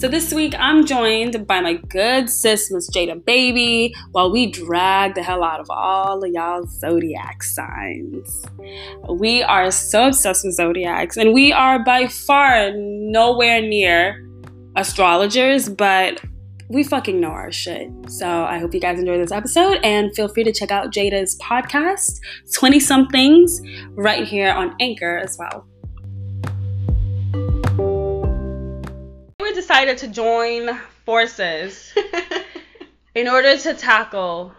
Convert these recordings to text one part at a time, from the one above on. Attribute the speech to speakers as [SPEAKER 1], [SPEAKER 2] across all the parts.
[SPEAKER 1] So this week I'm joined by my good sis, Miss Jada Baby, while we drag the hell out of all of y'all zodiac signs. We are so obsessed with zodiacs, and we are by far nowhere near astrologers, but we fucking know our shit. So I hope you guys enjoy this episode and feel free to check out Jada's podcast, 20 somethings, right here on Anchor as well. We decided to join forces in order to tackle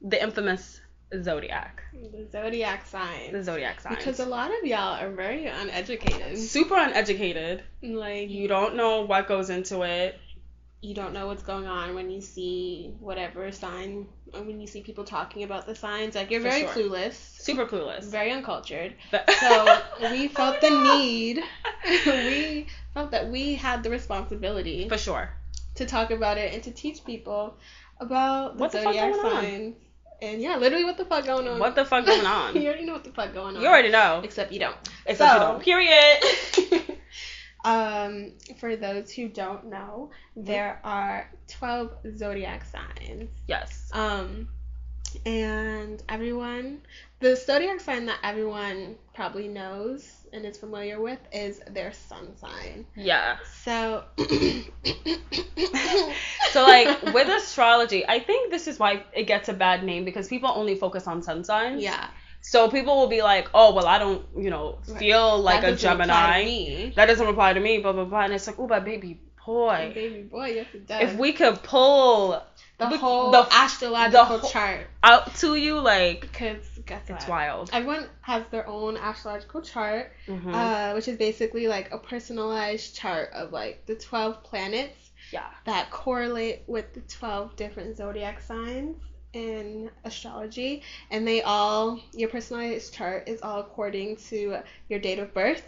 [SPEAKER 1] the infamous zodiac,
[SPEAKER 2] the zodiac sign.
[SPEAKER 1] the zodiac sign.
[SPEAKER 2] Because a lot of y'all are very uneducated.
[SPEAKER 1] super uneducated,
[SPEAKER 2] Like
[SPEAKER 1] you
[SPEAKER 2] you,
[SPEAKER 1] don't know what goes into it.
[SPEAKER 2] you don't know what's going on when you see whatever sign, or when you see people talking about the signs. Like you're
[SPEAKER 1] For
[SPEAKER 2] very
[SPEAKER 1] sure.
[SPEAKER 2] clueless,
[SPEAKER 1] Super clueless.
[SPEAKER 2] very uncultured.
[SPEAKER 1] But-
[SPEAKER 2] So we felt the
[SPEAKER 1] Oh, no.
[SPEAKER 2] need. we felt that we had the responsibility
[SPEAKER 1] for sure.
[SPEAKER 2] to talk about it and to teach people about the
[SPEAKER 1] What the fuck
[SPEAKER 2] zodiac
[SPEAKER 1] going on?
[SPEAKER 2] signs. And yeah, literally, what the fuck going on?
[SPEAKER 1] What the fuck going on?
[SPEAKER 2] you already know what the fuck going on.
[SPEAKER 1] You already know.
[SPEAKER 2] Except you don't.
[SPEAKER 1] Except you
[SPEAKER 2] So-
[SPEAKER 1] don't. Period.
[SPEAKER 2] um, for those who don't know, there are 12 zodiac signs.
[SPEAKER 1] Yes.
[SPEAKER 2] Um, and everyone, the zodiac sign that everyone probably knows and is familiar with is their sun sign.
[SPEAKER 1] Yeah.
[SPEAKER 2] So,
[SPEAKER 1] So like with astrology, I think this is why it gets a bad name because people only focus on sun signs.
[SPEAKER 2] yeah,
[SPEAKER 1] So people will be like, "Oh, well, I don't, you know,
[SPEAKER 2] Right.
[SPEAKER 1] feel like
[SPEAKER 2] that
[SPEAKER 1] a
[SPEAKER 2] doesn't apply
[SPEAKER 1] Gemini.
[SPEAKER 2] to me.
[SPEAKER 1] That doesn't apply to me." Blah blah blah. And it's like, "Oh, but baby boy,
[SPEAKER 2] Baby boy, yes it does.
[SPEAKER 1] if we could pull
[SPEAKER 2] the
[SPEAKER 1] we-
[SPEAKER 2] whole
[SPEAKER 1] the-
[SPEAKER 2] astrological
[SPEAKER 1] whole-
[SPEAKER 2] chart,
[SPEAKER 1] out to you, like
[SPEAKER 2] because guess what?
[SPEAKER 1] it's wild."
[SPEAKER 2] Everyone has their own astrological chart,
[SPEAKER 1] Mhm.
[SPEAKER 2] uh, which is basically like a personalized chart of like the 12 planets
[SPEAKER 1] yeah.
[SPEAKER 2] that correlate with the 12 different zodiac signs in astrology. And they all, your personalized chart is all according to your date of birth,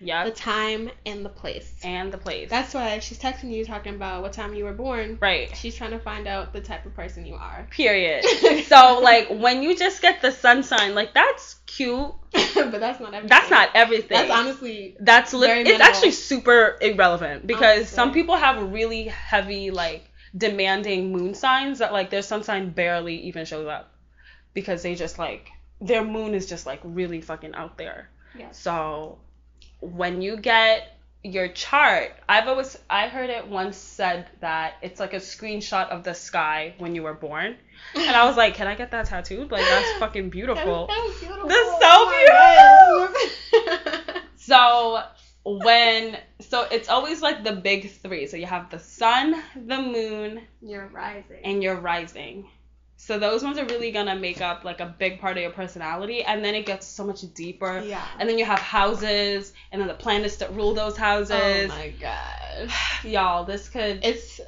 [SPEAKER 2] the
[SPEAKER 1] Yep.
[SPEAKER 2] time, and the place.
[SPEAKER 1] And the place.
[SPEAKER 2] That's why she's texting you talking about what time you were born.
[SPEAKER 1] right.
[SPEAKER 2] She's trying to find out the type of person you are.
[SPEAKER 1] Period. so like when you just get the sun sign, like that's cute.
[SPEAKER 2] but that's not everything.
[SPEAKER 1] That's not everything.
[SPEAKER 2] That's honestly
[SPEAKER 1] That's li-
[SPEAKER 2] Very
[SPEAKER 1] it's
[SPEAKER 2] minimal.
[SPEAKER 1] actually super irrelevant because
[SPEAKER 2] Honestly.
[SPEAKER 1] some people have really heavy like demanding moon signs that like their sun sign barely even shows up because they just like their moon is just like really fucking out there.
[SPEAKER 2] yes.
[SPEAKER 1] So when you get your chart, I've always I heard it once said that it's like a screenshot of the sky when you were born. And I was like, "Can I get that tattooed? Like that's fucking beautiful."
[SPEAKER 2] That's so beautiful. Oh
[SPEAKER 1] That's so So when so it's always like the big three. So you have the sun, the moon,
[SPEAKER 2] You're rising.
[SPEAKER 1] and your rising. So those ones are really gonna make up like a big part of your personality, and then it gets so much deeper.
[SPEAKER 2] yeah.
[SPEAKER 1] And then you have houses, and then the planets that rule those
[SPEAKER 2] oh
[SPEAKER 1] houses.
[SPEAKER 2] my god.
[SPEAKER 1] Y'all, this could
[SPEAKER 2] It's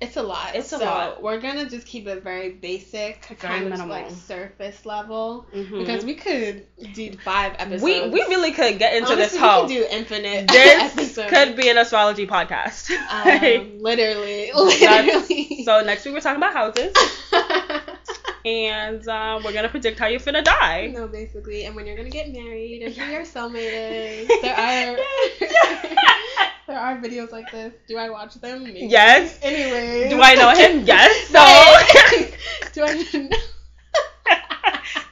[SPEAKER 2] it's a lot.
[SPEAKER 1] It's a
[SPEAKER 2] So
[SPEAKER 1] lot.
[SPEAKER 2] We're gonna just keep it very basic, kind of just,
[SPEAKER 1] minimal.
[SPEAKER 2] like surface level,
[SPEAKER 1] Mhm.
[SPEAKER 2] because we could do five episodes.
[SPEAKER 1] we we really could get into
[SPEAKER 2] Honestly,
[SPEAKER 1] this whole.
[SPEAKER 2] We could do infinite
[SPEAKER 1] This
[SPEAKER 2] episodes.
[SPEAKER 1] could be an astrology podcast.
[SPEAKER 2] um, literally,
[SPEAKER 1] That's-
[SPEAKER 2] literally.
[SPEAKER 1] so next week we're talking about houses, and uh, we're gonna predict how you're finna die.
[SPEAKER 2] No, basically, and when you're gonna get married and who your soulmate is, there are there are videos like this. Do I watch them? Maybe.
[SPEAKER 1] yes.
[SPEAKER 2] Anyway.
[SPEAKER 1] Do I know him? Yes. No.
[SPEAKER 2] Right. do I know?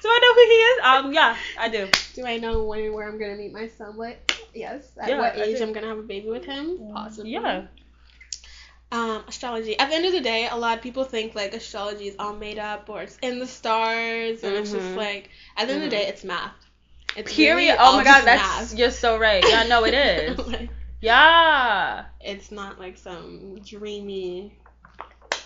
[SPEAKER 1] do I know who he is? Um, yeah, I do.
[SPEAKER 2] Do I know when and where I'm gonna meet my soulmate? Yes. At
[SPEAKER 1] Yeah,
[SPEAKER 2] what
[SPEAKER 1] I
[SPEAKER 2] age
[SPEAKER 1] do.
[SPEAKER 2] I'm gonna have a baby with him? Possibly.
[SPEAKER 1] Yeah.
[SPEAKER 2] Um, astrology. At the end of the day, a lot of people think like astrology is all made up or it's in the stars, and it's
[SPEAKER 1] Mhm.
[SPEAKER 2] just like at the end of the
[SPEAKER 1] Mhm.
[SPEAKER 2] day, it's math. It's
[SPEAKER 1] Period.
[SPEAKER 2] really
[SPEAKER 1] Oh
[SPEAKER 2] all
[SPEAKER 1] my God,
[SPEAKER 2] just
[SPEAKER 1] that's
[SPEAKER 2] math.
[SPEAKER 1] you're so right. Yeah, no, it is.
[SPEAKER 2] Like,
[SPEAKER 1] Yeah.
[SPEAKER 2] it's not like some dreamy,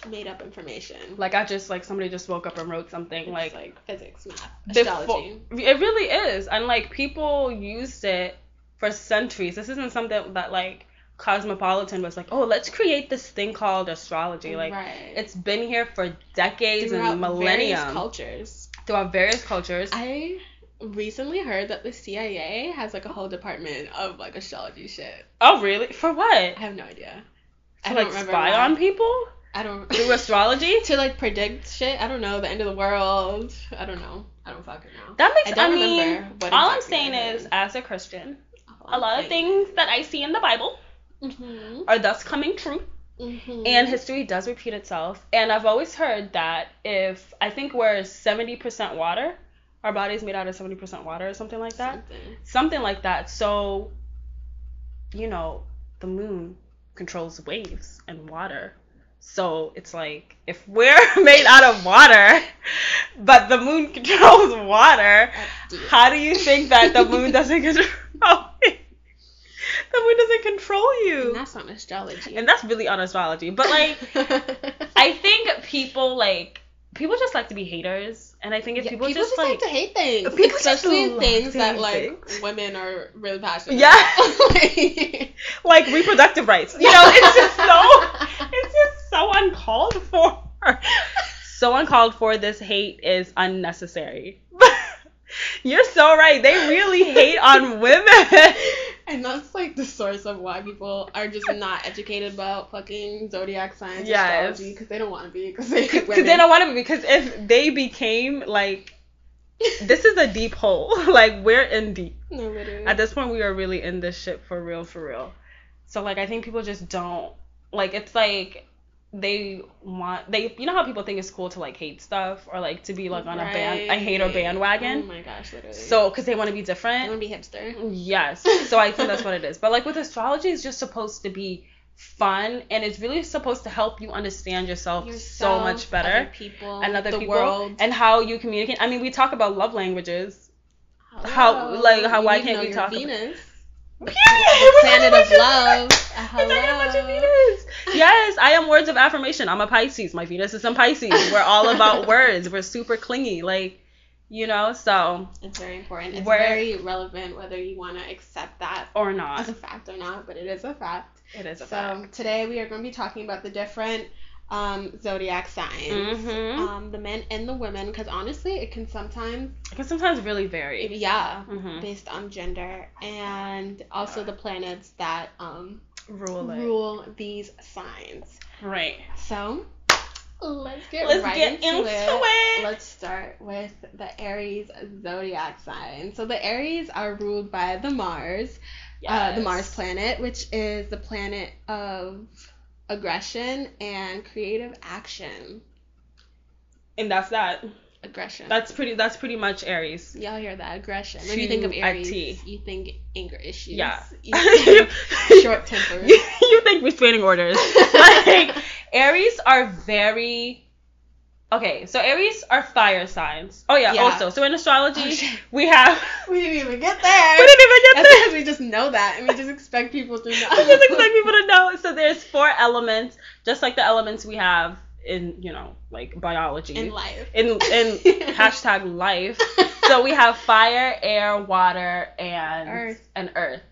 [SPEAKER 2] made up information.
[SPEAKER 1] Like I just like somebody just woke up and wrote something
[SPEAKER 2] It's
[SPEAKER 1] like,
[SPEAKER 2] like physics, math,
[SPEAKER 1] befo-
[SPEAKER 2] astrology.
[SPEAKER 1] It really is, and like people used it for centuries. This isn't something that like Cosmopolitan was like, oh, let's create this thing called astrology. Like
[SPEAKER 2] right.
[SPEAKER 1] it's been here for decades
[SPEAKER 2] Throughout
[SPEAKER 1] and
[SPEAKER 2] various
[SPEAKER 1] millennia
[SPEAKER 2] cultures.
[SPEAKER 1] throughout various cultures.
[SPEAKER 2] I recently heard that the CIA has like a whole department of like astrology shit.
[SPEAKER 1] oh really? For what?
[SPEAKER 2] I have no idea. I
[SPEAKER 1] To
[SPEAKER 2] don't
[SPEAKER 1] like
[SPEAKER 2] remember
[SPEAKER 1] spy
[SPEAKER 2] why.
[SPEAKER 1] on people
[SPEAKER 2] I don't
[SPEAKER 1] through astrology?
[SPEAKER 2] to like predict shit. I don't know the end of the world. I don't know. I don't fucking know.
[SPEAKER 1] That makes.
[SPEAKER 2] I
[SPEAKER 1] I,
[SPEAKER 2] don't
[SPEAKER 1] mean,
[SPEAKER 2] remember what
[SPEAKER 1] all I'm
[SPEAKER 2] exactly
[SPEAKER 1] saying
[SPEAKER 2] I heard.
[SPEAKER 1] is, as a Christian, a lot of things that I see in the Bible
[SPEAKER 2] hmm
[SPEAKER 1] are thus coming true.
[SPEAKER 2] Mhm.
[SPEAKER 1] And history does repeat itself. And I've always heard that if I think we're 70% water, our body is made out of 70% water or something like that.
[SPEAKER 2] Something.
[SPEAKER 1] Something like that. So, you know, the moon controls waves and water. So it's like if we're made out of water, but the moon controls water,
[SPEAKER 2] That's deep.
[SPEAKER 1] how do you think that the moon doesn't control it? The moon doesn't control you.
[SPEAKER 2] And that's not astrology.
[SPEAKER 1] And that's really on astrology. But like I think people like people just like to be haters. And I think if
[SPEAKER 2] Yeah,
[SPEAKER 1] people, just, like,
[SPEAKER 2] to hate things,
[SPEAKER 1] People just
[SPEAKER 2] especially
[SPEAKER 1] love
[SPEAKER 2] things that
[SPEAKER 1] hating
[SPEAKER 2] like
[SPEAKER 1] things.
[SPEAKER 2] women are really passionate.
[SPEAKER 1] Yeah.
[SPEAKER 2] about. Like-
[SPEAKER 1] like reproductive rights. You know, it's just so it's just so uncalled for. So uncalled for this hate is unnecessary. You're so right. They really hate on women.
[SPEAKER 2] And that's like the source of why people are just not educated about fucking zodiac signs,
[SPEAKER 1] Yes.
[SPEAKER 2] astrology, because they don't want to be, because they hate
[SPEAKER 1] Because
[SPEAKER 2] women.
[SPEAKER 1] they don't want to be. Because if they became like, this is a deep hole. Like we're in deep.
[SPEAKER 2] No, literally.
[SPEAKER 1] At this point, we are really in this shit for real, for real. So like, I think people just don't like. It's like they want they. You know how people think it's cool to like hate stuff or like to be like on a band a hater
[SPEAKER 2] Right. Oh
[SPEAKER 1] bandwagon.
[SPEAKER 2] my Mm-hmm. gosh, literally.
[SPEAKER 1] So because they want to be
[SPEAKER 2] I
[SPEAKER 1] different.
[SPEAKER 2] want to be hipster.
[SPEAKER 1] Yes. So I think that's what it is. But like with astrology, it's just supposed to be fun and it's really supposed to help you understand yourself, so
[SPEAKER 2] Yourself,
[SPEAKER 1] much better
[SPEAKER 2] Other people.
[SPEAKER 1] and other
[SPEAKER 2] the
[SPEAKER 1] people
[SPEAKER 2] world.
[SPEAKER 1] and how you communicate. I mean, we talk about love languages. how- like, how- why
[SPEAKER 2] You
[SPEAKER 1] can't
[SPEAKER 2] know
[SPEAKER 1] we
[SPEAKER 2] your
[SPEAKER 1] talk about-
[SPEAKER 2] Venus,
[SPEAKER 1] Period.
[SPEAKER 2] the planet of
[SPEAKER 1] We're
[SPEAKER 2] love.
[SPEAKER 1] talking about your
[SPEAKER 2] Hello.
[SPEAKER 1] Venus. Yes, I am words of affirmation. I'm a Pisces. My Venus is in Pisces. We're all about words. We're super clingy, like you know, so
[SPEAKER 2] It's very important. It's
[SPEAKER 1] Where-
[SPEAKER 2] very relevant whether you want to accept that
[SPEAKER 1] or
[SPEAKER 2] as
[SPEAKER 1] not.
[SPEAKER 2] a fact or not, but it is a fact.
[SPEAKER 1] It is a
[SPEAKER 2] So
[SPEAKER 1] fact.
[SPEAKER 2] today we are going to be talking about the different um, zodiac signs,
[SPEAKER 1] Mhm.
[SPEAKER 2] um, the men and the women, because honestly, it can sometimes,
[SPEAKER 1] It can sometimes really vary.
[SPEAKER 2] yeah,
[SPEAKER 1] Mhm.
[SPEAKER 2] based on gender and also the planets that um,
[SPEAKER 1] Rule it.
[SPEAKER 2] rule these signs.
[SPEAKER 1] Right.
[SPEAKER 2] So let's get
[SPEAKER 1] Let's
[SPEAKER 2] right
[SPEAKER 1] get
[SPEAKER 2] into,
[SPEAKER 1] into
[SPEAKER 2] it.
[SPEAKER 1] it.
[SPEAKER 2] Let's uh, start with the Aries zodiac sign. So the Aries are ruled by the Mars, uh, the
[SPEAKER 1] Yes.
[SPEAKER 2] Mars planet, which is the planet of aggression and creative action.
[SPEAKER 1] And that's that.
[SPEAKER 2] Aggression.
[SPEAKER 1] That's pretty. That's pretty much Aries.
[SPEAKER 2] Y'all hear that aggression? When you think of
[SPEAKER 1] To a
[SPEAKER 2] Aries,
[SPEAKER 1] T.
[SPEAKER 2] you think anger issues.
[SPEAKER 1] Yeah.
[SPEAKER 2] You think short temper.
[SPEAKER 1] You, you think restraining orders? like Aries are very okay. So Aries are fire signs. Oh yeah.
[SPEAKER 2] Yeah.
[SPEAKER 1] Also, so in astrology,
[SPEAKER 2] Oh, shit.
[SPEAKER 1] we have.
[SPEAKER 2] we didn't even get there.
[SPEAKER 1] we didn't even get
[SPEAKER 2] That's
[SPEAKER 1] this.
[SPEAKER 2] because we just know that, and we just expect people to know.
[SPEAKER 1] I just expect people to know. So there's four elements, just like the elements we have in you know like biology.
[SPEAKER 2] in life.
[SPEAKER 1] in in hashtag life. So we have fire, air, water, and
[SPEAKER 2] Earth.
[SPEAKER 1] and earth.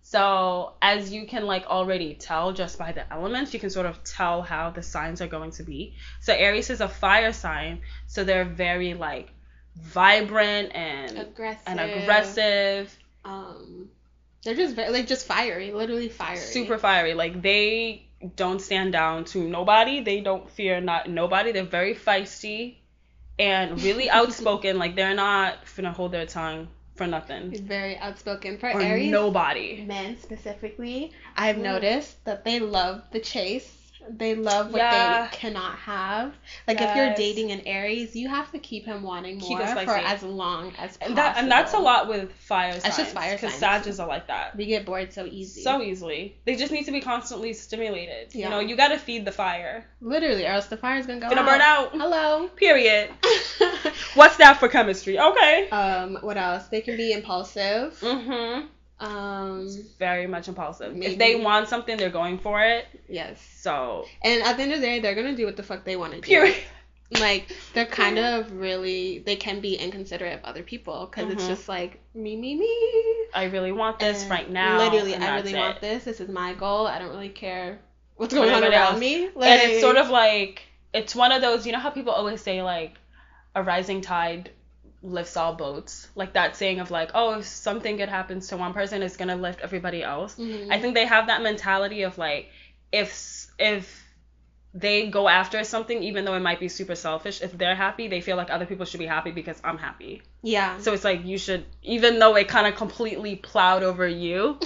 [SPEAKER 1] So as you can like already tell just by the elements, you can sort of tell how the signs are going to be. So Aries is a fire sign, so they're very like vibrant and
[SPEAKER 2] aggressive.
[SPEAKER 1] and aggressive,
[SPEAKER 2] Um, they're just very, like just fiery, literally fiery.
[SPEAKER 1] super fiery. Like they don't stand down to nobody. They don't fear not nobody. They're very feisty and really outspoken. Like they're not finna hold their tongue for nothing.
[SPEAKER 2] Very outspoken for
[SPEAKER 1] Or
[SPEAKER 2] Aries.
[SPEAKER 1] nobody.
[SPEAKER 2] Men specifically, I've
[SPEAKER 1] Mm.
[SPEAKER 2] noticed that they love the chase. They love what
[SPEAKER 1] Yeah.
[SPEAKER 2] they cannot have. Like if you're
[SPEAKER 1] Yes.
[SPEAKER 2] dating an Aries, you have to keep him wanting
[SPEAKER 1] Keep
[SPEAKER 2] more
[SPEAKER 1] it
[SPEAKER 2] for
[SPEAKER 1] spicy.
[SPEAKER 2] as long as possible.
[SPEAKER 1] And that and that's a lot with fire signs.
[SPEAKER 2] That's just fire
[SPEAKER 1] Because
[SPEAKER 2] signs.
[SPEAKER 1] Sages are like that.
[SPEAKER 2] We get bored so easy.
[SPEAKER 1] So e-, easily. They just need to be constantly stimulated.
[SPEAKER 2] Yeah.
[SPEAKER 1] You know, you gotta feed the fire.
[SPEAKER 2] literally, or else the fire's gonna go
[SPEAKER 1] Gonna burn out.
[SPEAKER 2] Hello.
[SPEAKER 1] Period. What's that for chemistry? Okay.
[SPEAKER 2] um, what else? They can be impulsive.
[SPEAKER 1] Mm-hmm.
[SPEAKER 2] Um,
[SPEAKER 1] Very much impulsive.
[SPEAKER 2] Maybe.
[SPEAKER 1] If they want something, they're going for it.
[SPEAKER 2] yes.
[SPEAKER 1] So
[SPEAKER 2] And at the end of the day, they're gonna do what the fuck they want to do.
[SPEAKER 1] period.
[SPEAKER 2] Like they're kind of really, they can be inconsiderate of other people because it's
[SPEAKER 1] Mhm.
[SPEAKER 2] just like me, me, me.
[SPEAKER 1] I really want this
[SPEAKER 2] And
[SPEAKER 1] right now.
[SPEAKER 2] Literally,
[SPEAKER 1] and
[SPEAKER 2] I
[SPEAKER 1] that's
[SPEAKER 2] really
[SPEAKER 1] it.
[SPEAKER 2] want this. This is my goal. I don't really care what's going on
[SPEAKER 1] Whatever
[SPEAKER 2] around
[SPEAKER 1] else.
[SPEAKER 2] me. Like,
[SPEAKER 1] And it's sort of like it's one of those. You know how people always say like a rising tide lifts all boats, like that saying of like, oh, if something good happens to one person, it's gonna lift everybody else.
[SPEAKER 2] Mhm.
[SPEAKER 1] I think they have that mentality of like if s- if they go after something even though it might be super selfish if they're happy they feel like other people should be happy because i'm happy
[SPEAKER 2] yeah.
[SPEAKER 1] so it's like you should even though it kind of completely plowed over you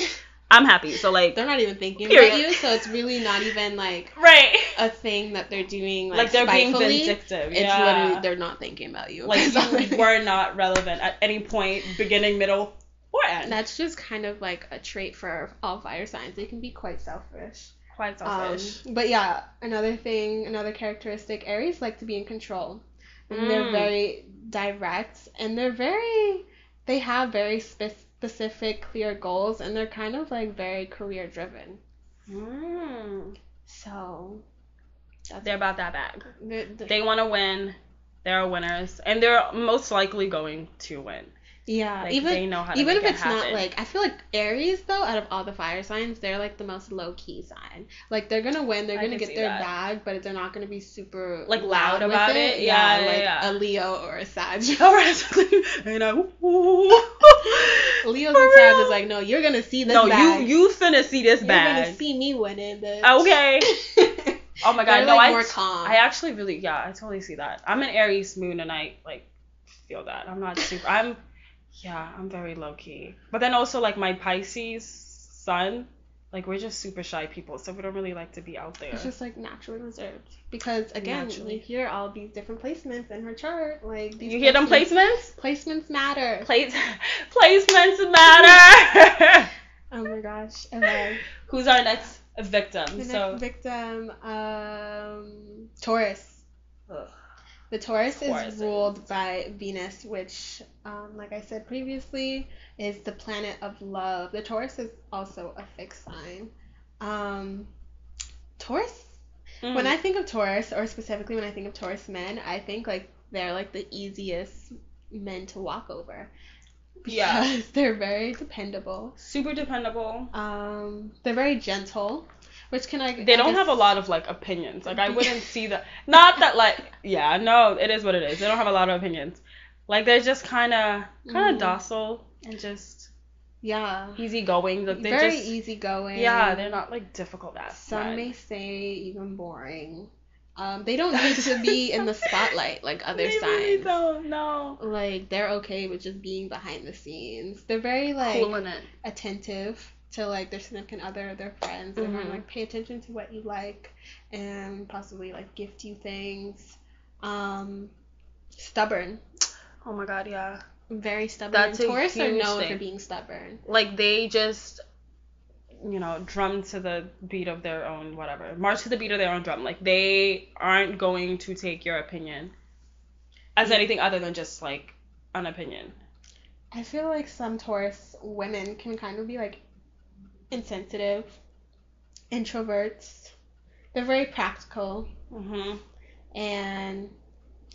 [SPEAKER 1] I'm happy. So like
[SPEAKER 2] They're not even thinking
[SPEAKER 1] Period.
[SPEAKER 2] about you, so it's really not even like
[SPEAKER 1] right.
[SPEAKER 2] a thing that they're doing like,
[SPEAKER 1] Like, they're being
[SPEAKER 2] spitefully.
[SPEAKER 1] vindictive.
[SPEAKER 2] It's
[SPEAKER 1] yeah.
[SPEAKER 2] literally they're not thinking about you. It's not
[SPEAKER 1] like you were not relevant at any point, beginning, middle, or end.
[SPEAKER 2] That's just kind of like a trait for all fire signs. They can be quite selfish.
[SPEAKER 1] quite
[SPEAKER 2] Um,
[SPEAKER 1] selfish.
[SPEAKER 2] but yeah, another thing, another characteristic, Aries like to be in control. And they're
[SPEAKER 1] Mm.
[SPEAKER 2] very direct and they're very, they have very spe- specific, clear goals and they're kind of like very career driven.
[SPEAKER 1] Mm.
[SPEAKER 2] So that's
[SPEAKER 1] They're about that bag.
[SPEAKER 2] the- the-
[SPEAKER 1] They want to win. They are winners, and they're most likely going to win.
[SPEAKER 2] yeah,
[SPEAKER 1] Like,
[SPEAKER 2] even
[SPEAKER 1] they know how to
[SPEAKER 2] even if
[SPEAKER 1] make it
[SPEAKER 2] it's not
[SPEAKER 1] happen.
[SPEAKER 2] like I feel like Aries though, out of all the fire signs, they're like the most low key sign. Like they're gonna win, they're
[SPEAKER 1] I
[SPEAKER 2] gonna
[SPEAKER 1] can
[SPEAKER 2] get
[SPEAKER 1] see
[SPEAKER 2] their
[SPEAKER 1] that.
[SPEAKER 2] bag, but they're not gonna be super
[SPEAKER 1] Like, loud
[SPEAKER 2] with
[SPEAKER 1] about it? Yeah, yeah,
[SPEAKER 2] like
[SPEAKER 1] yeah.
[SPEAKER 2] a Leo or a Sag.
[SPEAKER 1] and I, woo.
[SPEAKER 2] Leo's
[SPEAKER 1] For
[SPEAKER 2] and Sag is
[SPEAKER 1] real.
[SPEAKER 2] like, no, you're gonna see this
[SPEAKER 1] no,
[SPEAKER 2] bag.
[SPEAKER 1] you you finna see this
[SPEAKER 2] are
[SPEAKER 1] bag.
[SPEAKER 2] gonna see me winning this.
[SPEAKER 1] okay. Oh my god,
[SPEAKER 2] They're,
[SPEAKER 1] no,
[SPEAKER 2] like,
[SPEAKER 1] I
[SPEAKER 2] more calm.
[SPEAKER 1] I actually really yeah, I totally see that. I'm an Aries moon and I like feel that. I'm not super I'm yeah, I'm very low key. But then also like my Pisces sun, like we're just super shy people, so we don't really like to be out there.
[SPEAKER 2] It's just like naturally reserved because again,
[SPEAKER 1] Naturally.
[SPEAKER 2] you hear all these different placements in her chart. Like these
[SPEAKER 1] you hear them placements?
[SPEAKER 2] Placements matter.
[SPEAKER 1] Place placements matter.
[SPEAKER 2] oh my gosh. Okay.
[SPEAKER 1] Who's our next victim?
[SPEAKER 2] The
[SPEAKER 1] so
[SPEAKER 2] next victim, um, Taurus.
[SPEAKER 1] Ugh.
[SPEAKER 2] The Taurus,
[SPEAKER 1] Taurus
[SPEAKER 2] is
[SPEAKER 1] is-
[SPEAKER 2] ruled by Venus, which, um, like I said previously, is the planet of love. The Taurus is also a fixed sign. Um, Taurus.
[SPEAKER 1] mm,
[SPEAKER 2] When I think of Taurus, or specifically when I think of Taurus men, I think like they're like the easiest men to walk over.
[SPEAKER 1] Yeah.
[SPEAKER 2] Because they're very dependable.
[SPEAKER 1] super dependable.
[SPEAKER 2] Um, they're very gentle, which can I?
[SPEAKER 1] they don't have a lot of like opinions. Like I wouldn't see that. Not that like yeah, no, it is what it is. They don't have a lot of opinions. Like they're just kind of kind of
[SPEAKER 2] Mhm.
[SPEAKER 1] docile and just
[SPEAKER 2] Yeah.
[SPEAKER 1] easygoing. Like they
[SPEAKER 2] very
[SPEAKER 1] just
[SPEAKER 2] easygoing.
[SPEAKER 1] yeah, they're not like difficult as
[SPEAKER 2] Some may say even boring. Um, they don't need to be in the spotlight like other
[SPEAKER 1] they
[SPEAKER 2] signs.
[SPEAKER 1] Really don't no.
[SPEAKER 2] Like they're okay with just being behind the scenes. They're very like
[SPEAKER 1] it.
[SPEAKER 2] attentive to like their significant other, their friends, and
[SPEAKER 1] Mhm.
[SPEAKER 2] like pay attention to what you like and possibly like gift you things. Um, stubborn,
[SPEAKER 1] Oh my god, yeah.
[SPEAKER 2] very stubborn.
[SPEAKER 1] That's a
[SPEAKER 2] Taurus are
[SPEAKER 1] huge
[SPEAKER 2] known
[SPEAKER 1] thing.
[SPEAKER 2] for being stubborn.
[SPEAKER 1] Like they just you know drum to the beat of their own whatever march to the beat of their own drum like they aren't going to take your opinion as anything other than just like an opinion
[SPEAKER 2] I feel like some Taurus women can kind of be like insensitive, introverts. They're very practical
[SPEAKER 1] Mm-hmm.
[SPEAKER 2] and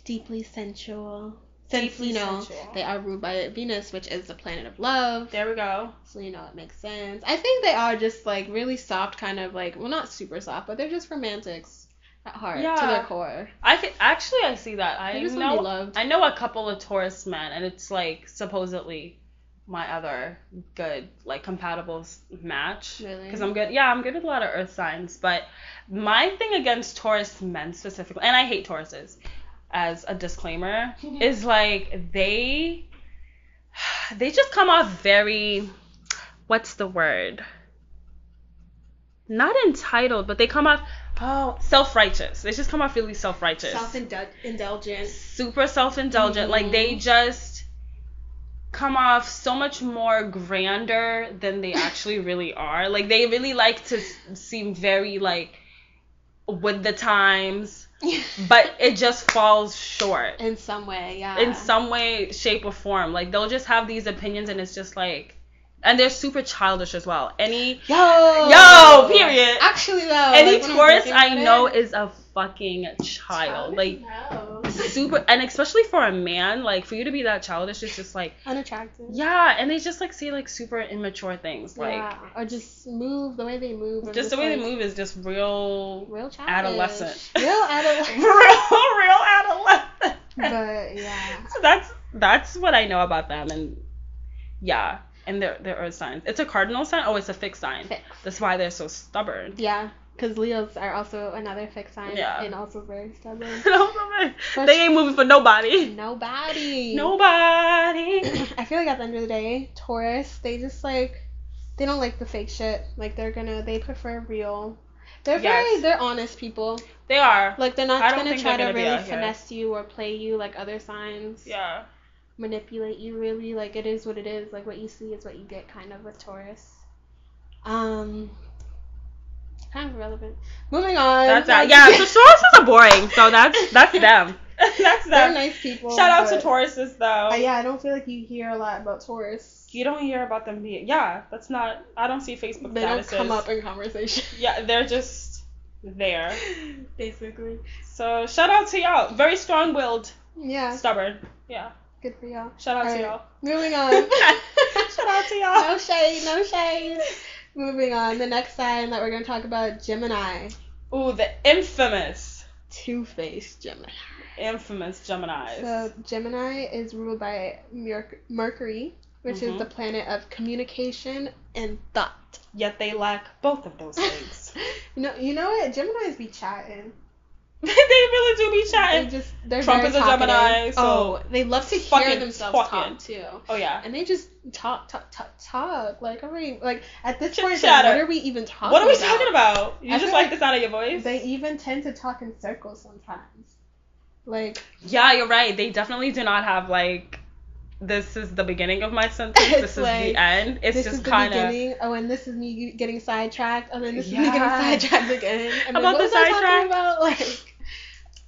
[SPEAKER 2] deeply sensual. Since
[SPEAKER 1] Deeply
[SPEAKER 2] you know
[SPEAKER 1] sensual.
[SPEAKER 2] they are ruled by Venus, which is the planet of love,
[SPEAKER 1] There we go.
[SPEAKER 2] so you know it makes sense. I think they are just like really soft, kind of like well, not super soft, but they're just romantics at heart to
[SPEAKER 1] Yeah.
[SPEAKER 2] their core.
[SPEAKER 1] I can, actually I see that. I
[SPEAKER 2] They just want to be
[SPEAKER 1] know
[SPEAKER 2] loved.
[SPEAKER 1] I know a couple of Taurus men, and it's like supposedly my other good like compatible s- match.
[SPEAKER 2] Really?
[SPEAKER 1] Because I'm good. Yeah, I'm good with a lot of Earth signs, but my thing against Taurus men specifically, and I hate Tauruses. As a disclaimer, is like they they just come off very what's the word not entitled but they come off oh self-righteous they just come off really self-righteous
[SPEAKER 2] Self-indulgent.
[SPEAKER 1] super self-indulgent like they
[SPEAKER 2] Mm-hmm.
[SPEAKER 1] just come off so much more grander than they actually really are like they really like to s- seem very like with the times but it just falls short
[SPEAKER 2] in some way, yeah.
[SPEAKER 1] in some way, shape, or form. Like they'll just have these opinions, and it's just like, and they're super childish as well. Any
[SPEAKER 2] Yo.
[SPEAKER 1] Yo, period.
[SPEAKER 2] Actually though.
[SPEAKER 1] any
[SPEAKER 2] like, when Oh, I'm
[SPEAKER 1] Taurus
[SPEAKER 2] thinking
[SPEAKER 1] I
[SPEAKER 2] about
[SPEAKER 1] know
[SPEAKER 2] it,
[SPEAKER 1] is a fucking child.
[SPEAKER 2] Taurus
[SPEAKER 1] Like
[SPEAKER 2] knows.
[SPEAKER 1] super, and especially for a man, like for you to be that childish, it's just like,
[SPEAKER 2] unattractive.
[SPEAKER 1] yeah. And they just like say like super immature things, like
[SPEAKER 2] yeah. or just move the way they move. I'm
[SPEAKER 1] just the way they
[SPEAKER 2] like,
[SPEAKER 1] move is just real,
[SPEAKER 2] Real childish.
[SPEAKER 1] adolescent.
[SPEAKER 2] Real
[SPEAKER 1] real,
[SPEAKER 2] adolescent.
[SPEAKER 1] real adolescent.
[SPEAKER 2] but yeah.
[SPEAKER 1] So that's that's what I know about them, and yeah, and their their earth signs. It's a cardinal sign. Oh, it's a fixed sign.
[SPEAKER 2] Fix.
[SPEAKER 1] That's why they're so stubborn.
[SPEAKER 2] Yeah. Because Leos are also another fixed sign
[SPEAKER 1] Yeah.
[SPEAKER 2] and also very stubborn.
[SPEAKER 1] they ain't moving for nobody.
[SPEAKER 2] Nobody.
[SPEAKER 1] Nobody.
[SPEAKER 2] I feel like at the end of the day, Taurus, they just like they don't like the fake shit. Like they're gonna they prefer real. They're very
[SPEAKER 1] Yes.
[SPEAKER 2] they're honest people.
[SPEAKER 1] They are.
[SPEAKER 2] Like they're
[SPEAKER 1] I
[SPEAKER 2] not
[SPEAKER 1] don't
[SPEAKER 2] gonna
[SPEAKER 1] think
[SPEAKER 2] try
[SPEAKER 1] they're
[SPEAKER 2] to
[SPEAKER 1] gonna be
[SPEAKER 2] really
[SPEAKER 1] out here.
[SPEAKER 2] finesse you or play you like other signs.
[SPEAKER 1] Yeah.
[SPEAKER 2] Manipulate you really. Like it is what it is. Like what you see is what you get kind of with Taurus. Um kind of irrelevant. Moving on.
[SPEAKER 1] That's that.
[SPEAKER 2] Like-
[SPEAKER 1] Yeah. So Tauruses are boring. So that's that's them. that's
[SPEAKER 2] they're
[SPEAKER 1] them.
[SPEAKER 2] nice people.
[SPEAKER 1] Shout out to
[SPEAKER 2] but-
[SPEAKER 1] Tauruses though.
[SPEAKER 2] Uh, yeah, I don't feel like you hear a lot about Taurus.
[SPEAKER 1] You don't hear about them being. Yeah. That's not. I don't see Facebook
[SPEAKER 2] They don't
[SPEAKER 1] statuses.
[SPEAKER 2] come up in conversation.
[SPEAKER 1] Yeah. They're just there.
[SPEAKER 2] Basically.
[SPEAKER 1] So shout out to y'all. Very strong-willed,
[SPEAKER 2] Yeah.
[SPEAKER 1] stubborn. Yeah.
[SPEAKER 2] Good for y'all.
[SPEAKER 1] Shout out to
[SPEAKER 2] Alright. Um,
[SPEAKER 1] y'all.
[SPEAKER 2] Moving on.
[SPEAKER 1] Shout out to y'all.
[SPEAKER 2] no shade, no shade. Moving on. The next sign that we're going to talk about Gemini.
[SPEAKER 1] Ooh, the infamous,
[SPEAKER 2] Two faced Gemini.
[SPEAKER 1] infamous Gemini's.
[SPEAKER 2] So, Gemini is ruled by Merc- Mercury, which
[SPEAKER 1] Mhm.
[SPEAKER 2] is the planet of communication and thought.
[SPEAKER 1] Yet they lack both of those things.
[SPEAKER 2] You know, you know what? Geminis be chatting.
[SPEAKER 1] they really do be
[SPEAKER 2] They
[SPEAKER 1] chatting.
[SPEAKER 2] just, they're
[SPEAKER 1] Trump
[SPEAKER 2] very
[SPEAKER 1] is a Gemini,
[SPEAKER 2] talkative.
[SPEAKER 1] so
[SPEAKER 2] oh, they love to hear
[SPEAKER 1] fucking
[SPEAKER 2] themselves
[SPEAKER 1] talking.
[SPEAKER 2] talk too.
[SPEAKER 1] Oh yeah.
[SPEAKER 2] And they just talk, talk, talk, talk. Like I mean, like at this
[SPEAKER 1] Chit
[SPEAKER 2] point, like, what
[SPEAKER 1] chatter.
[SPEAKER 2] are we even talking?
[SPEAKER 1] What are we talking about? You
[SPEAKER 2] I
[SPEAKER 1] just
[SPEAKER 2] feel
[SPEAKER 1] like, the
[SPEAKER 2] like
[SPEAKER 1] sound of your voice?
[SPEAKER 2] They even tend to talk in circles sometimes. Like
[SPEAKER 1] yeah, you're right. They definitely do not have like. This is the beginning of my sentence.
[SPEAKER 2] It's
[SPEAKER 1] This is
[SPEAKER 2] like,
[SPEAKER 1] the end. It's
[SPEAKER 2] this
[SPEAKER 1] just
[SPEAKER 2] is the
[SPEAKER 1] kind of.
[SPEAKER 2] beginning. Oh, and this is me getting sidetracked. Oh, then this is me getting
[SPEAKER 1] Yeah.
[SPEAKER 2] sidetracked again. And then
[SPEAKER 1] About
[SPEAKER 2] what
[SPEAKER 1] the
[SPEAKER 2] was I talking
[SPEAKER 1] sidetrack?
[SPEAKER 2] about? Like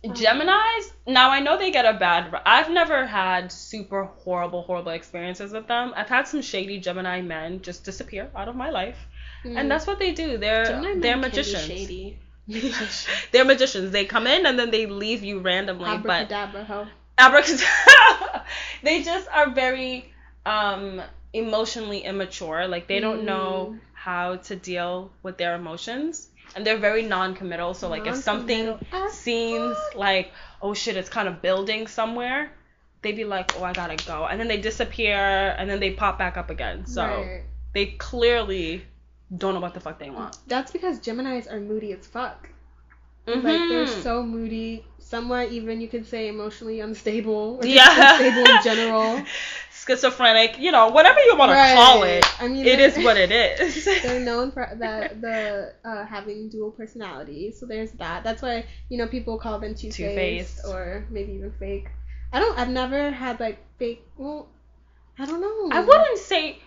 [SPEAKER 2] Um,
[SPEAKER 1] Gemini's, now I know they get a bad. r- I've never had super horrible, horrible experiences with them. I've had some shady Gemini men just disappear out of my life,
[SPEAKER 2] mm.
[SPEAKER 1] and that's what they do. They're
[SPEAKER 2] Gemini men
[SPEAKER 1] they're
[SPEAKER 2] can be
[SPEAKER 1] magicians.
[SPEAKER 2] Shady.
[SPEAKER 1] they're magicians. They come in and then they leave you randomly. But
[SPEAKER 2] Abracadabra, ho.
[SPEAKER 1] abracadabra, they just are very um emotionally immature. Like they don't know
[SPEAKER 2] Mm.
[SPEAKER 1] how to deal with their emotions, and they're very non-committal. So like if something
[SPEAKER 2] Non-committal as
[SPEAKER 1] seems
[SPEAKER 2] fuck.
[SPEAKER 1] like oh shit it's kind of building somewhere they be like oh i gotta go and then they disappear and then they pop back up again so
[SPEAKER 2] Right.
[SPEAKER 1] they clearly don't know what the fuck they want
[SPEAKER 2] That's because Geminis are moody as fuck. Like they're
[SPEAKER 1] Mhm.
[SPEAKER 2] so moody, somewhat even you could say emotionally unstable. Or just
[SPEAKER 1] Yeah.
[SPEAKER 2] unstable in general.
[SPEAKER 1] schizophrenic you know whatever you want to call it
[SPEAKER 2] I mean,
[SPEAKER 1] it
[SPEAKER 2] they're-
[SPEAKER 1] is what it is
[SPEAKER 2] They're known for that the uh, having dual personality, so there's that. That's why you know people call them two faced
[SPEAKER 1] Two-faced.
[SPEAKER 2] or maybe even fake. I don't. I've never had like fake. Well, I don't know.
[SPEAKER 1] i wouldn't say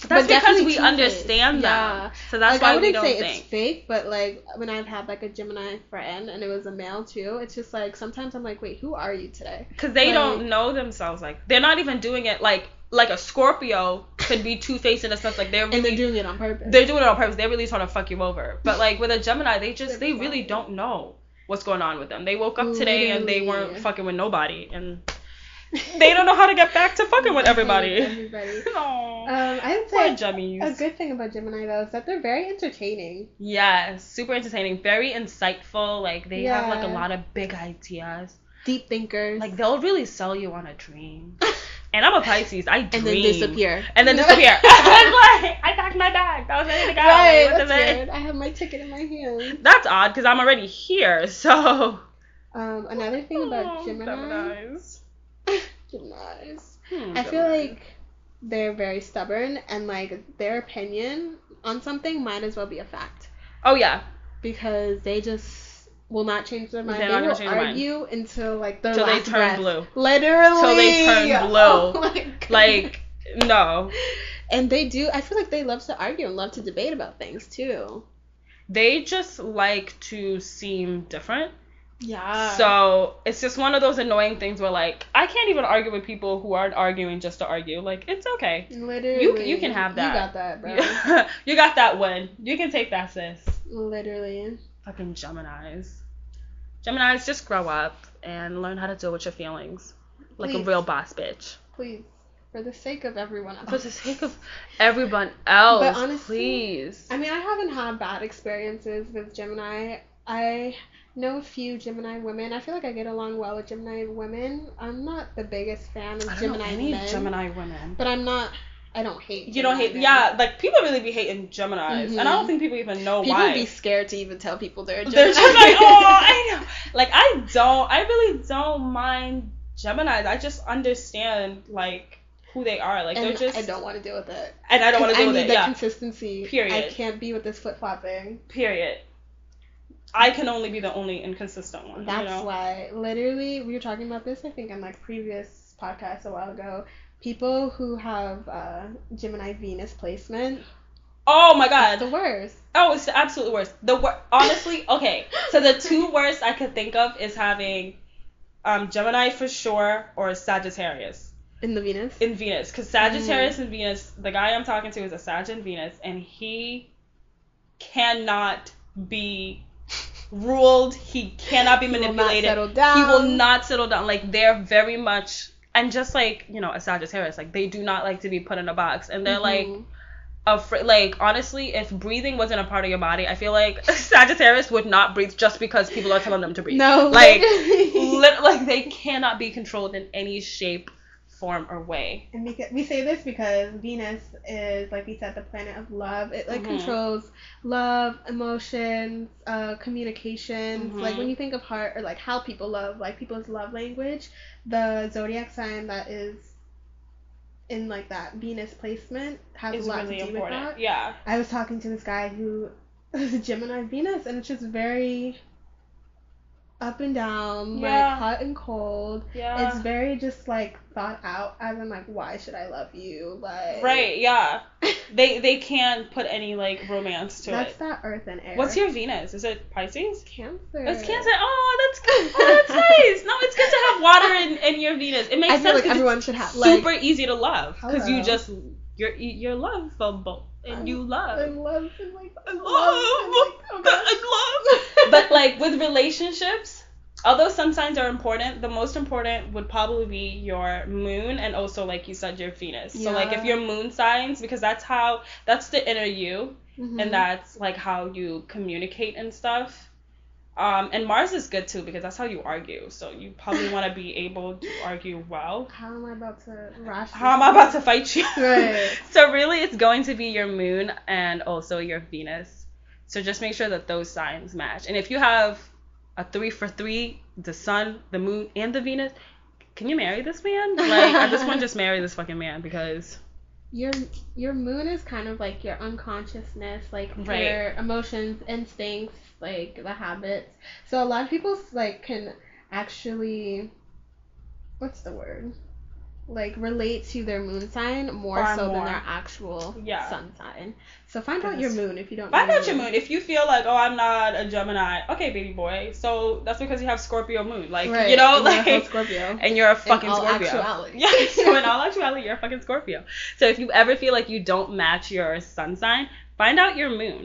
[SPEAKER 1] that's because
[SPEAKER 2] definitely
[SPEAKER 1] we
[SPEAKER 2] two-faced.
[SPEAKER 1] understand
[SPEAKER 2] Yeah.
[SPEAKER 1] them so that's
[SPEAKER 2] like,
[SPEAKER 1] why
[SPEAKER 2] I
[SPEAKER 1] we
[SPEAKER 2] wouldn't
[SPEAKER 1] don't
[SPEAKER 2] say
[SPEAKER 1] think
[SPEAKER 2] it's fake, but like when I've had like a Gemini friend and it was a male too, it's just like sometimes I'm like, wait, who are you today?
[SPEAKER 1] because they
[SPEAKER 2] like-
[SPEAKER 1] don't know themselves like they're not even doing it like like a scorpio could be two-faced in a sense like they're
[SPEAKER 2] And they're
[SPEAKER 1] really
[SPEAKER 2] doing it on purpose.
[SPEAKER 1] they're doing it on purpose. They're really trying to fuck you over. But like with a Gemini, they just
[SPEAKER 2] They're
[SPEAKER 1] they really
[SPEAKER 2] retarded.
[SPEAKER 1] don't know what's going on with them. They woke up today and they weren't
[SPEAKER 2] Literally.
[SPEAKER 1] fucking with nobody, and they don't know how to get back to fucking with everybody.
[SPEAKER 2] Everybody.
[SPEAKER 1] Aw.
[SPEAKER 2] Um, I'd
[SPEAKER 1] Poor
[SPEAKER 2] say a
[SPEAKER 1] Gemmies.
[SPEAKER 2] good thing about Gemini though is that they're very entertaining.
[SPEAKER 1] Yeah, super entertaining, very insightful. Like they have like a
[SPEAKER 2] Yeah.
[SPEAKER 1] lot of big ideas.
[SPEAKER 2] Deep thinkers.
[SPEAKER 1] Like they'll really sell you on a dream. And I'm a Pisces. I dream.
[SPEAKER 2] and then disappear.
[SPEAKER 1] And then disappear. I'm like, I packed my bag. I was ready to go.
[SPEAKER 2] right.
[SPEAKER 1] What the
[SPEAKER 2] That's
[SPEAKER 1] fuck?
[SPEAKER 2] weird. I have my ticket in my hand.
[SPEAKER 1] That's odd because I'm already here. So Oh,
[SPEAKER 2] Um, another thing about Gemini. Gemini's.
[SPEAKER 1] Hmm,
[SPEAKER 2] I feel like they're very stubborn and like their opinion on something might as well be a fact
[SPEAKER 1] Oh yeah,
[SPEAKER 2] because they just will not change their mind.
[SPEAKER 1] They're
[SPEAKER 2] they
[SPEAKER 1] not gonna
[SPEAKER 2] will
[SPEAKER 1] change their mind.
[SPEAKER 2] argue until like their
[SPEAKER 1] Till they
[SPEAKER 2] last
[SPEAKER 1] turn
[SPEAKER 2] breath.
[SPEAKER 1] blue.
[SPEAKER 2] Literally.
[SPEAKER 1] Till they turn blue.
[SPEAKER 2] Oh my goodness.
[SPEAKER 1] like no,
[SPEAKER 2] And they do. I feel like they love to argue and love to debate about things too.
[SPEAKER 1] they just like to seem different.
[SPEAKER 2] Yeah.
[SPEAKER 1] so it's just one of those annoying things where like I can't even argue with people who aren't arguing just to argue. Like it's okay.
[SPEAKER 2] literally,
[SPEAKER 1] you can have that.
[SPEAKER 2] You got that, bro.
[SPEAKER 1] you got that one. You can take that, sis.
[SPEAKER 2] literally.
[SPEAKER 1] Fucking Gemini's. Gemini's just grow up and learn how to deal with your feelings like a
[SPEAKER 2] Please.
[SPEAKER 1] real boss bitch.
[SPEAKER 2] Please, for the sake of everyone else.
[SPEAKER 1] For the sake of everyone else,
[SPEAKER 2] But honestly,
[SPEAKER 1] please.
[SPEAKER 2] I mean, I haven't had bad experiences with Gemini. I know a few Gemini women. I feel like I get along well with Gemini women. I'm not the biggest fan of
[SPEAKER 1] I don't know
[SPEAKER 2] Gemini
[SPEAKER 1] any
[SPEAKER 2] men,
[SPEAKER 1] Gemini women.
[SPEAKER 2] but I'm not. I don't hate.
[SPEAKER 1] You don't
[SPEAKER 2] Gemini
[SPEAKER 1] hate,
[SPEAKER 2] men.
[SPEAKER 1] yeah. Like people really be hating Gemini's, and I don't
[SPEAKER 2] Mhm.
[SPEAKER 1] think Mm-hmm. people even know
[SPEAKER 2] People
[SPEAKER 1] why.
[SPEAKER 2] be scared to even tell people they're a Gemini.
[SPEAKER 1] They're just like, oh, I know. Like I don't, I really don't mind Gemini's. I just understand like who they are. Like
[SPEAKER 2] and
[SPEAKER 1] they're just
[SPEAKER 2] I don't want to deal with it.
[SPEAKER 1] and I don't want to
[SPEAKER 2] I
[SPEAKER 1] deal with
[SPEAKER 2] need
[SPEAKER 1] it.
[SPEAKER 2] the
[SPEAKER 1] Yeah.
[SPEAKER 2] consistency. I
[SPEAKER 1] Period.
[SPEAKER 2] can't be with this flip flopping.
[SPEAKER 1] Period. I can only be the only inconsistent one.
[SPEAKER 2] That's
[SPEAKER 1] you know?
[SPEAKER 2] why, literally, we were talking about this, I think, in like previous podcasts a while ago. People who have uh, Gemini Venus placement,
[SPEAKER 1] Oh my
[SPEAKER 2] that's
[SPEAKER 1] god.
[SPEAKER 2] the worst.
[SPEAKER 1] Oh, it's the absolute worst. The wor- honestly, okay. So the two worst I could think of is having um, Gemini for sure or Sagittarius.
[SPEAKER 2] In the Venus.
[SPEAKER 1] in Venus because
[SPEAKER 2] Mm.
[SPEAKER 1] Sagittarius and Venus, the guy I'm talking to is a Sag in Venus, and he cannot be ruled. He cannot be
[SPEAKER 2] He will not
[SPEAKER 1] manipulated.
[SPEAKER 2] settle down.
[SPEAKER 1] He will not settle down. Like they're very much. And just like you know, a Sagittarius, like they do not like to be put in a box, and they're like
[SPEAKER 2] Mhm.
[SPEAKER 1] afraid. Like honestly, if breathing wasn't a part of your body, I feel like Sagittarius would not breathe just because people are telling them to breathe.
[SPEAKER 2] no,
[SPEAKER 1] like
[SPEAKER 2] literally.
[SPEAKER 1] lit- like they cannot be controlled in any shape, form, or way.
[SPEAKER 2] And because we say this because Venus is, like we said, the planet of love. It like
[SPEAKER 1] Mhm.
[SPEAKER 2] controls love, emotions, uh, communications. Like
[SPEAKER 1] Mhm.
[SPEAKER 2] when you think of heart or like how people love, like people's love language, the zodiac sign that is in like that Venus placement has
[SPEAKER 1] is
[SPEAKER 2] a lot
[SPEAKER 1] really
[SPEAKER 2] to do
[SPEAKER 1] important.
[SPEAKER 2] with that.
[SPEAKER 1] Yeah.
[SPEAKER 2] I was talking to this guy who is a Gemini Venus, and it's just very up and down,
[SPEAKER 1] Yeah.
[SPEAKER 2] like hot and cold.
[SPEAKER 1] Yeah.
[SPEAKER 2] It's very just like thought out, as in like, why should I love you? Like,
[SPEAKER 1] right, yeah. They they can't put any like romance to
[SPEAKER 2] That's
[SPEAKER 1] it.
[SPEAKER 2] that earth and air.
[SPEAKER 1] What's your Venus? Is it Pisces?
[SPEAKER 2] cancer?
[SPEAKER 1] It's Cancer. Oh, that's good. Oh, that's nice. No, it's good to have water in, in your Venus. It makes
[SPEAKER 2] I feel
[SPEAKER 1] sense
[SPEAKER 2] like
[SPEAKER 1] 'cause
[SPEAKER 2] everyone should have
[SPEAKER 1] it's
[SPEAKER 2] like.
[SPEAKER 1] super easy to love because you
[SPEAKER 2] Hello.
[SPEAKER 1] just you're you're lovable and you
[SPEAKER 2] I
[SPEAKER 1] love.
[SPEAKER 2] love and like
[SPEAKER 1] I
[SPEAKER 2] love,
[SPEAKER 1] love, but
[SPEAKER 2] and, like, oh my
[SPEAKER 1] I love. But like with relationships, although some signs are important, the most important would probably be your moon and also like you said your Venus. So like if
[SPEAKER 2] Yeah.
[SPEAKER 1] your moon signs, because that's how that's the inner you
[SPEAKER 2] Mhm.
[SPEAKER 1] and that's like how you communicate and stuff. Um, and Mars is good too because that's how you argue. So you probably want to be able to argue well.
[SPEAKER 2] How am I about to rush?
[SPEAKER 1] How am I about to fight you?
[SPEAKER 2] Right.
[SPEAKER 1] so really, it's going to be your moon and also your Venus. So just make sure that those signs match. And if you have a three for three, the sun, the moon, and the Venus, can you marry this man? Like at this point, just marry this fucking man because
[SPEAKER 2] Your your moon is kind of like your unconsciousness, like
[SPEAKER 1] Right.
[SPEAKER 2] your emotions, instincts, like the habits. So a lot of people like can actually, what's the word? Like relate to their moon sign more
[SPEAKER 1] Far
[SPEAKER 2] so
[SPEAKER 1] more.
[SPEAKER 2] than their actual
[SPEAKER 1] Yeah.
[SPEAKER 2] sun sign. So find out your
[SPEAKER 1] Goodness.
[SPEAKER 2] moon if you don't.
[SPEAKER 1] find
[SPEAKER 2] know
[SPEAKER 1] out your moon. If you feel like oh I'm not a Gemini, okay baby boy, so that's because you have Scorpio moon. Like
[SPEAKER 2] Right.
[SPEAKER 1] you know
[SPEAKER 2] and you're a
[SPEAKER 1] like
[SPEAKER 2] whole Scorpio.
[SPEAKER 1] and you're a fucking
[SPEAKER 2] all
[SPEAKER 1] Scorpio.
[SPEAKER 2] actuality.
[SPEAKER 1] Yeah, so in all actuality, you're a fucking Scorpio. So if you ever feel like you don't match your sun sign, find out your moon.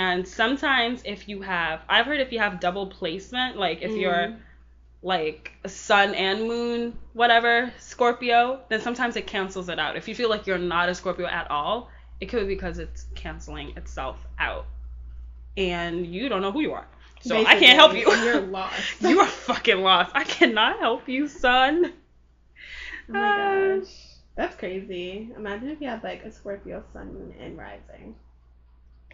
[SPEAKER 1] And sometimes if you have, I've heard if you have double placement, like if you're
[SPEAKER 2] Mhm.
[SPEAKER 1] like sun and moon, whatever, Scorpio, then sometimes it cancels it out. If you feel like you're not a Scorpio at all, it could be because it's canceling itself out. And you don't know who you are. So I can't help you.
[SPEAKER 2] Basically, You're lost.
[SPEAKER 1] You are fucking lost. I cannot help you, son.
[SPEAKER 2] Oh my gosh. That's crazy. Imagine if you had like a Scorpio sun, moon, and rising.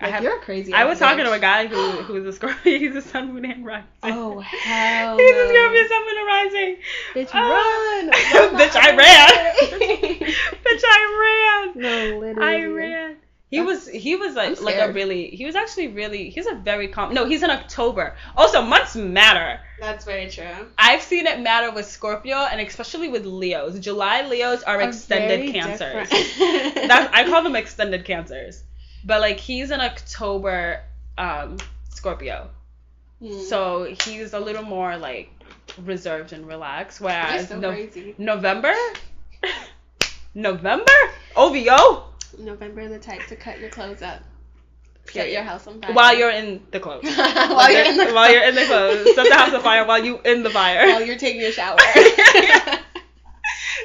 [SPEAKER 1] I
[SPEAKER 2] Like,
[SPEAKER 1] have.
[SPEAKER 2] you're a crazy.
[SPEAKER 1] I was
[SPEAKER 2] ass
[SPEAKER 1] talking to
[SPEAKER 2] bitch.
[SPEAKER 1] a guy who who's a Scorpio. He's a Sun, Moon, and Rising.
[SPEAKER 2] Oh hell.
[SPEAKER 1] He's
[SPEAKER 2] no.
[SPEAKER 1] a Scorpio, Sun, Moon, and Rising.
[SPEAKER 2] Bitch,
[SPEAKER 1] Oh.
[SPEAKER 2] run!
[SPEAKER 1] Bitch, I ran. Bitch, I ran.
[SPEAKER 2] no, literally.
[SPEAKER 1] I ran. He was he was like
[SPEAKER 2] I'm
[SPEAKER 1] like a
[SPEAKER 2] scared.
[SPEAKER 1] really he was actually really he's a very calm no he's in October also months matter
[SPEAKER 2] That's very true.
[SPEAKER 1] I've seen it matter with Scorpio and especially with Leos July Leos are extended cancers That's, I call them extended cancers. But like he's an October um Scorpio.
[SPEAKER 2] Hmm.
[SPEAKER 1] So he's a little more like reserved and relaxed. Whereas
[SPEAKER 2] so
[SPEAKER 1] Nov-
[SPEAKER 2] crazy.
[SPEAKER 1] November November? OVO
[SPEAKER 2] November the type to cut your clothes up, set
[SPEAKER 1] Period.
[SPEAKER 2] your house on fire
[SPEAKER 1] while you're in the clothes.
[SPEAKER 2] while you're in the
[SPEAKER 1] while you're in the clothes. Set the house on fire while you in the fire.
[SPEAKER 2] while you're taking a shower.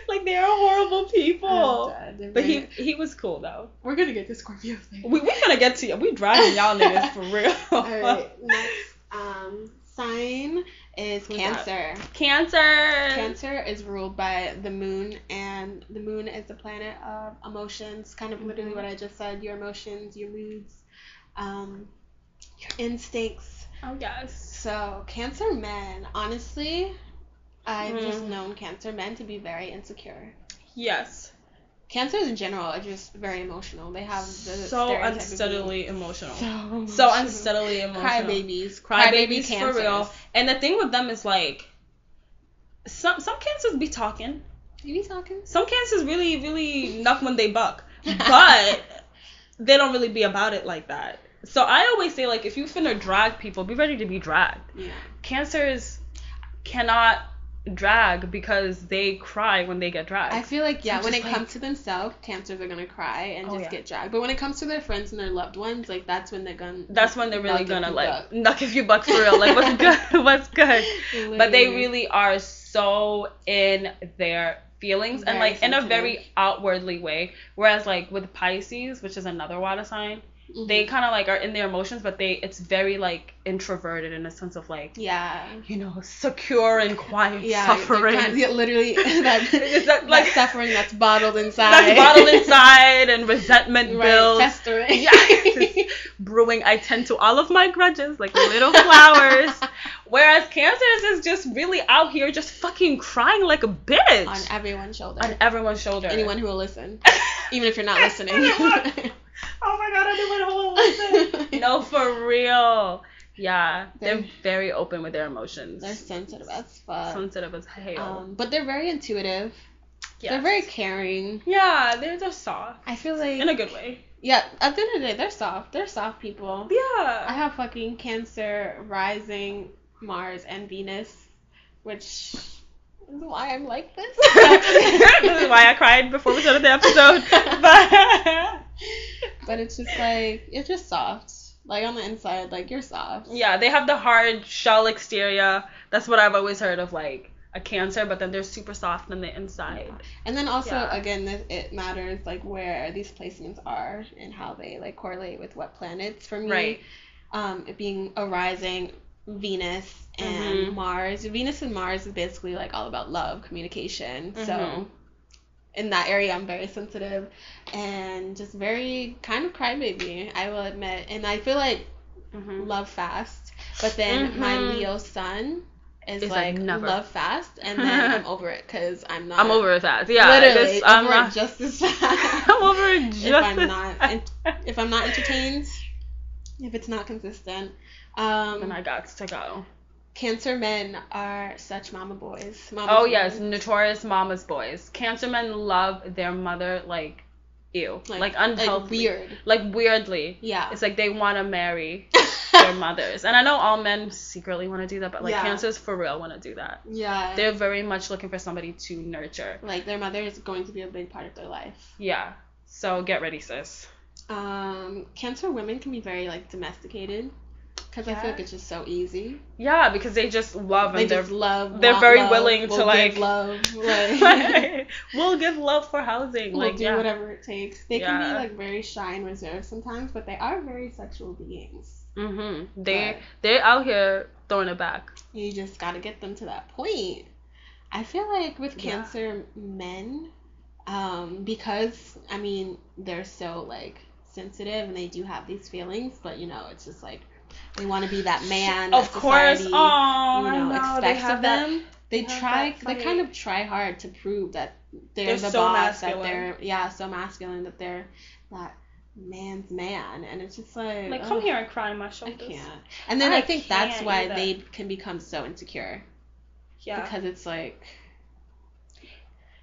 [SPEAKER 1] like they are horrible people.
[SPEAKER 2] I'm dead.
[SPEAKER 1] But he he was cool though.
[SPEAKER 2] Oh, we're gonna get to Scorpio thing.
[SPEAKER 1] We we gonna get to you. We driving y'all niggas for real.
[SPEAKER 2] All right, next um, sign is
[SPEAKER 1] Who's that?
[SPEAKER 2] Cancer.
[SPEAKER 1] Cancer.
[SPEAKER 2] Cancer is ruled by the moon, and the moon is the planet of emotions. Kind of literally
[SPEAKER 1] Mhm.
[SPEAKER 2] what I just said: your emotions, your moods, um, your instincts.
[SPEAKER 1] Oh yes.
[SPEAKER 2] So Cancer men, honestly, I've just
[SPEAKER 1] Mm.
[SPEAKER 2] known Cancer men to be very insecure.
[SPEAKER 1] Yes.
[SPEAKER 2] Cancers in general are just very emotional. They have the
[SPEAKER 1] so
[SPEAKER 2] stereotype of being
[SPEAKER 1] unsteadily emotional.
[SPEAKER 2] So, emotional.
[SPEAKER 1] So unsteadily emotional.
[SPEAKER 2] Crybabies.
[SPEAKER 1] Crybabies for
[SPEAKER 2] cancers.
[SPEAKER 1] real. And the thing with them is like, some some cancers be talking.
[SPEAKER 2] You be talking?
[SPEAKER 1] Some cancers really really knock when they buck, but they don't really be about it like that. So I always say like, if you finna drag people, be ready to be dragged.
[SPEAKER 2] Yeah.
[SPEAKER 1] Cancers cannot drag because they cry when they get dragged.
[SPEAKER 2] I feel like
[SPEAKER 1] So
[SPEAKER 2] yeah, when it
[SPEAKER 1] just, like-
[SPEAKER 2] comes to themselves, cancers are gonna cry and
[SPEAKER 1] Oh,
[SPEAKER 2] just
[SPEAKER 1] yeah.
[SPEAKER 2] get dragged. But when it comes to their friends and their loved ones, like that's when they're gonna.
[SPEAKER 1] that's when they're really
[SPEAKER 2] Like, if
[SPEAKER 1] gonna
[SPEAKER 2] you
[SPEAKER 1] like
[SPEAKER 2] buck.
[SPEAKER 1] knock if you buck for real. Like what's good, what's good. But they
[SPEAKER 2] Literally.
[SPEAKER 1] really are so in their feelings and
[SPEAKER 2] Very
[SPEAKER 1] like in a very
[SPEAKER 2] sensitive.
[SPEAKER 1] outwardly way. Whereas like with Pisces, which is another water sign,
[SPEAKER 2] Mhm.
[SPEAKER 1] they kind of like are in their emotions, but they it's very like introverted in a sense of like
[SPEAKER 2] Yeah.
[SPEAKER 1] you know secure and quiet
[SPEAKER 2] Yeah, they're
[SPEAKER 1] suffering.
[SPEAKER 2] kind of- yeah, literally that,
[SPEAKER 1] Is that,
[SPEAKER 2] that,
[SPEAKER 1] like-
[SPEAKER 2] suffering that's bottled inside.
[SPEAKER 1] That's bottled inside and resentment
[SPEAKER 2] right,
[SPEAKER 1] builds.
[SPEAKER 2] festering.
[SPEAKER 1] Yeah. brewing I tend to all of my grudges like little flowers. Whereas Cancers is just really out here just fucking crying like a bitch
[SPEAKER 2] on everyone's shoulder.
[SPEAKER 1] on everyone's shoulder.
[SPEAKER 2] Anyone who will listen, even if you're not listening.
[SPEAKER 1] Anyone. Oh my god, anyone who will listen. no, for real. Yeah, they're
[SPEAKER 2] They're-
[SPEAKER 1] very open with their emotions.
[SPEAKER 2] they're sensitive as fuck.
[SPEAKER 1] sensitive as hell.
[SPEAKER 2] um, but they're very intuitive.
[SPEAKER 1] yeah.
[SPEAKER 2] They're very caring.
[SPEAKER 1] yeah, they're just soft
[SPEAKER 2] I feel like
[SPEAKER 1] in a good way.
[SPEAKER 2] yeah. At the end of the day, they're soft. They're soft people. I
[SPEAKER 1] Yeah.
[SPEAKER 2] have fucking Cancer, Rising, Mars, and Venus, which is why I'm like this.
[SPEAKER 1] this is why I cried before we started the episode. But
[SPEAKER 2] But it's just like it's just soft. Like on the inside, like you're soft.
[SPEAKER 1] Yeah, they have the hard shell exterior. That's what I've always heard of like a cancer, but then they're super soft on the inside.
[SPEAKER 2] And then also
[SPEAKER 1] Yeah.
[SPEAKER 2] again, this, it matters like where these placements are and how they like correlate with what planets. For me,
[SPEAKER 1] Right.
[SPEAKER 2] um, it being a rising Venus and
[SPEAKER 1] Mhm.
[SPEAKER 2] Mars. Venus and Mars is basically like all about love, communication.
[SPEAKER 1] Mhm.
[SPEAKER 2] So in that area, I'm very sensitive and just very kind of crybaby. I will admit, and I feel like
[SPEAKER 1] Mm-hmm.
[SPEAKER 2] love fast, but then my
[SPEAKER 1] Mhm.
[SPEAKER 2] Leo sun is
[SPEAKER 1] It's like
[SPEAKER 2] like,
[SPEAKER 1] never.
[SPEAKER 2] love fast, and then I'm over it because I'm not.
[SPEAKER 1] I'm over it fast. Yeah,
[SPEAKER 2] Literally,
[SPEAKER 1] this-
[SPEAKER 2] I'm
[SPEAKER 1] I'm,
[SPEAKER 2] over it
[SPEAKER 1] not,
[SPEAKER 2] just as fast.
[SPEAKER 1] I'm over it just.
[SPEAKER 2] if I'm
[SPEAKER 1] as-
[SPEAKER 2] not en- if I'm not entertained, if it's not consistent. Um,
[SPEAKER 1] then I got to go.
[SPEAKER 2] Cancer men are such mama boys. Mama
[SPEAKER 1] Oh
[SPEAKER 2] boys.
[SPEAKER 1] yes, notorious mama's boys. Cancer men love their mother like, ew, like, unhealthy,
[SPEAKER 2] like weird.
[SPEAKER 1] like weirdly.
[SPEAKER 2] Yeah.
[SPEAKER 1] It's like they want to marry their mothers, and I know all men secretly want to do that, but like
[SPEAKER 2] Yeah.
[SPEAKER 1] cancers for real want to do that.
[SPEAKER 2] yeah.
[SPEAKER 1] They're very much looking for somebody to nurture.
[SPEAKER 2] like their mother is going to be a big part of their life.
[SPEAKER 1] Yeah. So get ready, sis.
[SPEAKER 2] Um, cancer women can be very like domesticated because I feel like
[SPEAKER 1] Yeah.
[SPEAKER 2] it's just so easy.
[SPEAKER 1] Yeah, because they just love
[SPEAKER 2] They
[SPEAKER 1] and they're
[SPEAKER 2] just love.
[SPEAKER 1] they're
[SPEAKER 2] want
[SPEAKER 1] very
[SPEAKER 2] love,
[SPEAKER 1] willing to,
[SPEAKER 2] will
[SPEAKER 1] like-
[SPEAKER 2] give love. Like,
[SPEAKER 1] like, we'll give love for housing.
[SPEAKER 2] will
[SPEAKER 1] like
[SPEAKER 2] do
[SPEAKER 1] yeah.
[SPEAKER 2] whatever it takes. They can
[SPEAKER 1] Yeah.
[SPEAKER 2] be like very shy and reserved sometimes, but they are very sexual beings.
[SPEAKER 1] Mhm. They
[SPEAKER 2] But-
[SPEAKER 1] they're out here throwing it back.
[SPEAKER 2] You just got to get them to that point. I feel like with
[SPEAKER 1] Yeah.
[SPEAKER 2] cancer men, um, because I mean they're so like sensitive and they do have these feelings, but you know it's just like they want to be that man.
[SPEAKER 1] of
[SPEAKER 2] that
[SPEAKER 1] course.
[SPEAKER 2] society,
[SPEAKER 1] Oh, I
[SPEAKER 2] you know,
[SPEAKER 1] know, they
[SPEAKER 2] expects
[SPEAKER 1] have
[SPEAKER 2] of
[SPEAKER 1] that-
[SPEAKER 2] them. They
[SPEAKER 1] they have
[SPEAKER 2] try.
[SPEAKER 1] that
[SPEAKER 2] They
[SPEAKER 1] fight.
[SPEAKER 2] kind of try hard to prove that they're,
[SPEAKER 1] They're
[SPEAKER 2] the
[SPEAKER 1] so
[SPEAKER 2] boss.
[SPEAKER 1] masculine.
[SPEAKER 2] That they're yeah, so masculine that they're that man's man, and it's just like
[SPEAKER 1] Like come
[SPEAKER 2] ugh,
[SPEAKER 1] here and cry on my
[SPEAKER 2] I
[SPEAKER 1] shoulders.
[SPEAKER 2] can't. And then I,
[SPEAKER 1] I
[SPEAKER 2] think that's
[SPEAKER 1] can't
[SPEAKER 2] why
[SPEAKER 1] either.
[SPEAKER 2] they can become so insecure
[SPEAKER 1] Yeah.
[SPEAKER 2] because it's like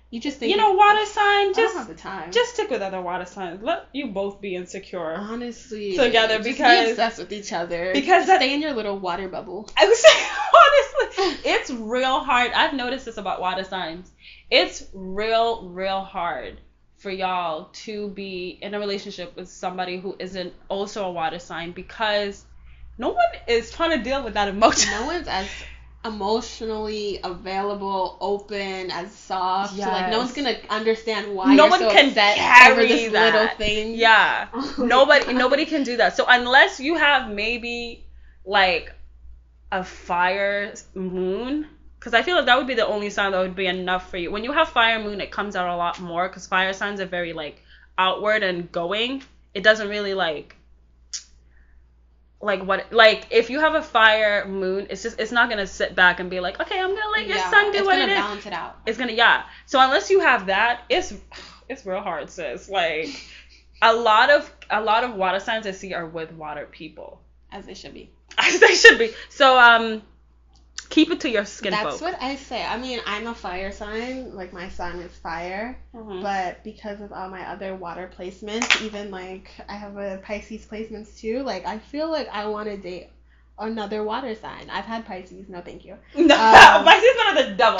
[SPEAKER 2] you just think
[SPEAKER 1] you know, water sign.
[SPEAKER 2] I don't have
[SPEAKER 1] Just
[SPEAKER 2] the time.
[SPEAKER 1] just stick with other water signs. Let you both be
[SPEAKER 2] Ah.
[SPEAKER 1] insecure.
[SPEAKER 2] honestly
[SPEAKER 1] together
[SPEAKER 2] just
[SPEAKER 1] because-
[SPEAKER 2] be obsessed with each other
[SPEAKER 1] because
[SPEAKER 2] Just
[SPEAKER 1] that-
[SPEAKER 2] stay in your little water bubble.
[SPEAKER 1] I would say honestly, it's real hard. I've noticed this about water signs. It's real, real hard for y'all to be in a relationship with somebody who isn't also a water sign because no one is trying to deal with that emotion.
[SPEAKER 2] No one's as emotionally available, open, as soft. So, like no one's gonna
[SPEAKER 1] Yes.
[SPEAKER 2] understand why
[SPEAKER 1] No
[SPEAKER 2] you're
[SPEAKER 1] one
[SPEAKER 2] so
[SPEAKER 1] can
[SPEAKER 2] upset
[SPEAKER 1] carry
[SPEAKER 2] over this
[SPEAKER 1] that.
[SPEAKER 2] little thing.
[SPEAKER 1] Yeah.
[SPEAKER 2] Oh my
[SPEAKER 1] Nobody
[SPEAKER 2] God.
[SPEAKER 1] nobody can do that. So unless you have maybe like a fire moon because I feel like that would be the only sign that would be enough for you. When you have fire moon, it comes out a lot more because fire signs are very like outward and going. It doesn't really like like what like if you have a fire moon, it's just it's not gonna sit back and be like, okay, I'm gonna let your
[SPEAKER 2] Yeah,
[SPEAKER 1] son do
[SPEAKER 2] it's
[SPEAKER 1] what
[SPEAKER 2] gonna
[SPEAKER 1] it is.
[SPEAKER 2] balance it out.
[SPEAKER 1] It's gonna yeah. So unless you have that, it's it's real hard, sis. Like a lot of a lot of water signs I see are with water people.
[SPEAKER 2] as they should be.
[SPEAKER 1] As they should be. So um keep it to your skin
[SPEAKER 2] That's
[SPEAKER 1] folk.
[SPEAKER 2] what I say. I mean, I'm a fire sign. Like my sign is fire,
[SPEAKER 1] Mhm.
[SPEAKER 2] but because of all my other water placements, even like I have a Pisces placements too. Like I feel like I want to date another water sign. I've had Pisces. No, thank you.
[SPEAKER 1] no,
[SPEAKER 2] um,
[SPEAKER 1] Pisces are the devil.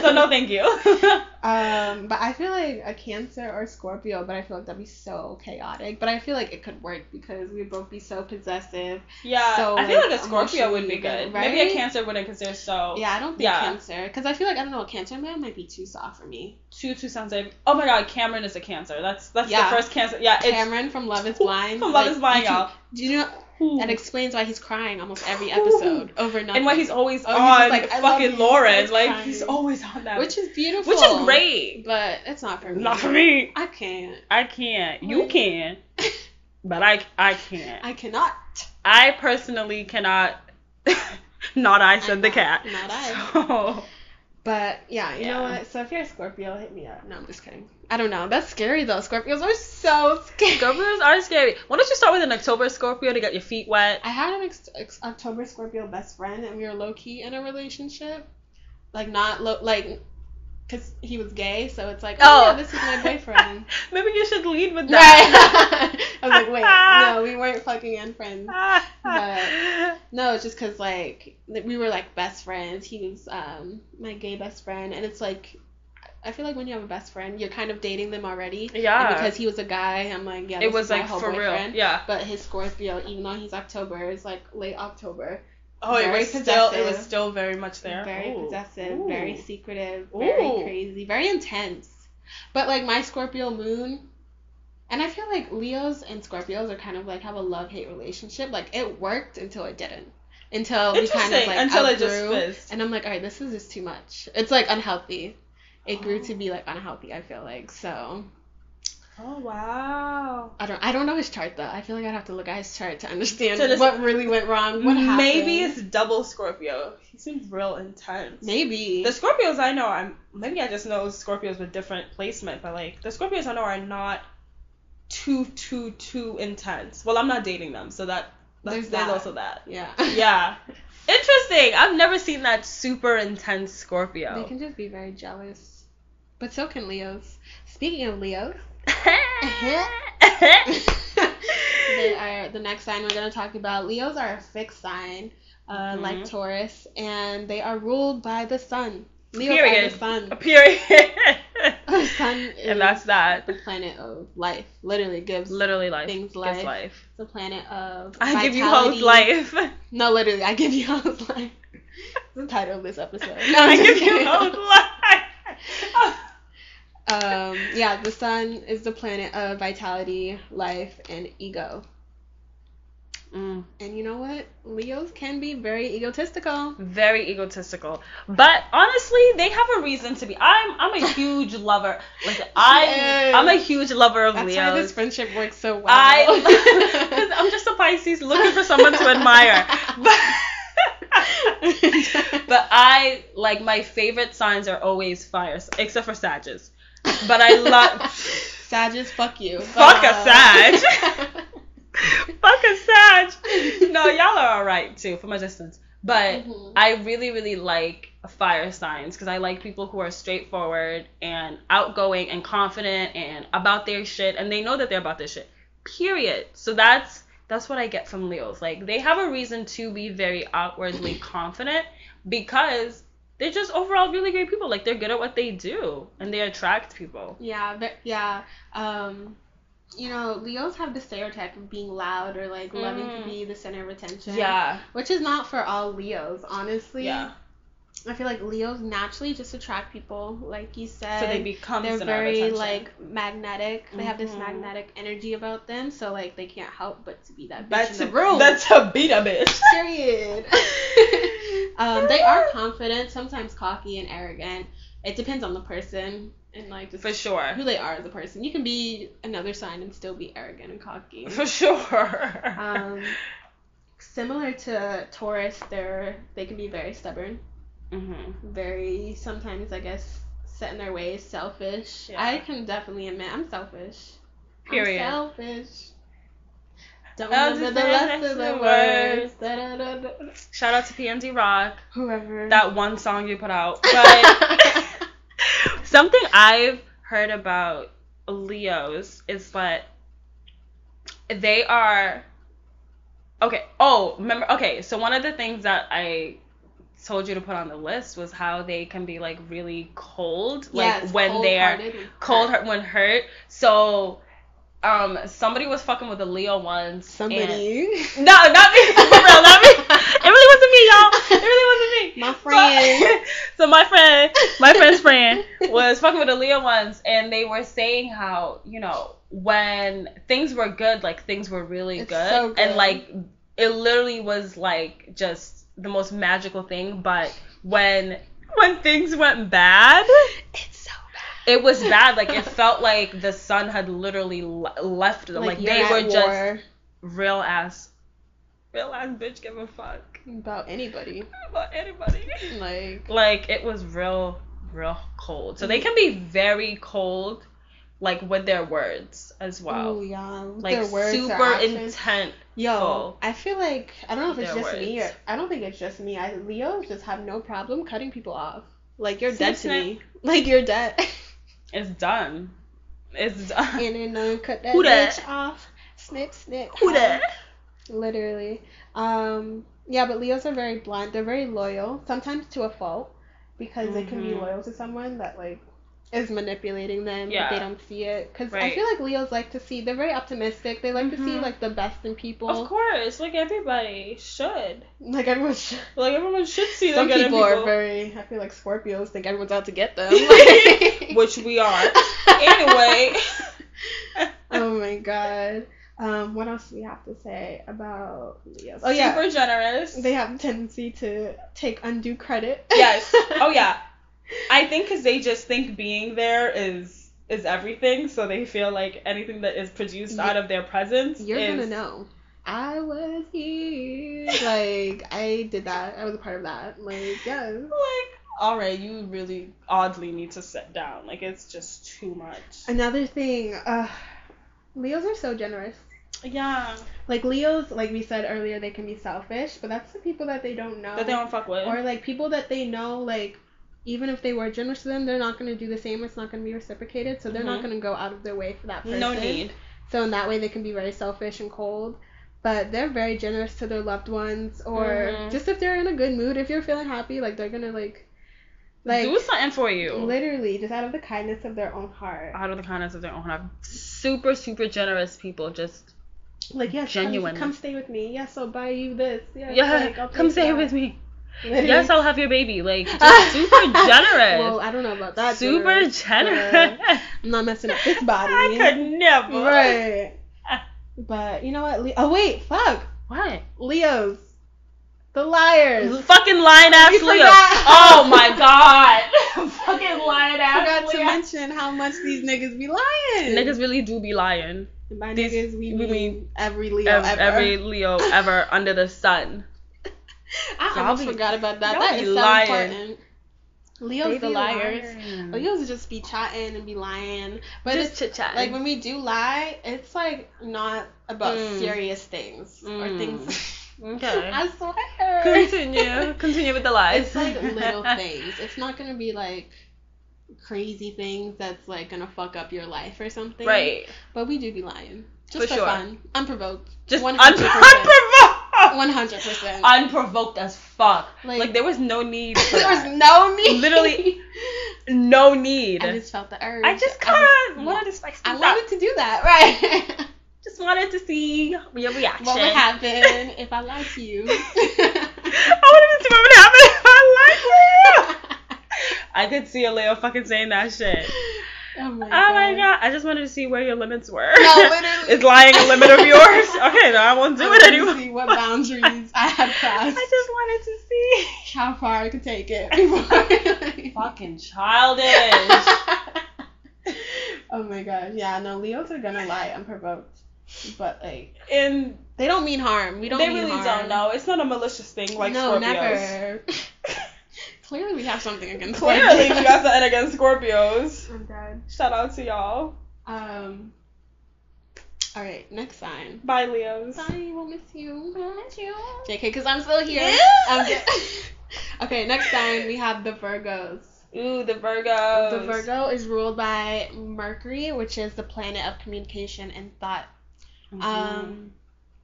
[SPEAKER 1] so no thank you.
[SPEAKER 2] Um, but I feel like a Cancer or Scorpio, but I feel like that'd be so chaotic. But I feel like it could work because we'd both be so possessive.
[SPEAKER 1] Yeah,
[SPEAKER 2] So,
[SPEAKER 1] I feel
[SPEAKER 2] like,
[SPEAKER 1] like a Scorpio would be
[SPEAKER 2] emotionally,
[SPEAKER 1] good. Maybe a
[SPEAKER 2] right?
[SPEAKER 1] Cancer wouldn't because they're so
[SPEAKER 2] Yeah, I don't think
[SPEAKER 1] Yeah.
[SPEAKER 2] Cancer, because I feel like I don't know, a Cancer man might be too soft for me.
[SPEAKER 1] too too sensitive. Oh my God, Cameron is a Cancer. That's that's
[SPEAKER 2] Yeah.
[SPEAKER 1] the first Cancer. Yeah, it's
[SPEAKER 2] Cameron from Love Is Blind.
[SPEAKER 1] From
[SPEAKER 2] like,
[SPEAKER 1] Love Is Blind,
[SPEAKER 2] you can-
[SPEAKER 1] y'all.
[SPEAKER 2] Do you know
[SPEAKER 1] Ooh.
[SPEAKER 2] that explains why he's crying almost every episode over nothing?
[SPEAKER 1] and why he's always
[SPEAKER 2] Oh, he's just
[SPEAKER 1] on
[SPEAKER 2] like, I love
[SPEAKER 1] fucking
[SPEAKER 2] you,
[SPEAKER 1] Lauren.
[SPEAKER 2] always
[SPEAKER 1] Like
[SPEAKER 2] crying.
[SPEAKER 1] he's always on that.
[SPEAKER 2] which is beautiful,
[SPEAKER 1] which is great.
[SPEAKER 2] but it's not for me.
[SPEAKER 1] Not for me.
[SPEAKER 2] I can't.
[SPEAKER 1] I can't. You can, but I I can't.
[SPEAKER 2] I cannot.
[SPEAKER 1] I personally cannot. not I said
[SPEAKER 2] I'm
[SPEAKER 1] the
[SPEAKER 2] not-
[SPEAKER 1] cat.
[SPEAKER 2] not I.
[SPEAKER 1] So,
[SPEAKER 2] But yeah, you know
[SPEAKER 1] Yeah.
[SPEAKER 2] what? So if you're a Scorpio, hit me up. No, I'm just kidding. I don't know. That's scary though. Scorpios are so scary.
[SPEAKER 1] Scorpios are scary. Why don't you start with an October Scorpio to get your feet wet?
[SPEAKER 2] I had an ex- ex- October Scorpio best friend, and we were low key in a relationship, like not low, like, cause he was gay, so it's like, oh,
[SPEAKER 1] Oh.
[SPEAKER 2] yeah, this is my boyfriend.
[SPEAKER 1] Maybe you should lead with that.
[SPEAKER 2] right. I was like, wait, no, we weren't fucking in friends. But- No, it's just cause like th- we were like best friends. He was um my gay best friend, and it's like. I feel like when you have a best friend, you're kind of dating them already. And
[SPEAKER 1] Yeah.
[SPEAKER 2] because he was a guy, I'm like, yeah, this
[SPEAKER 1] it was
[SPEAKER 2] is my
[SPEAKER 1] like
[SPEAKER 2] whole
[SPEAKER 1] for
[SPEAKER 2] boyfriend.
[SPEAKER 1] real. Yeah.
[SPEAKER 2] But his Scorpio, even though he's October, is like late October.
[SPEAKER 1] Oh, it
[SPEAKER 2] Very
[SPEAKER 1] was still it was
[SPEAKER 2] possessive.
[SPEAKER 1] still very much there.
[SPEAKER 2] Very
[SPEAKER 1] Ooh.
[SPEAKER 2] possessive,
[SPEAKER 1] Ooh.
[SPEAKER 2] very secretive, very
[SPEAKER 1] Ooh.
[SPEAKER 2] crazy, very intense. But like my Scorpio moon, and I feel like Leos and Scorpios are kind of like have a love hate relationship. Like it worked until it didn't. Until we
[SPEAKER 1] Interesting.
[SPEAKER 2] kind of like
[SPEAKER 1] until it just
[SPEAKER 2] outgrew,
[SPEAKER 1] fizzed.
[SPEAKER 2] and I'm like, all right, this is just too much. It's like unhealthy. It grew to be like unhealthy. I feel like so.
[SPEAKER 1] Oh wow.
[SPEAKER 2] I don't. I don't know his chart though. I feel like I'd have to look at his chart to understand
[SPEAKER 1] So this-
[SPEAKER 2] what really went wrong. What happened?
[SPEAKER 1] Maybe it's double Scorpio. He seems real intense.
[SPEAKER 2] maybe
[SPEAKER 1] The Scorpios I know, I'm maybe I just know Scorpios with different placement, but like the Scorpios I know are not too too too intense. Well, I'm not dating them, so that that's,
[SPEAKER 2] There's
[SPEAKER 1] there's,
[SPEAKER 2] that.
[SPEAKER 1] also that.
[SPEAKER 2] yeah.
[SPEAKER 1] Yeah. Interesting. I've never seen that super intense Scorpio.
[SPEAKER 2] They can just be very jealous. But so can Leos. Speaking of Leos, they are the next sign we're going to talk about. Leos are a fixed sign, uh,
[SPEAKER 1] Mhm.
[SPEAKER 2] like Taurus, and they are ruled by the sun. Leos are
[SPEAKER 1] Period.
[SPEAKER 2] the sun.
[SPEAKER 1] Period.
[SPEAKER 2] The sun is
[SPEAKER 1] and that's that.
[SPEAKER 2] the planet of life. Literally gives
[SPEAKER 1] Literally life.
[SPEAKER 2] Things
[SPEAKER 1] Gives
[SPEAKER 2] life.
[SPEAKER 1] life.
[SPEAKER 2] the planet of
[SPEAKER 1] I give you
[SPEAKER 2] vitality.
[SPEAKER 1] hoes life.
[SPEAKER 2] No, literally, I give you hoes life. the title of this episode.
[SPEAKER 1] I give you hoes life.
[SPEAKER 2] um yeah the sun is the planet of vitality life and ego
[SPEAKER 1] Mm,
[SPEAKER 2] and you know what leos can be very egotistical
[SPEAKER 1] Very egotistical. But honestly, they have a reason to be. I'm I'm a huge lover. Listen, I
[SPEAKER 2] Yes.
[SPEAKER 1] I'm a huge lover of
[SPEAKER 2] that's
[SPEAKER 1] Leos.
[SPEAKER 2] why this friendship works so well
[SPEAKER 1] I 'cause I'm just a Pisces looking for someone to admire. But But I like my favorite signs are always fire, except for Sagittarius. But I love
[SPEAKER 2] Sagittarius, fuck you.
[SPEAKER 1] Fuck a
[SPEAKER 2] Uh,
[SPEAKER 1] Sag. fuck a Sag. No, y'all are alright too from a distance. But
[SPEAKER 2] Mhm.
[SPEAKER 1] I really, really like fire signs because I like people who are straightforward and outgoing and confident and about their shit and they know that they're about their shit. Period. So that's that's what I get from Leos. Like they have a reason to be very outwardly confident because they're just overall really great people. Like they're good at what they do and they attract people.
[SPEAKER 2] Yeah, but yeah. Um, you know, Leos have the stereotype of being loud or like loving to
[SPEAKER 1] Mm.
[SPEAKER 2] be the center of attention.
[SPEAKER 1] Yeah.
[SPEAKER 2] Which is not for all Leos, honestly.
[SPEAKER 1] Yeah.
[SPEAKER 2] I feel like Leos naturally just attract people, like you said.
[SPEAKER 1] So they become
[SPEAKER 2] they're
[SPEAKER 1] center of
[SPEAKER 2] very
[SPEAKER 1] attention.
[SPEAKER 2] like magnetic. They have this
[SPEAKER 1] Mhm.
[SPEAKER 2] magnetic energy about them, so like they can't help but to be that bitch
[SPEAKER 1] That's
[SPEAKER 2] in the room.
[SPEAKER 1] That's a beat a bitch.
[SPEAKER 2] period. um, they are confident, sometimes cocky and arrogant. It depends on the person and like just
[SPEAKER 1] For sure.
[SPEAKER 2] who they are as a person. You can be another sign and still be arrogant and cocky.
[SPEAKER 1] For sure.
[SPEAKER 2] Um, similar to Taurus, they're they can be very stubborn,
[SPEAKER 1] hmm
[SPEAKER 2] very sometimes I guess set in their ways, selfish.
[SPEAKER 1] Yeah.
[SPEAKER 2] I can definitely admit I'm selfish. I'm
[SPEAKER 1] Period.
[SPEAKER 2] selfish. Don't
[SPEAKER 1] I'll just
[SPEAKER 2] remember the
[SPEAKER 1] say
[SPEAKER 2] less
[SPEAKER 1] that's
[SPEAKER 2] of
[SPEAKER 1] the
[SPEAKER 2] the words. Da-da-da-da.
[SPEAKER 1] Shout out to PMD Rock.
[SPEAKER 2] Whoever.
[SPEAKER 1] That one song you put out. But something I've heard about Leos is that they are okay. Oh, remember? Okay, so one of the things that I told you to put on the list was how they can be like really cold, like
[SPEAKER 2] Yes,
[SPEAKER 1] when they are
[SPEAKER 2] cold-hearted and
[SPEAKER 1] cold
[SPEAKER 2] hurt.
[SPEAKER 1] hurt when hurt. So, um, somebody was fucking with a Leo once. and-
[SPEAKER 2] Somebody.
[SPEAKER 1] no, not me. For real, not me. It really wasn't me, y'all. It really wasn't me.
[SPEAKER 2] My friend.
[SPEAKER 1] So, so my friend, my friend's friend was fucking with Aaliyah once, and they were saying how you know when things were good, like things were really
[SPEAKER 2] It's
[SPEAKER 1] good,
[SPEAKER 2] so good.
[SPEAKER 1] and like it literally was like just the most magical thing. But when when things went bad,
[SPEAKER 2] It's so bad.
[SPEAKER 1] it was bad. Like it felt like the sun had literally le- left them. Like,
[SPEAKER 2] you're
[SPEAKER 1] they
[SPEAKER 2] at
[SPEAKER 1] were just
[SPEAKER 2] war
[SPEAKER 1] real ass, real ass bitch give a fuck
[SPEAKER 2] about anybody.
[SPEAKER 1] about anybody.
[SPEAKER 2] Like
[SPEAKER 1] Like it was real, real cold. So they can be very cold, like with their words as well.
[SPEAKER 2] Ooh, y'all.
[SPEAKER 1] Like
[SPEAKER 2] their words their
[SPEAKER 1] super
[SPEAKER 2] actions.
[SPEAKER 1] intent.
[SPEAKER 2] Yo,
[SPEAKER 1] full.
[SPEAKER 2] I feel like I don't know if it's
[SPEAKER 1] Their
[SPEAKER 2] just me. Or,
[SPEAKER 1] words.
[SPEAKER 2] I don't think it's just me. I Leos just have no problem cutting people off. Like you're dead to
[SPEAKER 1] Snip,
[SPEAKER 2] me. Like you're dead.
[SPEAKER 1] It's done. It's done.
[SPEAKER 2] and then um, cut that
[SPEAKER 1] Who dat?
[SPEAKER 2] bitch off. Snip, snip.
[SPEAKER 1] Who that?
[SPEAKER 2] Literally. Um. Yeah, but Leos are very blunt. They're very loyal, sometimes to a fault, because they can be
[SPEAKER 1] Mhm.
[SPEAKER 2] loyal to someone that like is manipulating them.
[SPEAKER 1] Yeah.
[SPEAKER 2] But they don't see it. Because I
[SPEAKER 1] Right.
[SPEAKER 2] feel like Leos like to see. They're very optimistic. They like to see
[SPEAKER 1] Mhm.
[SPEAKER 2] like the best in people.
[SPEAKER 1] Of course, like everybody should.
[SPEAKER 2] Like everyone. Should.
[SPEAKER 1] Like everyone should see
[SPEAKER 2] Some
[SPEAKER 1] the good in
[SPEAKER 2] people, are
[SPEAKER 1] people.
[SPEAKER 2] very. I feel like Scorpios think everyone's out to get them.
[SPEAKER 1] which we are. Anyway.
[SPEAKER 2] Oh my god. Um, what else do we have to say about Leos?
[SPEAKER 1] Oh
[SPEAKER 2] Oh yeah,
[SPEAKER 1] Super generous.
[SPEAKER 2] they have a tendency to take undue credit.
[SPEAKER 1] Yes. Oh yeah. I think because they just think being there is is everything, so they feel like anything that is produced out of their presence.
[SPEAKER 2] You're
[SPEAKER 1] is,
[SPEAKER 2] gonna know. I was here. Like I did that. I was a part of that. Like yes.
[SPEAKER 1] Like, all right, you really oddly need to sit down. Like it's just too much.
[SPEAKER 2] Another thing. Uh, Leos are so generous.
[SPEAKER 1] Yeah.
[SPEAKER 2] Like Leos, like we said earlier, they can be selfish, but that's the people that they don't know.
[SPEAKER 1] That they don't fuck with.
[SPEAKER 2] or like people that they know like even if they were generous to them they're not going to do the same it's not going to be reciprocated so they're
[SPEAKER 1] Mhm.
[SPEAKER 2] not going to go out of their way for that person
[SPEAKER 1] no need.
[SPEAKER 2] so in that way they can be very selfish and cold but they're very generous to their loved ones or
[SPEAKER 1] Mhm.
[SPEAKER 2] just if they're in a good mood if you're feeling happy like they're going to like like
[SPEAKER 1] Do something for you.
[SPEAKER 2] literally just out of the kindness of their own heart
[SPEAKER 1] out of the kindness of their own heart. Super, super generous people. Just
[SPEAKER 2] like yes come-
[SPEAKER 1] Genuineness.
[SPEAKER 2] come, stay with me yes i'll buy you this yes,
[SPEAKER 1] yeah.
[SPEAKER 2] like, I'll
[SPEAKER 1] come
[SPEAKER 2] take
[SPEAKER 1] stay
[SPEAKER 2] you
[SPEAKER 1] with
[SPEAKER 2] out.
[SPEAKER 1] me.
[SPEAKER 2] Literally.
[SPEAKER 1] Yes, I'll have your baby. Like just super generous.
[SPEAKER 2] well i don't know about that
[SPEAKER 1] super
[SPEAKER 2] generous, but-
[SPEAKER 1] generous.
[SPEAKER 2] I'm not messing up this body.
[SPEAKER 1] I could never.
[SPEAKER 2] Right. But you know what? Le- oh wait, fuck.
[SPEAKER 1] What?
[SPEAKER 2] Leo's the liars.
[SPEAKER 1] Fucking lion ass
[SPEAKER 2] You
[SPEAKER 1] Leo.
[SPEAKER 2] forgot.
[SPEAKER 1] Oh my god. Fucking lion ass
[SPEAKER 2] Forgot to
[SPEAKER 1] Leo.
[SPEAKER 2] mention how much these niggas be lying.
[SPEAKER 1] Niggas really do be lying.
[SPEAKER 2] And by
[SPEAKER 1] these-
[SPEAKER 2] niggas, we,
[SPEAKER 1] we
[SPEAKER 2] mean,
[SPEAKER 1] mean
[SPEAKER 2] every Leo
[SPEAKER 1] Ev-
[SPEAKER 2] ever.
[SPEAKER 1] Every Leo ever under the sun.
[SPEAKER 2] I
[SPEAKER 1] y'all
[SPEAKER 2] almost
[SPEAKER 1] be-
[SPEAKER 2] forgot about that.
[SPEAKER 1] y'all
[SPEAKER 2] That
[SPEAKER 1] be
[SPEAKER 2] is so
[SPEAKER 1] lying.
[SPEAKER 2] important. Leo's
[SPEAKER 1] They
[SPEAKER 2] the
[SPEAKER 1] be
[SPEAKER 2] liars.
[SPEAKER 1] lying.
[SPEAKER 2] Leo's just be chatting and be lying, but
[SPEAKER 1] Just
[SPEAKER 2] it's
[SPEAKER 1] chit chat.
[SPEAKER 2] like when we do lie, it's like not about
[SPEAKER 1] Mm.
[SPEAKER 2] serious things or
[SPEAKER 1] Mm.
[SPEAKER 2] things.
[SPEAKER 1] okay.
[SPEAKER 2] I swear.
[SPEAKER 1] Continue. Continue with the lies.
[SPEAKER 2] It's like little things. It's not gonna be like crazy things that's like gonna fuck up your life or something.
[SPEAKER 1] Right.
[SPEAKER 2] But we do be lying.
[SPEAKER 1] For
[SPEAKER 2] Just for,
[SPEAKER 1] sure.
[SPEAKER 2] fun. Unprovoked.
[SPEAKER 1] Just un-
[SPEAKER 2] 100%.
[SPEAKER 1] unprovoked.
[SPEAKER 2] 100%.
[SPEAKER 1] Unprovoked as fuck. Like,
[SPEAKER 2] Like-
[SPEAKER 1] there was no need. For
[SPEAKER 2] there
[SPEAKER 1] that.
[SPEAKER 2] was no need.
[SPEAKER 1] Literally, no need.
[SPEAKER 2] I just felt the urge.
[SPEAKER 1] I just
[SPEAKER 2] was-
[SPEAKER 1] kind of wanted to spice
[SPEAKER 2] I
[SPEAKER 1] things up.
[SPEAKER 2] wanted to do that, right?
[SPEAKER 1] Just wanted to see your reaction.
[SPEAKER 2] what would happen if I liked you?
[SPEAKER 1] wanted to see what would happen if I liked you. I could see a Leo fucking saying that shit.
[SPEAKER 2] oh my
[SPEAKER 1] Oh my god, I just wanted to see where your limits were.
[SPEAKER 2] No, literally.
[SPEAKER 1] Is lying a limit of yours? Okay, no, I won't do
[SPEAKER 2] I
[SPEAKER 1] it
[SPEAKER 2] wanted to See
[SPEAKER 1] anymore.
[SPEAKER 2] what boundaries I had
[SPEAKER 1] I
[SPEAKER 2] crossed.
[SPEAKER 1] just wanted to see.
[SPEAKER 2] how far I could take it before.
[SPEAKER 1] Fucking childish.
[SPEAKER 2] oh my god, yeah, no, Leos are gonna lie unprovoked, but like
[SPEAKER 1] and
[SPEAKER 2] they don't mean harm. We don't.
[SPEAKER 1] they
[SPEAKER 2] mean
[SPEAKER 1] really
[SPEAKER 2] harm.
[SPEAKER 1] don't know. It's not a malicious thing like
[SPEAKER 2] no,
[SPEAKER 1] Scorpios.
[SPEAKER 2] never. Clearly, we have something against
[SPEAKER 1] Clearly,
[SPEAKER 2] Scorpios.
[SPEAKER 1] we got something against Scorpios.
[SPEAKER 2] I'm dead.
[SPEAKER 1] Shout out to y'all.
[SPEAKER 2] Um. All right, next sign.
[SPEAKER 1] Bye, Leos.
[SPEAKER 2] Bye. We'll miss you. We'll miss you. JK, because I'm still here.
[SPEAKER 1] Yeah.
[SPEAKER 2] I'm j- okay, next sign we have the Virgos.
[SPEAKER 1] Ooh, the Virgos.
[SPEAKER 2] The Virgo is ruled by Mercury, which is the planet of communication and thought.
[SPEAKER 1] Mm-hmm.
[SPEAKER 2] Um,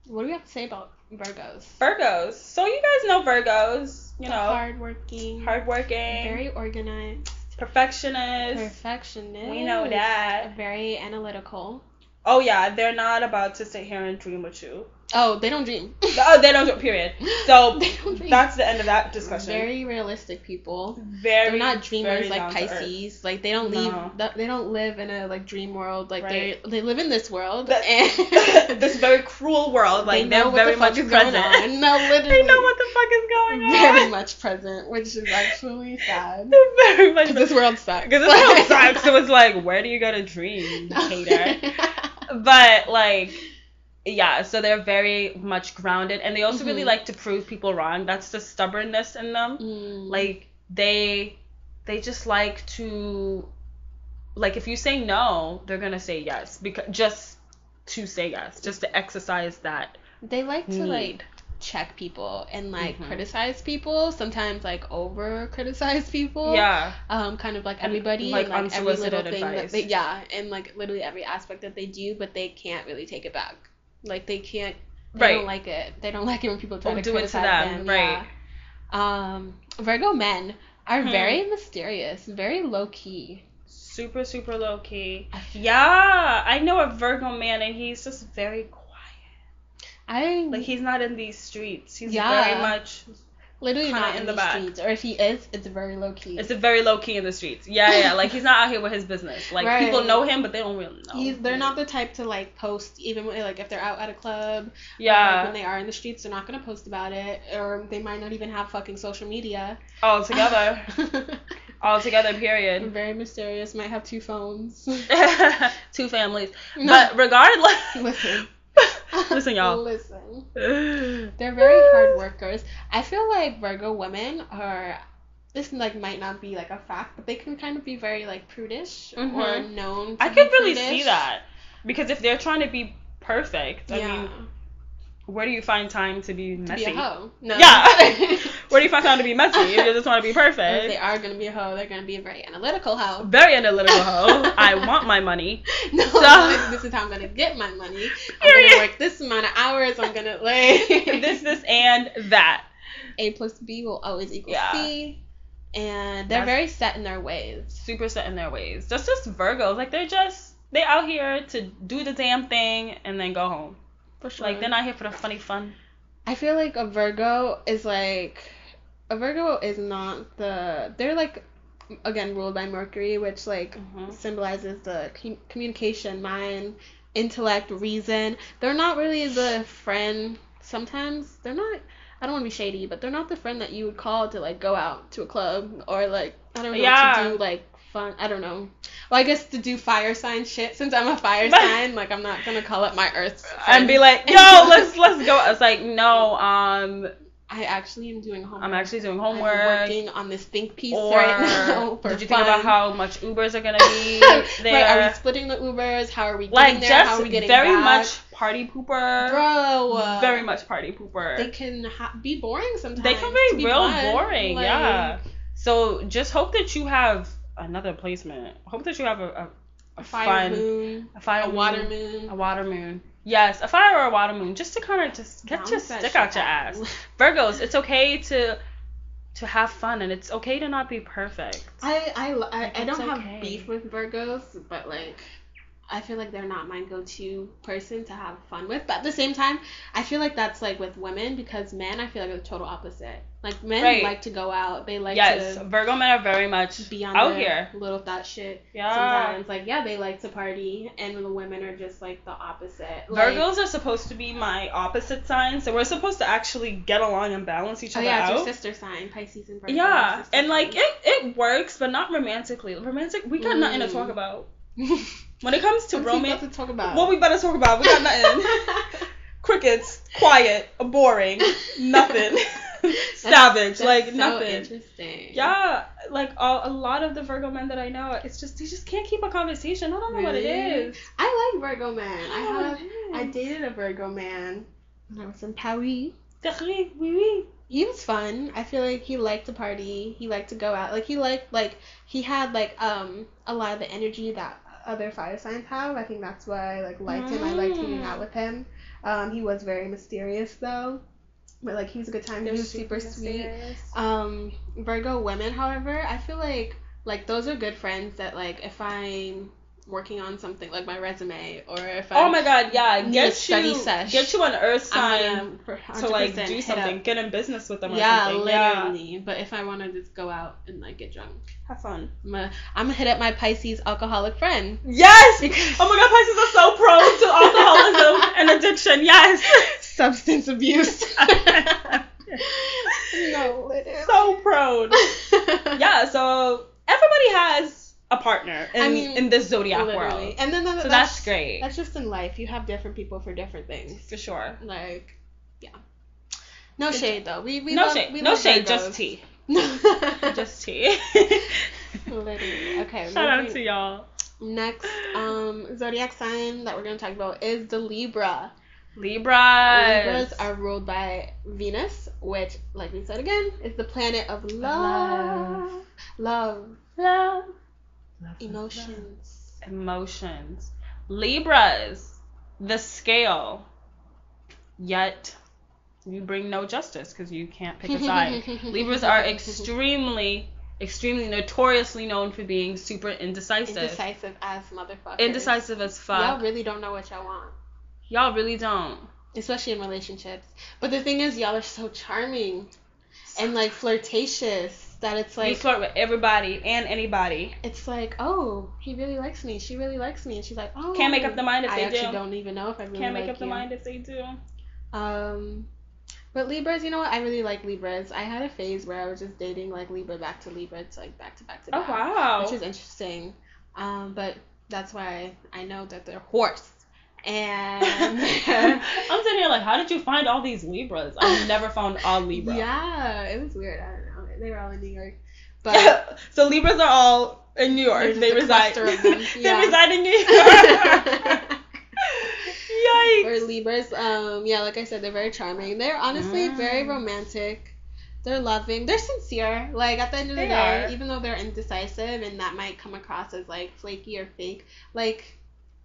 [SPEAKER 2] what do we have to say about Virgos?
[SPEAKER 1] Virgos. So you guys know Virgos. You know,
[SPEAKER 2] hardworking,
[SPEAKER 1] hardworking,
[SPEAKER 2] very organized,
[SPEAKER 1] perfectionist.
[SPEAKER 2] perfectionist.
[SPEAKER 1] We know that.
[SPEAKER 2] Very analytical.
[SPEAKER 1] Oh yeah, they're not about to sit here and dream with you.
[SPEAKER 2] Oh, they don't dream.
[SPEAKER 1] Oh, they don't. Period. So
[SPEAKER 2] They don't dream.
[SPEAKER 1] that's the end of that discussion.
[SPEAKER 2] Very realistic people.
[SPEAKER 1] very
[SPEAKER 2] they're not
[SPEAKER 1] very
[SPEAKER 2] dreamers
[SPEAKER 1] down
[SPEAKER 2] like
[SPEAKER 1] to earth.
[SPEAKER 2] Pisces. Like they don't leave.
[SPEAKER 1] No.
[SPEAKER 2] th- They don't live in a like dream world. Like
[SPEAKER 1] Right.
[SPEAKER 2] they they live in this world.
[SPEAKER 1] That-
[SPEAKER 2] and
[SPEAKER 1] this very cruel world. Like they
[SPEAKER 2] they know
[SPEAKER 1] are
[SPEAKER 2] what
[SPEAKER 1] very
[SPEAKER 2] the fuck
[SPEAKER 1] much
[SPEAKER 2] is
[SPEAKER 1] present.
[SPEAKER 2] going on. No, literally.
[SPEAKER 1] they know what the fuck is going on.
[SPEAKER 2] Very much present, which is actually sad.
[SPEAKER 1] They're very much
[SPEAKER 2] Because this world sucks.
[SPEAKER 1] because this world sucks. It was like, where do you go to dream, you hater? but like yeah so they're very much grounded and they also really
[SPEAKER 2] Mhm.
[SPEAKER 1] like to prove people wrong that's the stubbornness in them
[SPEAKER 2] Mm.
[SPEAKER 1] like they they just like to like if you say no they're gonna say yes because just to say yes just to exercise that
[SPEAKER 2] they like to
[SPEAKER 1] need
[SPEAKER 2] like check people and like
[SPEAKER 1] Mhm.
[SPEAKER 2] criticize people. Sometimes like over criticize people.
[SPEAKER 1] yeah
[SPEAKER 2] um, kind of like
[SPEAKER 1] And,
[SPEAKER 2] everybody,
[SPEAKER 1] like,
[SPEAKER 2] and, like every little
[SPEAKER 1] unsolicited
[SPEAKER 2] thing
[SPEAKER 1] advice.
[SPEAKER 2] that they, yeah, and like literally every aspect that they do, but they can't really take it back. Like they can't, they
[SPEAKER 1] Right.
[SPEAKER 2] don't like it. They don't like it when people
[SPEAKER 1] Or
[SPEAKER 2] try to
[SPEAKER 1] do it to
[SPEAKER 2] criticize
[SPEAKER 1] them, right
[SPEAKER 2] yeah. Um, Virgo men are
[SPEAKER 1] Hmm.
[SPEAKER 2] very mysterious, very low key.
[SPEAKER 1] super super low key yeah i know a virgo man and he's just very quiet
[SPEAKER 2] I
[SPEAKER 1] like he's not in these streets he's
[SPEAKER 2] Yeah.
[SPEAKER 1] very much
[SPEAKER 2] literally
[SPEAKER 1] kinda
[SPEAKER 2] not in,
[SPEAKER 1] in the
[SPEAKER 2] the,
[SPEAKER 1] back.
[SPEAKER 2] streets, or if he is, it's very low key.
[SPEAKER 1] It's a very low key in the streets. Yeah, yeah. Like he's not out here with his business. Like
[SPEAKER 2] Right.
[SPEAKER 1] people know him, but they don't really know.
[SPEAKER 2] He's, they're
[SPEAKER 1] him.
[SPEAKER 2] not the type to like post even when, like if they're out at a club like,
[SPEAKER 1] Yeah.
[SPEAKER 2] when they are in the streets they're not gonna post about it or they might not even have fucking social media
[SPEAKER 1] All together. All together. Period.
[SPEAKER 2] Very mysterious. Might have two phones.
[SPEAKER 1] Two families.
[SPEAKER 2] No.
[SPEAKER 1] But regardless.
[SPEAKER 2] Listen.
[SPEAKER 1] Listen, y'all.
[SPEAKER 2] Listen.
[SPEAKER 1] They're
[SPEAKER 2] They're very hard workers. I feel like Virgo women are. This like might not be like a fact, but they can kind of be very like prudish or
[SPEAKER 1] Mhm.
[SPEAKER 2] known. To
[SPEAKER 1] I
[SPEAKER 2] be
[SPEAKER 1] could really
[SPEAKER 2] prudish.
[SPEAKER 1] see that because if they're trying to be perfect, I
[SPEAKER 2] yeah.
[SPEAKER 1] mean, where do you find time to be
[SPEAKER 2] to
[SPEAKER 1] messy?
[SPEAKER 2] be a hoe. No.
[SPEAKER 1] Yeah.
[SPEAKER 2] if
[SPEAKER 1] Where do you find time to be messy if you just want to be
[SPEAKER 2] they
[SPEAKER 1] perfect?
[SPEAKER 2] are gonna be a hoe, they're gonna be a very analytical hoe.
[SPEAKER 1] Very analytical hoe. I want my money.
[SPEAKER 2] No,
[SPEAKER 1] So-
[SPEAKER 2] like, this is how I'm gonna get my money. I'm
[SPEAKER 1] Period.
[SPEAKER 2] gonna work this amount of hours. I'm gonna like
[SPEAKER 1] This, this, and that.
[SPEAKER 2] A plus B will always equal
[SPEAKER 1] Yeah.
[SPEAKER 2] C. And they're
[SPEAKER 1] That's-
[SPEAKER 2] very set in their ways.
[SPEAKER 1] super set in their ways. That's just Virgos. Like they're just they out here to do the damn thing and then go home.
[SPEAKER 2] For
[SPEAKER 1] Like they're not here for the funny fun.
[SPEAKER 2] I feel like a Virgo is like a Virgo is not the they're like again ruled by Mercury, which like symbolizes the com- communication, mind, intellect, reason. They're not really the friend. Sometimes they're not. I don't want to be shady, but they're not the friend that you would call to like go out to a club or like I don't know
[SPEAKER 1] Yeah.
[SPEAKER 2] to do like fun. I don't know. Well, I guess to do fire sign shit. Since I'm a fire
[SPEAKER 1] But-
[SPEAKER 2] sign, like I'm not gonna call up my Earth
[SPEAKER 1] And be
[SPEAKER 2] friends.
[SPEAKER 1] like, yo, let's let's go. It's like, no, um,
[SPEAKER 2] I actually am doing homework.
[SPEAKER 1] I'm actually doing
[SPEAKER 2] I'm
[SPEAKER 1] homework.
[SPEAKER 2] working on this think piece
[SPEAKER 1] Or
[SPEAKER 2] right now. for
[SPEAKER 1] did you think about
[SPEAKER 2] fun.
[SPEAKER 1] how much Ubers are gonna be
[SPEAKER 2] Like, are we
[SPEAKER 1] there?
[SPEAKER 2] splitting the Ubers? How are we getting
[SPEAKER 1] Like,
[SPEAKER 2] there? how
[SPEAKER 1] just
[SPEAKER 2] are we getting
[SPEAKER 1] very
[SPEAKER 2] back?
[SPEAKER 1] much party pooper.
[SPEAKER 2] bro. uh,
[SPEAKER 1] very much party pooper.
[SPEAKER 2] They can ha- be boring sometimes.
[SPEAKER 1] They can
[SPEAKER 2] to
[SPEAKER 1] be real
[SPEAKER 2] blunt.
[SPEAKER 1] boring,
[SPEAKER 2] Like,
[SPEAKER 1] yeah. So just hope that you have another placement. Hope that you have a, a,
[SPEAKER 2] A fire
[SPEAKER 1] fun,
[SPEAKER 2] moon,
[SPEAKER 1] a fire
[SPEAKER 2] a water
[SPEAKER 1] moon,
[SPEAKER 2] moon.
[SPEAKER 1] a water moon. Yes, a fire or a water moon, just to kind of just get
[SPEAKER 2] Bounce
[SPEAKER 1] your
[SPEAKER 2] that
[SPEAKER 1] stick
[SPEAKER 2] shit
[SPEAKER 1] out your ass. Virgos, it's okay to to have fun and it's okay to not be perfect.
[SPEAKER 2] I I li- I,
[SPEAKER 1] Like,
[SPEAKER 2] I
[SPEAKER 1] it's
[SPEAKER 2] don't
[SPEAKER 1] okay.
[SPEAKER 2] have beef with Virgos, but like. I feel like they're not my go-to person to have fun with, but at the same time, I feel like that's like with women because men, I feel like are the total opposite. Like men
[SPEAKER 1] Right.
[SPEAKER 2] like to go out, they like
[SPEAKER 1] yes,
[SPEAKER 2] to
[SPEAKER 1] Virgo men are very much
[SPEAKER 2] be on
[SPEAKER 1] out
[SPEAKER 2] their
[SPEAKER 1] here.
[SPEAKER 2] little thought shit.
[SPEAKER 1] Yeah.
[SPEAKER 2] Sometimes, like yeah, they like to party, and the women are just like the opposite. Like,
[SPEAKER 1] Virgos are supposed to be my opposite sign, so we're supposed to actually get along and balance each
[SPEAKER 2] Oh
[SPEAKER 1] other
[SPEAKER 2] yeah,
[SPEAKER 1] out.
[SPEAKER 2] it's your sister sign, Pisces and Virgo. your
[SPEAKER 1] Yeah,
[SPEAKER 2] sister
[SPEAKER 1] and like
[SPEAKER 2] sign.
[SPEAKER 1] it, it works, but not romantically. Romantic, we got nothing to
[SPEAKER 2] Mm.
[SPEAKER 1] talk about when it comes to
[SPEAKER 2] What's we about
[SPEAKER 1] romance.
[SPEAKER 2] to talk about.
[SPEAKER 1] What we better talk about? We got nothing. Crickets, quiet, boring, nothing. savage,
[SPEAKER 2] That's
[SPEAKER 1] like
[SPEAKER 2] so
[SPEAKER 1] nothing.
[SPEAKER 2] Interesting.
[SPEAKER 1] Yeah, like all, a lot of the Virgo men that I know, it's just they just can't keep a conversation. I don't know what it
[SPEAKER 2] Really?
[SPEAKER 1] is.
[SPEAKER 2] I like Virgo man. I have. I
[SPEAKER 1] I
[SPEAKER 2] dated a Virgo man when I was in Paris.
[SPEAKER 1] oui, oui.
[SPEAKER 2] He was fun. I feel like he liked to party. He liked to go out. Like he liked like he had like um a lot of the energy that other fire signs have. I think that's why I like liked him. I
[SPEAKER 1] Mm.
[SPEAKER 2] liked hanging out with him. Um, he was very mysterious though, but like he was a good time. he was super sweet. Um, Virgo women, however, I feel like like those are good friends that like if I'm working on something like my resume or if
[SPEAKER 1] Oh
[SPEAKER 2] I'm
[SPEAKER 1] my god, yeah.
[SPEAKER 2] Need a
[SPEAKER 1] Get
[SPEAKER 2] study
[SPEAKER 1] you,
[SPEAKER 2] sesh.
[SPEAKER 1] get you an earth sign
[SPEAKER 2] I'm gonna
[SPEAKER 1] to like
[SPEAKER 2] 100%
[SPEAKER 1] do
[SPEAKER 2] hit
[SPEAKER 1] something,
[SPEAKER 2] up-
[SPEAKER 1] get in business with them or
[SPEAKER 2] Yeah,
[SPEAKER 1] something. Yeah,
[SPEAKER 2] literally. But if I want to just go out and like get drunk,
[SPEAKER 1] have fun.
[SPEAKER 2] I'm gonna, I'm gonna hit up my Pisces alcoholic friend.
[SPEAKER 1] Yes.
[SPEAKER 2] Because-
[SPEAKER 1] oh my god, Pisces are so prone to alcoholism and addiction. Yes.
[SPEAKER 2] Substance abuse. no,
[SPEAKER 1] so prone.
[SPEAKER 2] literally.
[SPEAKER 1] Yeah. So everybody has a partner in,
[SPEAKER 2] I mean,
[SPEAKER 1] in this zodiac
[SPEAKER 2] Literally.
[SPEAKER 1] world.
[SPEAKER 2] And then
[SPEAKER 1] So
[SPEAKER 2] that's,
[SPEAKER 1] that's, great
[SPEAKER 2] That's just in life. You have different people for different things.
[SPEAKER 1] for sure.
[SPEAKER 2] Like, yeah. No shade though. We we
[SPEAKER 1] no
[SPEAKER 2] love,
[SPEAKER 1] shade.
[SPEAKER 2] We
[SPEAKER 1] No
[SPEAKER 2] love
[SPEAKER 1] shade. Just
[SPEAKER 2] Virgos.
[SPEAKER 1] tea.
[SPEAKER 2] just
[SPEAKER 1] Just tea.
[SPEAKER 2] literally. Okay.
[SPEAKER 1] Shout out
[SPEAKER 2] moving-
[SPEAKER 1] to y'all.
[SPEAKER 2] Next um, zodiac sign that we're going to talk about is the Libra.
[SPEAKER 1] Libras.
[SPEAKER 2] Libras are ruled by Venus, which, like we said again, is the planet of love,
[SPEAKER 1] love.
[SPEAKER 2] love,
[SPEAKER 1] Love.
[SPEAKER 2] emotions.
[SPEAKER 1] Emotions. Libras. The scale. Yet you bring no justice because you can't pick a side. Libras are extremely, extremely notoriously known for being super indecisive. Indecisive,
[SPEAKER 2] indecisive as motherfuckers.
[SPEAKER 1] as
[SPEAKER 2] Y'all
[SPEAKER 1] fuck.
[SPEAKER 2] really don't know what y'all want,
[SPEAKER 1] Y'all really don't.
[SPEAKER 2] especially in relationships. But the thing is, y'all are so charming and like flirtatious that it's
[SPEAKER 1] you
[SPEAKER 2] like
[SPEAKER 1] flirt with everybody and anybody.
[SPEAKER 2] it's like, oh, he really likes me. She really likes me, and she's like, oh,
[SPEAKER 1] Can't make up the mind if
[SPEAKER 2] I
[SPEAKER 1] they
[SPEAKER 2] actually
[SPEAKER 1] do.
[SPEAKER 2] don't even know if I really
[SPEAKER 1] Can't make
[SPEAKER 2] like
[SPEAKER 1] up the
[SPEAKER 2] you.
[SPEAKER 1] mind if they do.
[SPEAKER 2] Um, but Libras, you know what? I really like Libras. I had a phase where I was just dating like Libra back to Libra. It's like back to back to
[SPEAKER 1] Oh
[SPEAKER 2] back.
[SPEAKER 1] wow.
[SPEAKER 2] Which is interesting. Um, but that's why I know that they're horse. And
[SPEAKER 1] I'm sitting here like, how did you find all these Libras? I've never found all Libra.
[SPEAKER 2] Yeah, it was weird. I don't know. They were all in New York, but
[SPEAKER 1] so Libras are all in New York.
[SPEAKER 2] They're just
[SPEAKER 1] They
[SPEAKER 2] a
[SPEAKER 1] reside.
[SPEAKER 2] cluster of them. Yeah.
[SPEAKER 1] They reside in New York.
[SPEAKER 2] or
[SPEAKER 1] Yikes.
[SPEAKER 2] Libras. Um, yeah, like I said, they're very charming. They're honestly very
[SPEAKER 1] Mm.
[SPEAKER 2] romantic. They're loving. They're sincere. Like at the end of the
[SPEAKER 1] They
[SPEAKER 2] day,
[SPEAKER 1] are.
[SPEAKER 2] even though they're indecisive and that might come across as like flaky or fake, like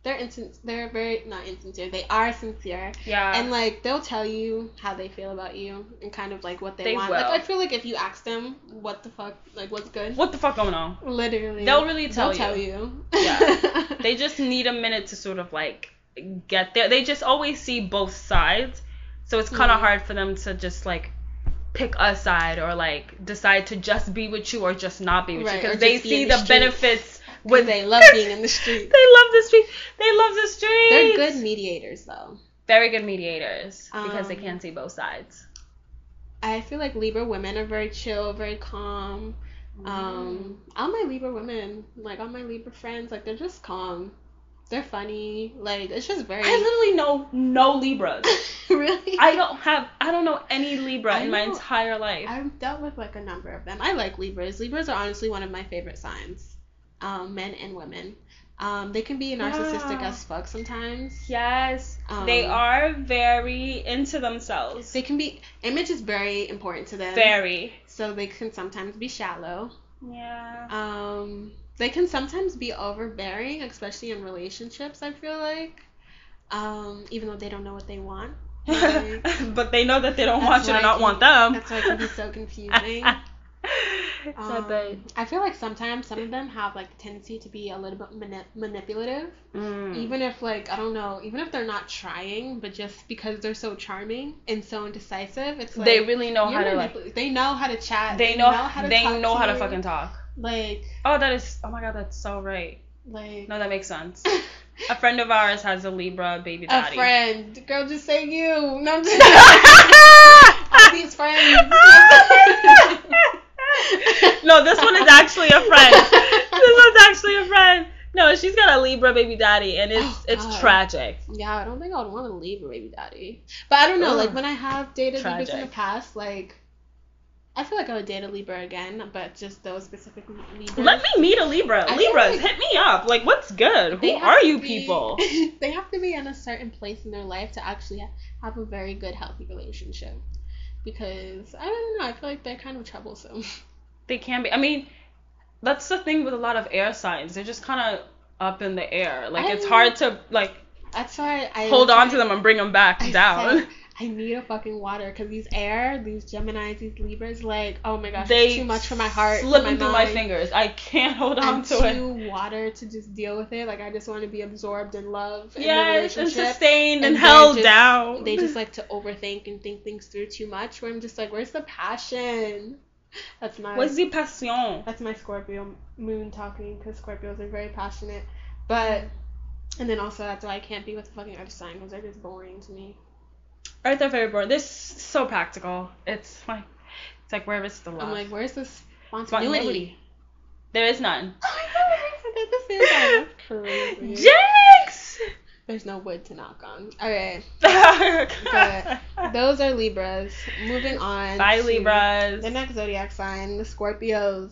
[SPEAKER 2] they're insin- They're very not insincere. They are sincere.
[SPEAKER 1] Yeah.
[SPEAKER 2] and like they'll tell you how they feel about you and kind of like what they,
[SPEAKER 1] They
[SPEAKER 2] want.
[SPEAKER 1] will.
[SPEAKER 2] Like I feel like if you ask them what the fuck, like what's good,
[SPEAKER 1] what the fuck going on?
[SPEAKER 2] literally,
[SPEAKER 1] They'll really tell
[SPEAKER 2] they'll
[SPEAKER 1] you.
[SPEAKER 2] tell you.
[SPEAKER 1] Yeah. They just need a minute to sort of like get there. They just always see both sides, so it's kind of
[SPEAKER 2] Mhm.
[SPEAKER 1] hard for them to just like pick a side or like decide to just be with you or just not be with you
[SPEAKER 2] Right, or
[SPEAKER 1] because they
[SPEAKER 2] just be in
[SPEAKER 1] see
[SPEAKER 2] the
[SPEAKER 1] the
[SPEAKER 2] streets.
[SPEAKER 1] benefits
[SPEAKER 2] when
[SPEAKER 1] when
[SPEAKER 2] they love being in the street.
[SPEAKER 1] They love the street. They love the street.
[SPEAKER 2] They're good mediators though.
[SPEAKER 1] Very good mediators because they
[SPEAKER 2] Um,
[SPEAKER 1] can see both sides.
[SPEAKER 2] I feel like Libra women are very chill, very calm. Um, all my Libra women, like all my Libra friends, like they're just calm. They're funny. Like it's just very
[SPEAKER 1] I literally know no Libras.
[SPEAKER 2] really.
[SPEAKER 1] I don't have. I don't know any Libra
[SPEAKER 2] I
[SPEAKER 1] in my
[SPEAKER 2] know-
[SPEAKER 1] entire life.
[SPEAKER 2] I've dealt with like a number of them. I like Libras. Libras are honestly one of my favorite signs, um, men and women. Um, they can be narcissistic
[SPEAKER 1] Yeah.
[SPEAKER 2] as fuck sometimes.
[SPEAKER 1] yes,
[SPEAKER 2] Um,
[SPEAKER 1] they are very into themselves.
[SPEAKER 2] They can be image is very important to them.
[SPEAKER 1] very.
[SPEAKER 2] So they can sometimes be shallow.
[SPEAKER 1] Yeah.
[SPEAKER 2] Um, they can sometimes be overbearing, especially in relationships. I feel like, um, even though they don't know what they want. Like,
[SPEAKER 1] but they know that they don't want
[SPEAKER 2] That's
[SPEAKER 1] you
[SPEAKER 2] why
[SPEAKER 1] to
[SPEAKER 2] I
[SPEAKER 1] not
[SPEAKER 2] can-
[SPEAKER 1] want them.
[SPEAKER 2] that's why it can be so confusing.
[SPEAKER 1] So,
[SPEAKER 2] Um,
[SPEAKER 1] but-
[SPEAKER 2] I feel like sometimes some of them have like the tendency to be a little bit mani- manipulative.
[SPEAKER 1] Mm.
[SPEAKER 2] even if like i don't know even if they're not trying but just because they're so charming and so indecisive it's like
[SPEAKER 1] they really know
[SPEAKER 2] you're
[SPEAKER 1] how to like.
[SPEAKER 2] manipul- they know how to chat
[SPEAKER 1] They know. they
[SPEAKER 2] talk
[SPEAKER 1] know
[SPEAKER 2] to
[SPEAKER 1] how to
[SPEAKER 2] you.
[SPEAKER 1] fucking talk.
[SPEAKER 2] like
[SPEAKER 1] Oh, that is. Oh my god, that's so right.
[SPEAKER 2] like
[SPEAKER 1] No, that makes sense. A friend of ours has a Libra baby
[SPEAKER 2] a
[SPEAKER 1] daddy.
[SPEAKER 2] friend girl just say you no I'm just all
[SPEAKER 1] friend.
[SPEAKER 2] these friends
[SPEAKER 1] no, this one is actually a friend. This one's actually a friend. No, she's got a Libra baby daddy, and it's
[SPEAKER 2] Oh,
[SPEAKER 1] it's
[SPEAKER 2] God.
[SPEAKER 1] tragic.
[SPEAKER 2] yeah i don't think i would want to leave a baby daddy but i don't know like
[SPEAKER 1] Ugh.
[SPEAKER 2] when i have dated people in the
[SPEAKER 1] Tragic.
[SPEAKER 2] past like I feel like I would date a Libra again, but just those specific Libras.
[SPEAKER 1] Let me meet a Libra.
[SPEAKER 2] I feel
[SPEAKER 1] Libras,
[SPEAKER 2] like-
[SPEAKER 1] hit me up. Like, what's good?
[SPEAKER 2] They
[SPEAKER 1] Who
[SPEAKER 2] have
[SPEAKER 1] are
[SPEAKER 2] to
[SPEAKER 1] you
[SPEAKER 2] be-
[SPEAKER 1] people?
[SPEAKER 2] they have to be in a certain place in their life to actually ha- have a very good, healthy relationship. Because I don't know, I feel like they're kind of troublesome.
[SPEAKER 1] They can be. I mean, that's the thing with a lot of air signs. They're just kind of up in the air. Like, it's
[SPEAKER 2] I-
[SPEAKER 1] hard to like
[SPEAKER 2] That's why I
[SPEAKER 1] hold on to
[SPEAKER 2] the
[SPEAKER 1] them and bring them back down.
[SPEAKER 2] I need a fucking water because these air, these Gemini's, these Libras, like oh my gosh,
[SPEAKER 1] they
[SPEAKER 2] it's too much for my heart, for
[SPEAKER 1] slipping through my
[SPEAKER 2] mind.
[SPEAKER 1] fingers. I can't hold on
[SPEAKER 2] I'm
[SPEAKER 1] to it.
[SPEAKER 2] too water to just deal with it. Like I just want to be absorbed in love. and the
[SPEAKER 1] Yes, and
[SPEAKER 2] relationship.
[SPEAKER 1] sustained and,
[SPEAKER 2] and they're
[SPEAKER 1] held
[SPEAKER 2] just-
[SPEAKER 1] down.
[SPEAKER 2] they just like to overthink and think things through too much. Where I'm just like, where's the passion? That's my
[SPEAKER 1] What's the passion?
[SPEAKER 2] that's my Scorpio moon talking because Scorpios are very passionate. But and then also that's why I can't be with the fucking Earth sign because they're just boring to me.
[SPEAKER 1] Earth are very boring. This is so practical. It's like it's like where is the love?
[SPEAKER 2] I'm like, where's the spontaneity?
[SPEAKER 1] there is none.
[SPEAKER 2] Oh my god, I said that the same time. That's Crazy.
[SPEAKER 1] Jinx!
[SPEAKER 2] There's no wood to knock on. All right,
[SPEAKER 1] Bye
[SPEAKER 2] those are Libras. Moving on. to-
[SPEAKER 1] Libras.
[SPEAKER 2] The next zodiac sign, the Scorpios.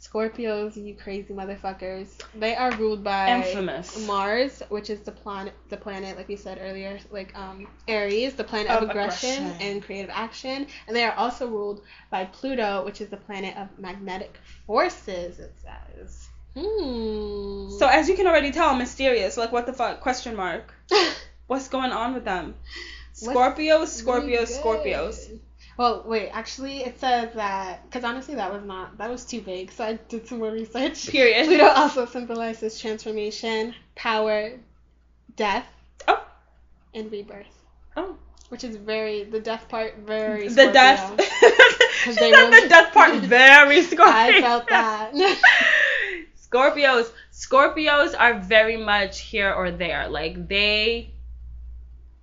[SPEAKER 2] Scorpios, you crazy motherfuckers. They are ruled by
[SPEAKER 1] Infamous.
[SPEAKER 2] Mars, which is the planet, the planet, like we said earlier, like um, Aries, the planet of,
[SPEAKER 1] Of
[SPEAKER 2] aggression,
[SPEAKER 1] aggression.
[SPEAKER 2] and creative action, and they are also ruled by Pluto, which is the planet of magnetic forces. It says. Hmm.
[SPEAKER 1] So as you can already tell, I'm mysterious. Like what the fuck? Question mark. What's going on with them? Scorpios,
[SPEAKER 2] Really
[SPEAKER 1] Scorpios, Scorpios.
[SPEAKER 2] good. Well, wait. Actually, it says that because honestly, that was not that was too big. So I did some more research.
[SPEAKER 1] Period.
[SPEAKER 2] Pluto also symbolizes transformation, power, death,
[SPEAKER 1] Oh.
[SPEAKER 2] and rebirth,
[SPEAKER 1] Oh.
[SPEAKER 2] which is very the death part very
[SPEAKER 1] The death.
[SPEAKER 2] Scorpio.
[SPEAKER 1] she
[SPEAKER 2] they
[SPEAKER 1] said the
[SPEAKER 2] really-
[SPEAKER 1] death part very Scorpio.
[SPEAKER 2] I felt that.
[SPEAKER 1] Scorpios. Scorpios are very much here or there. Like they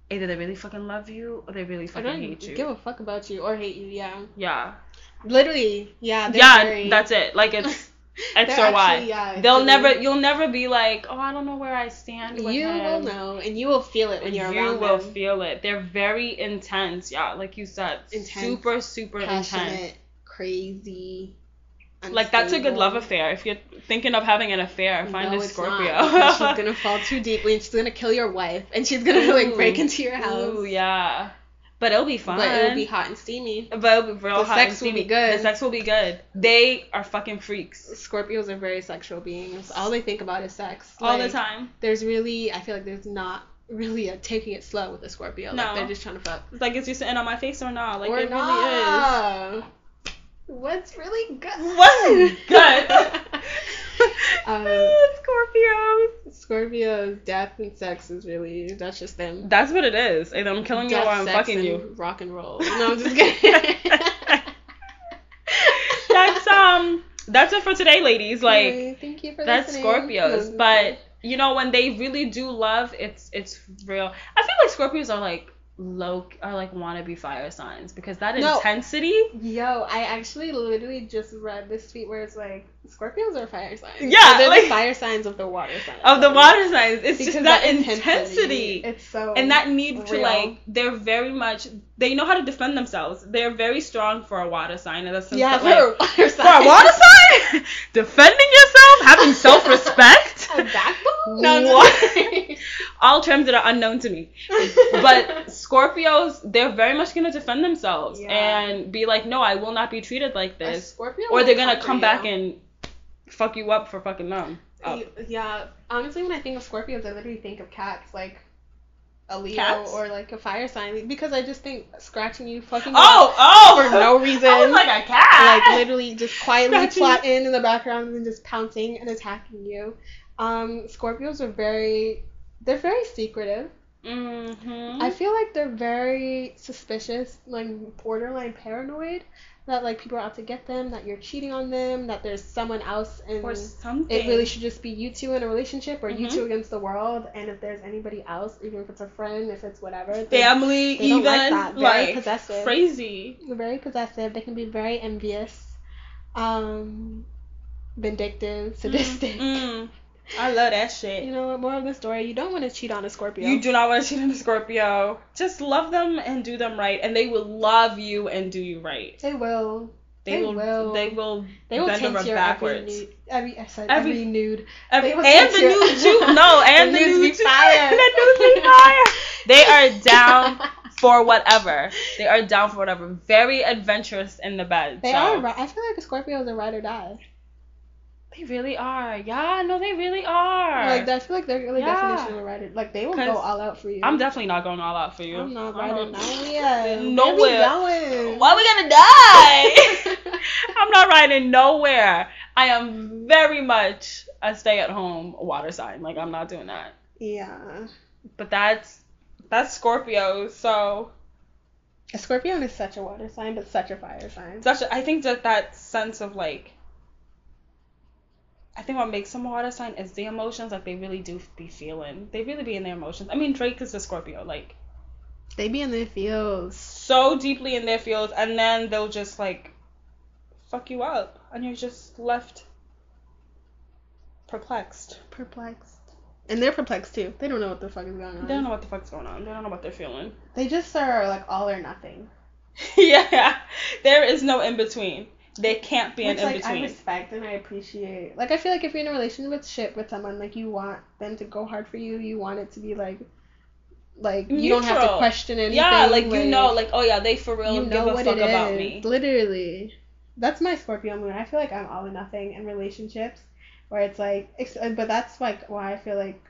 [SPEAKER 1] either they really fucking love you or they really
[SPEAKER 2] I
[SPEAKER 1] fucking
[SPEAKER 2] don't
[SPEAKER 1] hate you.
[SPEAKER 2] give a fuck about you or hate you. Yeah,
[SPEAKER 1] yeah.
[SPEAKER 2] literally. Yeah. they're
[SPEAKER 1] Yeah,
[SPEAKER 2] very-
[SPEAKER 1] that's it. Like it's
[SPEAKER 2] they're
[SPEAKER 1] X or Y.
[SPEAKER 2] actually, yeah,
[SPEAKER 1] They'll
[SPEAKER 2] really-
[SPEAKER 1] never you'll never be like, Oh, I don't know where I stand with
[SPEAKER 2] You will
[SPEAKER 1] him."
[SPEAKER 2] know, and you will feel it when you're
[SPEAKER 1] you
[SPEAKER 2] around
[SPEAKER 1] will
[SPEAKER 2] them.
[SPEAKER 1] feel it. They're very intense, yeah. Like you said,
[SPEAKER 2] Intense,
[SPEAKER 1] super, super intense.
[SPEAKER 2] passionate, crazy.
[SPEAKER 1] Like that's a good love
[SPEAKER 2] unstable.
[SPEAKER 1] affair. If you're thinking of having an affair, find
[SPEAKER 2] No,
[SPEAKER 1] a
[SPEAKER 2] it's not,
[SPEAKER 1] Scorpio.
[SPEAKER 2] because she's gonna fall too deeply, and she's gonna kill your wife, and she's gonna like break
[SPEAKER 1] Ooh.
[SPEAKER 2] into your house.
[SPEAKER 1] Ooh, yeah. But it'll be fun.
[SPEAKER 2] But it'll be hot and steamy.
[SPEAKER 1] But it'll be real
[SPEAKER 2] The
[SPEAKER 1] hot
[SPEAKER 2] sex
[SPEAKER 1] and
[SPEAKER 2] will be
[SPEAKER 1] steamy.
[SPEAKER 2] good.
[SPEAKER 1] The sex will be good. They are fucking freaks
[SPEAKER 2] Scorpios are very sexual beings. All they think about is sex.
[SPEAKER 1] all the
[SPEAKER 2] Like,
[SPEAKER 1] time.
[SPEAKER 2] There's really, I feel like there's not really a taking it slow with a Scorpio.
[SPEAKER 1] No.
[SPEAKER 2] Like they're just trying to fuck.
[SPEAKER 1] It's like, is you sitting on my face or not? Like
[SPEAKER 2] or
[SPEAKER 1] it really is.
[SPEAKER 2] not. What's really good?
[SPEAKER 1] What's good?
[SPEAKER 2] Um,
[SPEAKER 1] Ooh,
[SPEAKER 2] Scorpios, death and sex is really that's just them.
[SPEAKER 1] Scorpios. That's what it is. Either I'm killing you or
[SPEAKER 2] Death,
[SPEAKER 1] I'm
[SPEAKER 2] sex,
[SPEAKER 1] fucking
[SPEAKER 2] and
[SPEAKER 1] you.
[SPEAKER 2] Rock and roll. No, I'm just kidding.
[SPEAKER 1] That's um. That's it for today, ladies. Like.
[SPEAKER 2] Anyway, thank you for
[SPEAKER 1] that's
[SPEAKER 2] listening.
[SPEAKER 1] Scorpios, but you know when they really do love, it's it's real. I feel like Scorpios are like low are like wannabe fire signs because that
[SPEAKER 2] No.
[SPEAKER 1] intensity.
[SPEAKER 2] Yo, I actually literally just read this tweet where it's like Scorpios are fire signs.
[SPEAKER 1] Yeah,
[SPEAKER 2] they're
[SPEAKER 1] like-
[SPEAKER 2] the fire signs of the water signs.
[SPEAKER 1] Of the water signs, it's
[SPEAKER 2] Because
[SPEAKER 1] just that, intensity,
[SPEAKER 2] It's so
[SPEAKER 1] and that need to
[SPEAKER 2] real.
[SPEAKER 1] like they're very much they know how to defend themselves. They're very strong for a water sign, and that's
[SPEAKER 2] yeah,
[SPEAKER 1] like,
[SPEAKER 2] for a water
[SPEAKER 1] for a water sign, defending yourself, having self respect,
[SPEAKER 2] A backbone? No, I'm just
[SPEAKER 1] What?
[SPEAKER 2] kidding.
[SPEAKER 1] all terms that are unknown to me. but Scorpios, they're very much gonna defend themselves
[SPEAKER 2] Yeah.
[SPEAKER 1] and be like, no, I will not be treated like
[SPEAKER 2] A
[SPEAKER 1] this,
[SPEAKER 2] Scorpio
[SPEAKER 1] or
[SPEAKER 2] will
[SPEAKER 1] they're gonna
[SPEAKER 2] conquer
[SPEAKER 1] come
[SPEAKER 2] you.
[SPEAKER 1] back and fuck you up for fucking them. Oh. Up.
[SPEAKER 2] Y- Yeah, honestly, when I think of Scorpios, I literally think of cats, like a Leo
[SPEAKER 1] Cats?
[SPEAKER 2] or like a fire sign, because I just think scratching you, fucking you up
[SPEAKER 1] Oh, oh,
[SPEAKER 2] for no
[SPEAKER 1] I was
[SPEAKER 2] reason,
[SPEAKER 1] like a cat.
[SPEAKER 2] like literally just quietly
[SPEAKER 1] Scratching you.
[SPEAKER 2] plotting in the background and just pouncing and attacking you. Um, Scorpios are very, they're very secretive.
[SPEAKER 1] hmm
[SPEAKER 2] I feel like they're very suspicious, like borderline paranoid, that like people are out to get them, that you're cheating on them, that there's someone else and
[SPEAKER 1] or something.
[SPEAKER 2] it really should just be you two in a relationship or you
[SPEAKER 1] Mhm.
[SPEAKER 2] two against the world and if there's anybody else even if it's a friend if it's whatever they-
[SPEAKER 1] family
[SPEAKER 2] they
[SPEAKER 1] even
[SPEAKER 2] don't like that. Very
[SPEAKER 1] like
[SPEAKER 2] possessive.
[SPEAKER 1] crazy.
[SPEAKER 2] they're very possessive they can be very envious um vindictive sadistic
[SPEAKER 1] Mm-hmm. Mm, mm. I love that shit.
[SPEAKER 2] you know what more of the story you don't want to cheat on a scorpio
[SPEAKER 1] You do not want to cheat on a Scorpio. Just love them and do them right, and they will love you and do you right.
[SPEAKER 2] they will
[SPEAKER 1] They,
[SPEAKER 2] They
[SPEAKER 1] will,
[SPEAKER 2] will.
[SPEAKER 1] They will.
[SPEAKER 2] They will
[SPEAKER 1] bend
[SPEAKER 2] tint
[SPEAKER 1] over
[SPEAKER 2] your
[SPEAKER 1] backwards.
[SPEAKER 2] every nude. Every, I said
[SPEAKER 1] Every-
[SPEAKER 2] every, nude.
[SPEAKER 1] Every-
[SPEAKER 2] They will
[SPEAKER 1] and the
[SPEAKER 2] tint your-
[SPEAKER 1] new Jew. No, and the,
[SPEAKER 2] The
[SPEAKER 1] new
[SPEAKER 2] nudes be
[SPEAKER 1] Jew.
[SPEAKER 2] fire.
[SPEAKER 1] the news be fire. They are down for whatever. They are down for whatever. Very adventurous in the bed.
[SPEAKER 2] They
[SPEAKER 1] so.
[SPEAKER 2] are. ri- I feel like a Scorpio is a ride or die.
[SPEAKER 1] They really are. Yeah, no, they really are.
[SPEAKER 2] Like I feel like they're really
[SPEAKER 1] Yeah.
[SPEAKER 2] definition of a ride or like they will go
[SPEAKER 1] 'Cause
[SPEAKER 2] all out for you.
[SPEAKER 1] I'm definitely not going all out for you.
[SPEAKER 2] I'm not
[SPEAKER 1] I don't-
[SPEAKER 2] riding nowhere.
[SPEAKER 1] Nowhere.
[SPEAKER 2] Where we going?
[SPEAKER 1] Why are we gonna die? I'm not riding nowhere. I am very much a stay-at-home water sign. Like I'm not doing that.
[SPEAKER 2] Yeah.
[SPEAKER 1] But that's that's Scorpio. So
[SPEAKER 2] A Scorpio is such a water sign, but such a fire sign.
[SPEAKER 1] such a, I think that that sense of like I think what makes them a water sign is the emotions. Like they really do be feeling. They really be in their emotions. I mean Drake is a Scorpio. Like
[SPEAKER 2] They be in their feels.
[SPEAKER 1] so deeply in their fields, and then they'll just like fuck you up, and you're just left perplexed.
[SPEAKER 2] Perplexed. And they're perplexed too. They don't know what the fuck is going on.
[SPEAKER 1] They don't know what the fuck's going on. They don't know what they're feeling.
[SPEAKER 2] They just are like all or nothing.
[SPEAKER 1] yeah, there is no in between. There can't be an
[SPEAKER 2] Which
[SPEAKER 1] in
[SPEAKER 2] like I
[SPEAKER 1] between.
[SPEAKER 2] respect and I appreciate. Like I feel like if you're in a relationship with someone, like you want them to go hard for you. You want it to be like, like you don't have to
[SPEAKER 1] Neutral.
[SPEAKER 2] question anything.
[SPEAKER 1] Yeah, like you know, like oh yeah, they for real
[SPEAKER 2] you
[SPEAKER 1] give
[SPEAKER 2] know
[SPEAKER 1] a
[SPEAKER 2] what
[SPEAKER 1] fuck
[SPEAKER 2] it is.
[SPEAKER 1] about me.
[SPEAKER 2] Literally, that's my Scorpio moon. I feel like I'm all or nothing in relationships, where it's like, ex- uh, but that's like why I feel like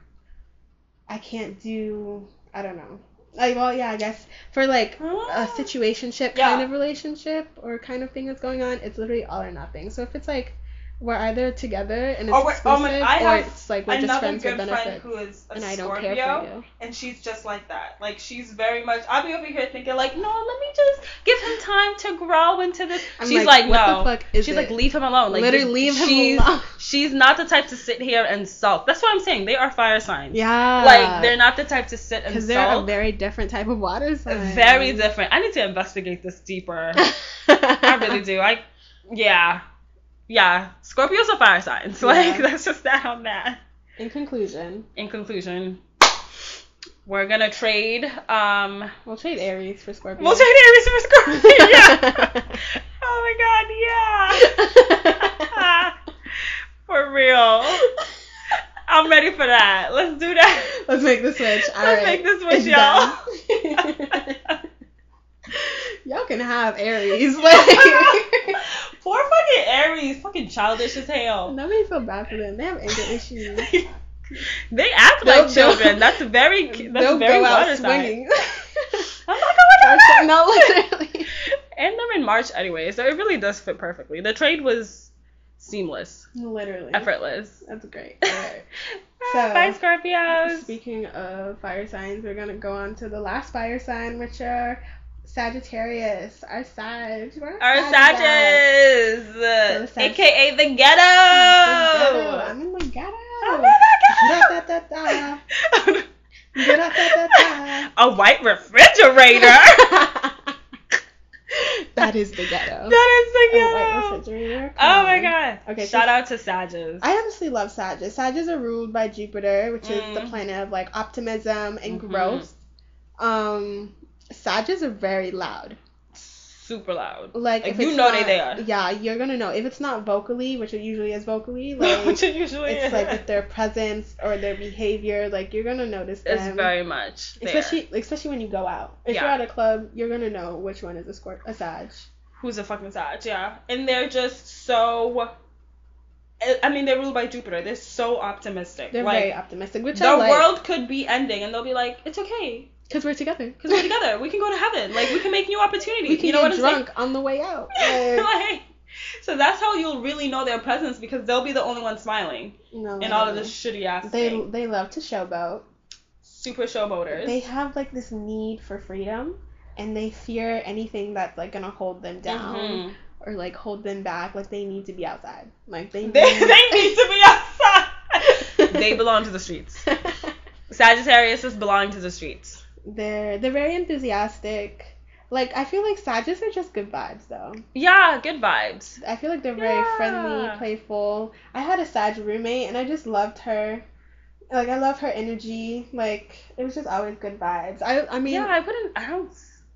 [SPEAKER 2] I can't do. I don't know. Like well, yeah, I guess for like a situationship
[SPEAKER 1] Ah. Yeah.
[SPEAKER 2] kind of relationship or kind of thing that's going on, it's literally all or nothing. So if it's like we're either together and it's
[SPEAKER 1] Or we're- oh
[SPEAKER 2] exclusive,
[SPEAKER 1] my- I
[SPEAKER 2] or
[SPEAKER 1] have
[SPEAKER 2] it's like we're just
[SPEAKER 1] Another
[SPEAKER 2] friends
[SPEAKER 1] good
[SPEAKER 2] with
[SPEAKER 1] friend
[SPEAKER 2] benefits,
[SPEAKER 1] who is a
[SPEAKER 2] and I don't
[SPEAKER 1] Scorpio,
[SPEAKER 2] care for you.
[SPEAKER 1] and she's just like that. Like she's very much. I'll be over here thinking like, no, let me just give him time to grow into this.
[SPEAKER 2] I'm
[SPEAKER 1] she's
[SPEAKER 2] like,
[SPEAKER 1] like,
[SPEAKER 2] what
[SPEAKER 1] no.
[SPEAKER 2] the fuck is
[SPEAKER 1] she's
[SPEAKER 2] it?
[SPEAKER 1] like, leave him alone. Like
[SPEAKER 2] literally leave
[SPEAKER 1] just-
[SPEAKER 2] him
[SPEAKER 1] she's,
[SPEAKER 2] alone.
[SPEAKER 1] She's not the type to sit here and sulk. That's what I'm saying. They are fire signs.
[SPEAKER 2] Yeah,
[SPEAKER 1] Like they're not the type to sit and
[SPEAKER 2] because they're a
[SPEAKER 1] sulk.
[SPEAKER 2] very different type of water sign.
[SPEAKER 1] Very different. I need to investigate this deeper. I really do. I yeah. Yeah. Scorpios are fire signs. Like
[SPEAKER 2] Yeah.
[SPEAKER 1] that's just that on that.
[SPEAKER 2] In conclusion,
[SPEAKER 1] In conclusion, we're gonna trade um
[SPEAKER 2] we'll trade Aries for Scorpio.
[SPEAKER 1] we'll trade Aries for Scorpio. yeah. Oh my god, yeah. Ah, for real. I'm ready for that. Let's do that.
[SPEAKER 2] Let's make the switch. All
[SPEAKER 1] Let's
[SPEAKER 2] right.
[SPEAKER 1] make this switch,
[SPEAKER 2] It's done. y'all can have Aries. Like.
[SPEAKER 1] Poor fucking Aries, fucking childish as hell.
[SPEAKER 2] Let me feel bad for them. They have anger issues.
[SPEAKER 1] They act
[SPEAKER 2] They'll
[SPEAKER 1] like
[SPEAKER 2] go-
[SPEAKER 1] children. That's very cu- that's
[SPEAKER 2] They'll
[SPEAKER 1] very
[SPEAKER 2] go
[SPEAKER 1] water sign.
[SPEAKER 2] out swinging.
[SPEAKER 1] I'm not going out
[SPEAKER 2] no,
[SPEAKER 1] there.
[SPEAKER 2] literally.
[SPEAKER 1] And they're in March anyway, so it really does fit perfectly. The trade was seamless,
[SPEAKER 2] Literally.
[SPEAKER 1] effortless.
[SPEAKER 2] That's great. All right.
[SPEAKER 1] Ah, Bye
[SPEAKER 2] So-
[SPEAKER 1] Scorpios.
[SPEAKER 2] Speaking of fire signs, we're gonna go on to the last fire sign, which are Sagittarius. Our Sag. We're
[SPEAKER 1] Our
[SPEAKER 2] Sag vibes.
[SPEAKER 1] Sages,
[SPEAKER 2] Sag-
[SPEAKER 1] aka the ghetto.
[SPEAKER 2] Ghetto. I'm in the ghetto.
[SPEAKER 1] Oh my God.
[SPEAKER 2] Da-da-da-da. Da-da-da-da.
[SPEAKER 1] A white refrigerator.
[SPEAKER 2] that is the ghetto.
[SPEAKER 1] that is the
[SPEAKER 2] Oh, white
[SPEAKER 1] ghetto.
[SPEAKER 2] refrigerator. Come
[SPEAKER 1] Oh my
[SPEAKER 2] on.
[SPEAKER 1] god. Okay.
[SPEAKER 2] Okay,
[SPEAKER 1] Shout
[SPEAKER 2] so-
[SPEAKER 1] out to Sages.
[SPEAKER 2] I honestly love Sagittarius. Sagittarius are ruled by Jupiter, which is
[SPEAKER 1] Mm.
[SPEAKER 2] the planet of like optimism and
[SPEAKER 1] Mhm.
[SPEAKER 2] growth. Um, Sagittarius are very loud.
[SPEAKER 1] Super loud.
[SPEAKER 2] Like,
[SPEAKER 1] Like,
[SPEAKER 2] if
[SPEAKER 1] you
[SPEAKER 2] it's
[SPEAKER 1] know
[SPEAKER 2] not,
[SPEAKER 1] they there.
[SPEAKER 2] Yeah, you're gonna know if it's not vocally, which it usually is vocally. Like,
[SPEAKER 1] Which it usually
[SPEAKER 2] it's
[SPEAKER 1] is.
[SPEAKER 2] like with their presence or their behavior. Like you're gonna notice them.
[SPEAKER 1] it's very much. There.
[SPEAKER 2] especially especially when you go out. If
[SPEAKER 1] Yeah.
[SPEAKER 2] you're at a club, you're gonna know which one is a squirt a Sag.
[SPEAKER 1] who's a fucking Sag, yeah. And they're just so. I- I mean, they're ruled by Jupiter. They're so optimistic.
[SPEAKER 2] They're
[SPEAKER 1] like,
[SPEAKER 2] very optimistic, which
[SPEAKER 1] the
[SPEAKER 2] I like
[SPEAKER 1] world could be ending, and they'll be like, "It's okay,
[SPEAKER 2] because we're together.
[SPEAKER 1] because we're together. We can go to heaven. Like, we can make new opportunities.
[SPEAKER 2] we can
[SPEAKER 1] you know
[SPEAKER 2] get
[SPEAKER 1] what
[SPEAKER 2] drunk on the way out.
[SPEAKER 1] I'm saying?
[SPEAKER 2] Like,
[SPEAKER 1] like, so that's how you'll really know their presence because they'll be the only one smiling
[SPEAKER 2] no,
[SPEAKER 1] in all of
[SPEAKER 2] no.
[SPEAKER 1] this shitty ass
[SPEAKER 2] Uh-huh. They
[SPEAKER 1] thing.
[SPEAKER 2] they love to showboat.
[SPEAKER 1] Super showboaters.
[SPEAKER 2] They have like this need for freedom, and they fear anything that's like gonna hold them down.
[SPEAKER 1] Mhm.
[SPEAKER 2] or like hold them back. Like they need to be outside. Like they
[SPEAKER 1] They,
[SPEAKER 2] need.
[SPEAKER 1] they need to be outside. they belong to the streets. Sagittarius is belonging to the streets.
[SPEAKER 2] they're they're very enthusiastic. Like I feel like Sagittarius are just good vibes though.
[SPEAKER 1] Yeah, good vibes.
[SPEAKER 2] I feel like they're very
[SPEAKER 1] Yeah.
[SPEAKER 2] friendly, playful. I had a Sag roommate and I just loved her. Like I love her energy. Like it was just always good vibes. I I mean
[SPEAKER 1] yeah, I wouldn't. I don't.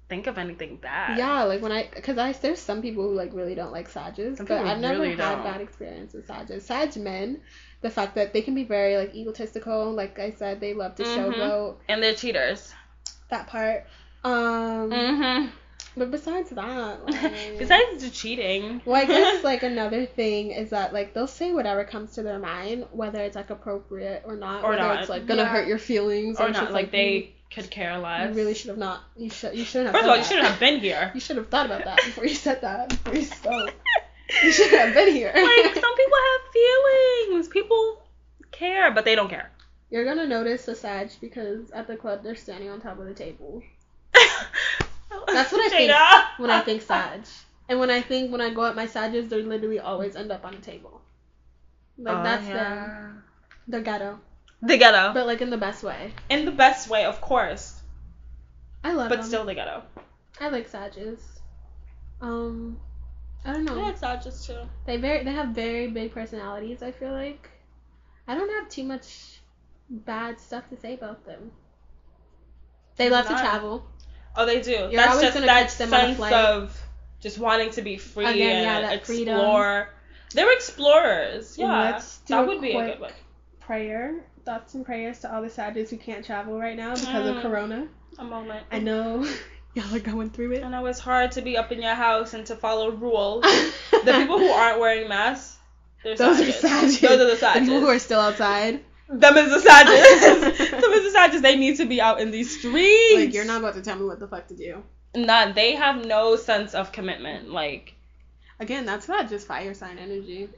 [SPEAKER 1] think of anything bad.
[SPEAKER 2] Yeah, like when I, cause I there's some people who like really don't like Sages,
[SPEAKER 1] Some
[SPEAKER 2] but
[SPEAKER 1] people
[SPEAKER 2] I've never
[SPEAKER 1] really
[SPEAKER 2] had
[SPEAKER 1] don't.
[SPEAKER 2] bad experience with Sages. Sag men, the fact that they can be very like egotistical, like I said, they love to
[SPEAKER 1] Mhm.
[SPEAKER 2] showboat
[SPEAKER 1] And they're cheaters.
[SPEAKER 2] that part. Um,
[SPEAKER 1] Mm-hmm.
[SPEAKER 2] but besides that, like,
[SPEAKER 1] Besides the cheating.
[SPEAKER 2] Mm. well, I guess like another thing is that like they'll say whatever comes to their mind, whether it's like appropriate or not,
[SPEAKER 1] Or
[SPEAKER 2] whether
[SPEAKER 1] not.
[SPEAKER 2] it's like gonna
[SPEAKER 3] Yeah.
[SPEAKER 2] hurt your feelings
[SPEAKER 1] or
[SPEAKER 2] it's
[SPEAKER 1] not,
[SPEAKER 2] just,
[SPEAKER 1] like,
[SPEAKER 2] you-
[SPEAKER 1] they could care less.
[SPEAKER 2] You really should have not. You should. You shouldn't have.
[SPEAKER 1] First of
[SPEAKER 2] said
[SPEAKER 1] all, you
[SPEAKER 2] that.
[SPEAKER 1] shouldn't have been here.
[SPEAKER 2] You should have thought about that before you said that. Before you spoke. You should have been here.
[SPEAKER 1] like some people have feelings. People care, but they don't care.
[SPEAKER 2] You're gonna notice the Sag because at the club they're standing on top of the table. That's what I think
[SPEAKER 1] Jada.
[SPEAKER 2] When I think Sag, and when I think when I go at my Sages, they literally always end up on a table. Like
[SPEAKER 1] Oh,
[SPEAKER 2] that's them.
[SPEAKER 1] yeah.
[SPEAKER 2] They're ghetto,
[SPEAKER 1] the ghetto.
[SPEAKER 2] but like in the best way.
[SPEAKER 1] in the best way, of course.
[SPEAKER 2] I love
[SPEAKER 1] But
[SPEAKER 2] them.
[SPEAKER 1] still the ghetto.
[SPEAKER 2] I like Sages. Um, I don't know.
[SPEAKER 1] I like Sages too.
[SPEAKER 2] They very they have very big personalities. I feel like I don't have too much bad stuff to say about them. They love
[SPEAKER 1] None.
[SPEAKER 2] to travel.
[SPEAKER 1] Oh, they do.
[SPEAKER 2] You're
[SPEAKER 1] That's
[SPEAKER 2] always
[SPEAKER 1] just
[SPEAKER 2] gonna
[SPEAKER 1] that
[SPEAKER 2] catch them on a
[SPEAKER 1] sense
[SPEAKER 2] flight.
[SPEAKER 1] of just wanting to be free
[SPEAKER 2] Again,
[SPEAKER 1] and
[SPEAKER 2] yeah, that freedom.
[SPEAKER 1] explore. They're explorers. Yeah,
[SPEAKER 2] Let's do
[SPEAKER 1] that
[SPEAKER 2] a
[SPEAKER 1] would be a
[SPEAKER 2] quick
[SPEAKER 1] good one.
[SPEAKER 2] Prayer, thoughts and prayers to all the Sages who can't travel right now because
[SPEAKER 1] Mm.
[SPEAKER 2] of Corona.
[SPEAKER 1] A moment.
[SPEAKER 2] I know y'all are going through it.
[SPEAKER 1] I know it's hard to be up in your house and to follow rules. the people who aren't wearing masks, they're
[SPEAKER 2] those are
[SPEAKER 1] Sages.
[SPEAKER 2] Sages.
[SPEAKER 1] Those are the
[SPEAKER 2] The
[SPEAKER 1] Sages.
[SPEAKER 2] people who are still outside.
[SPEAKER 1] Them is the Sages. Them is the Sages. They need to be out in these streets.
[SPEAKER 2] Like you're not about to tell me what the fuck to do.
[SPEAKER 1] Not. They have no sense of commitment. Like
[SPEAKER 2] Again, that's not just fire sign energy.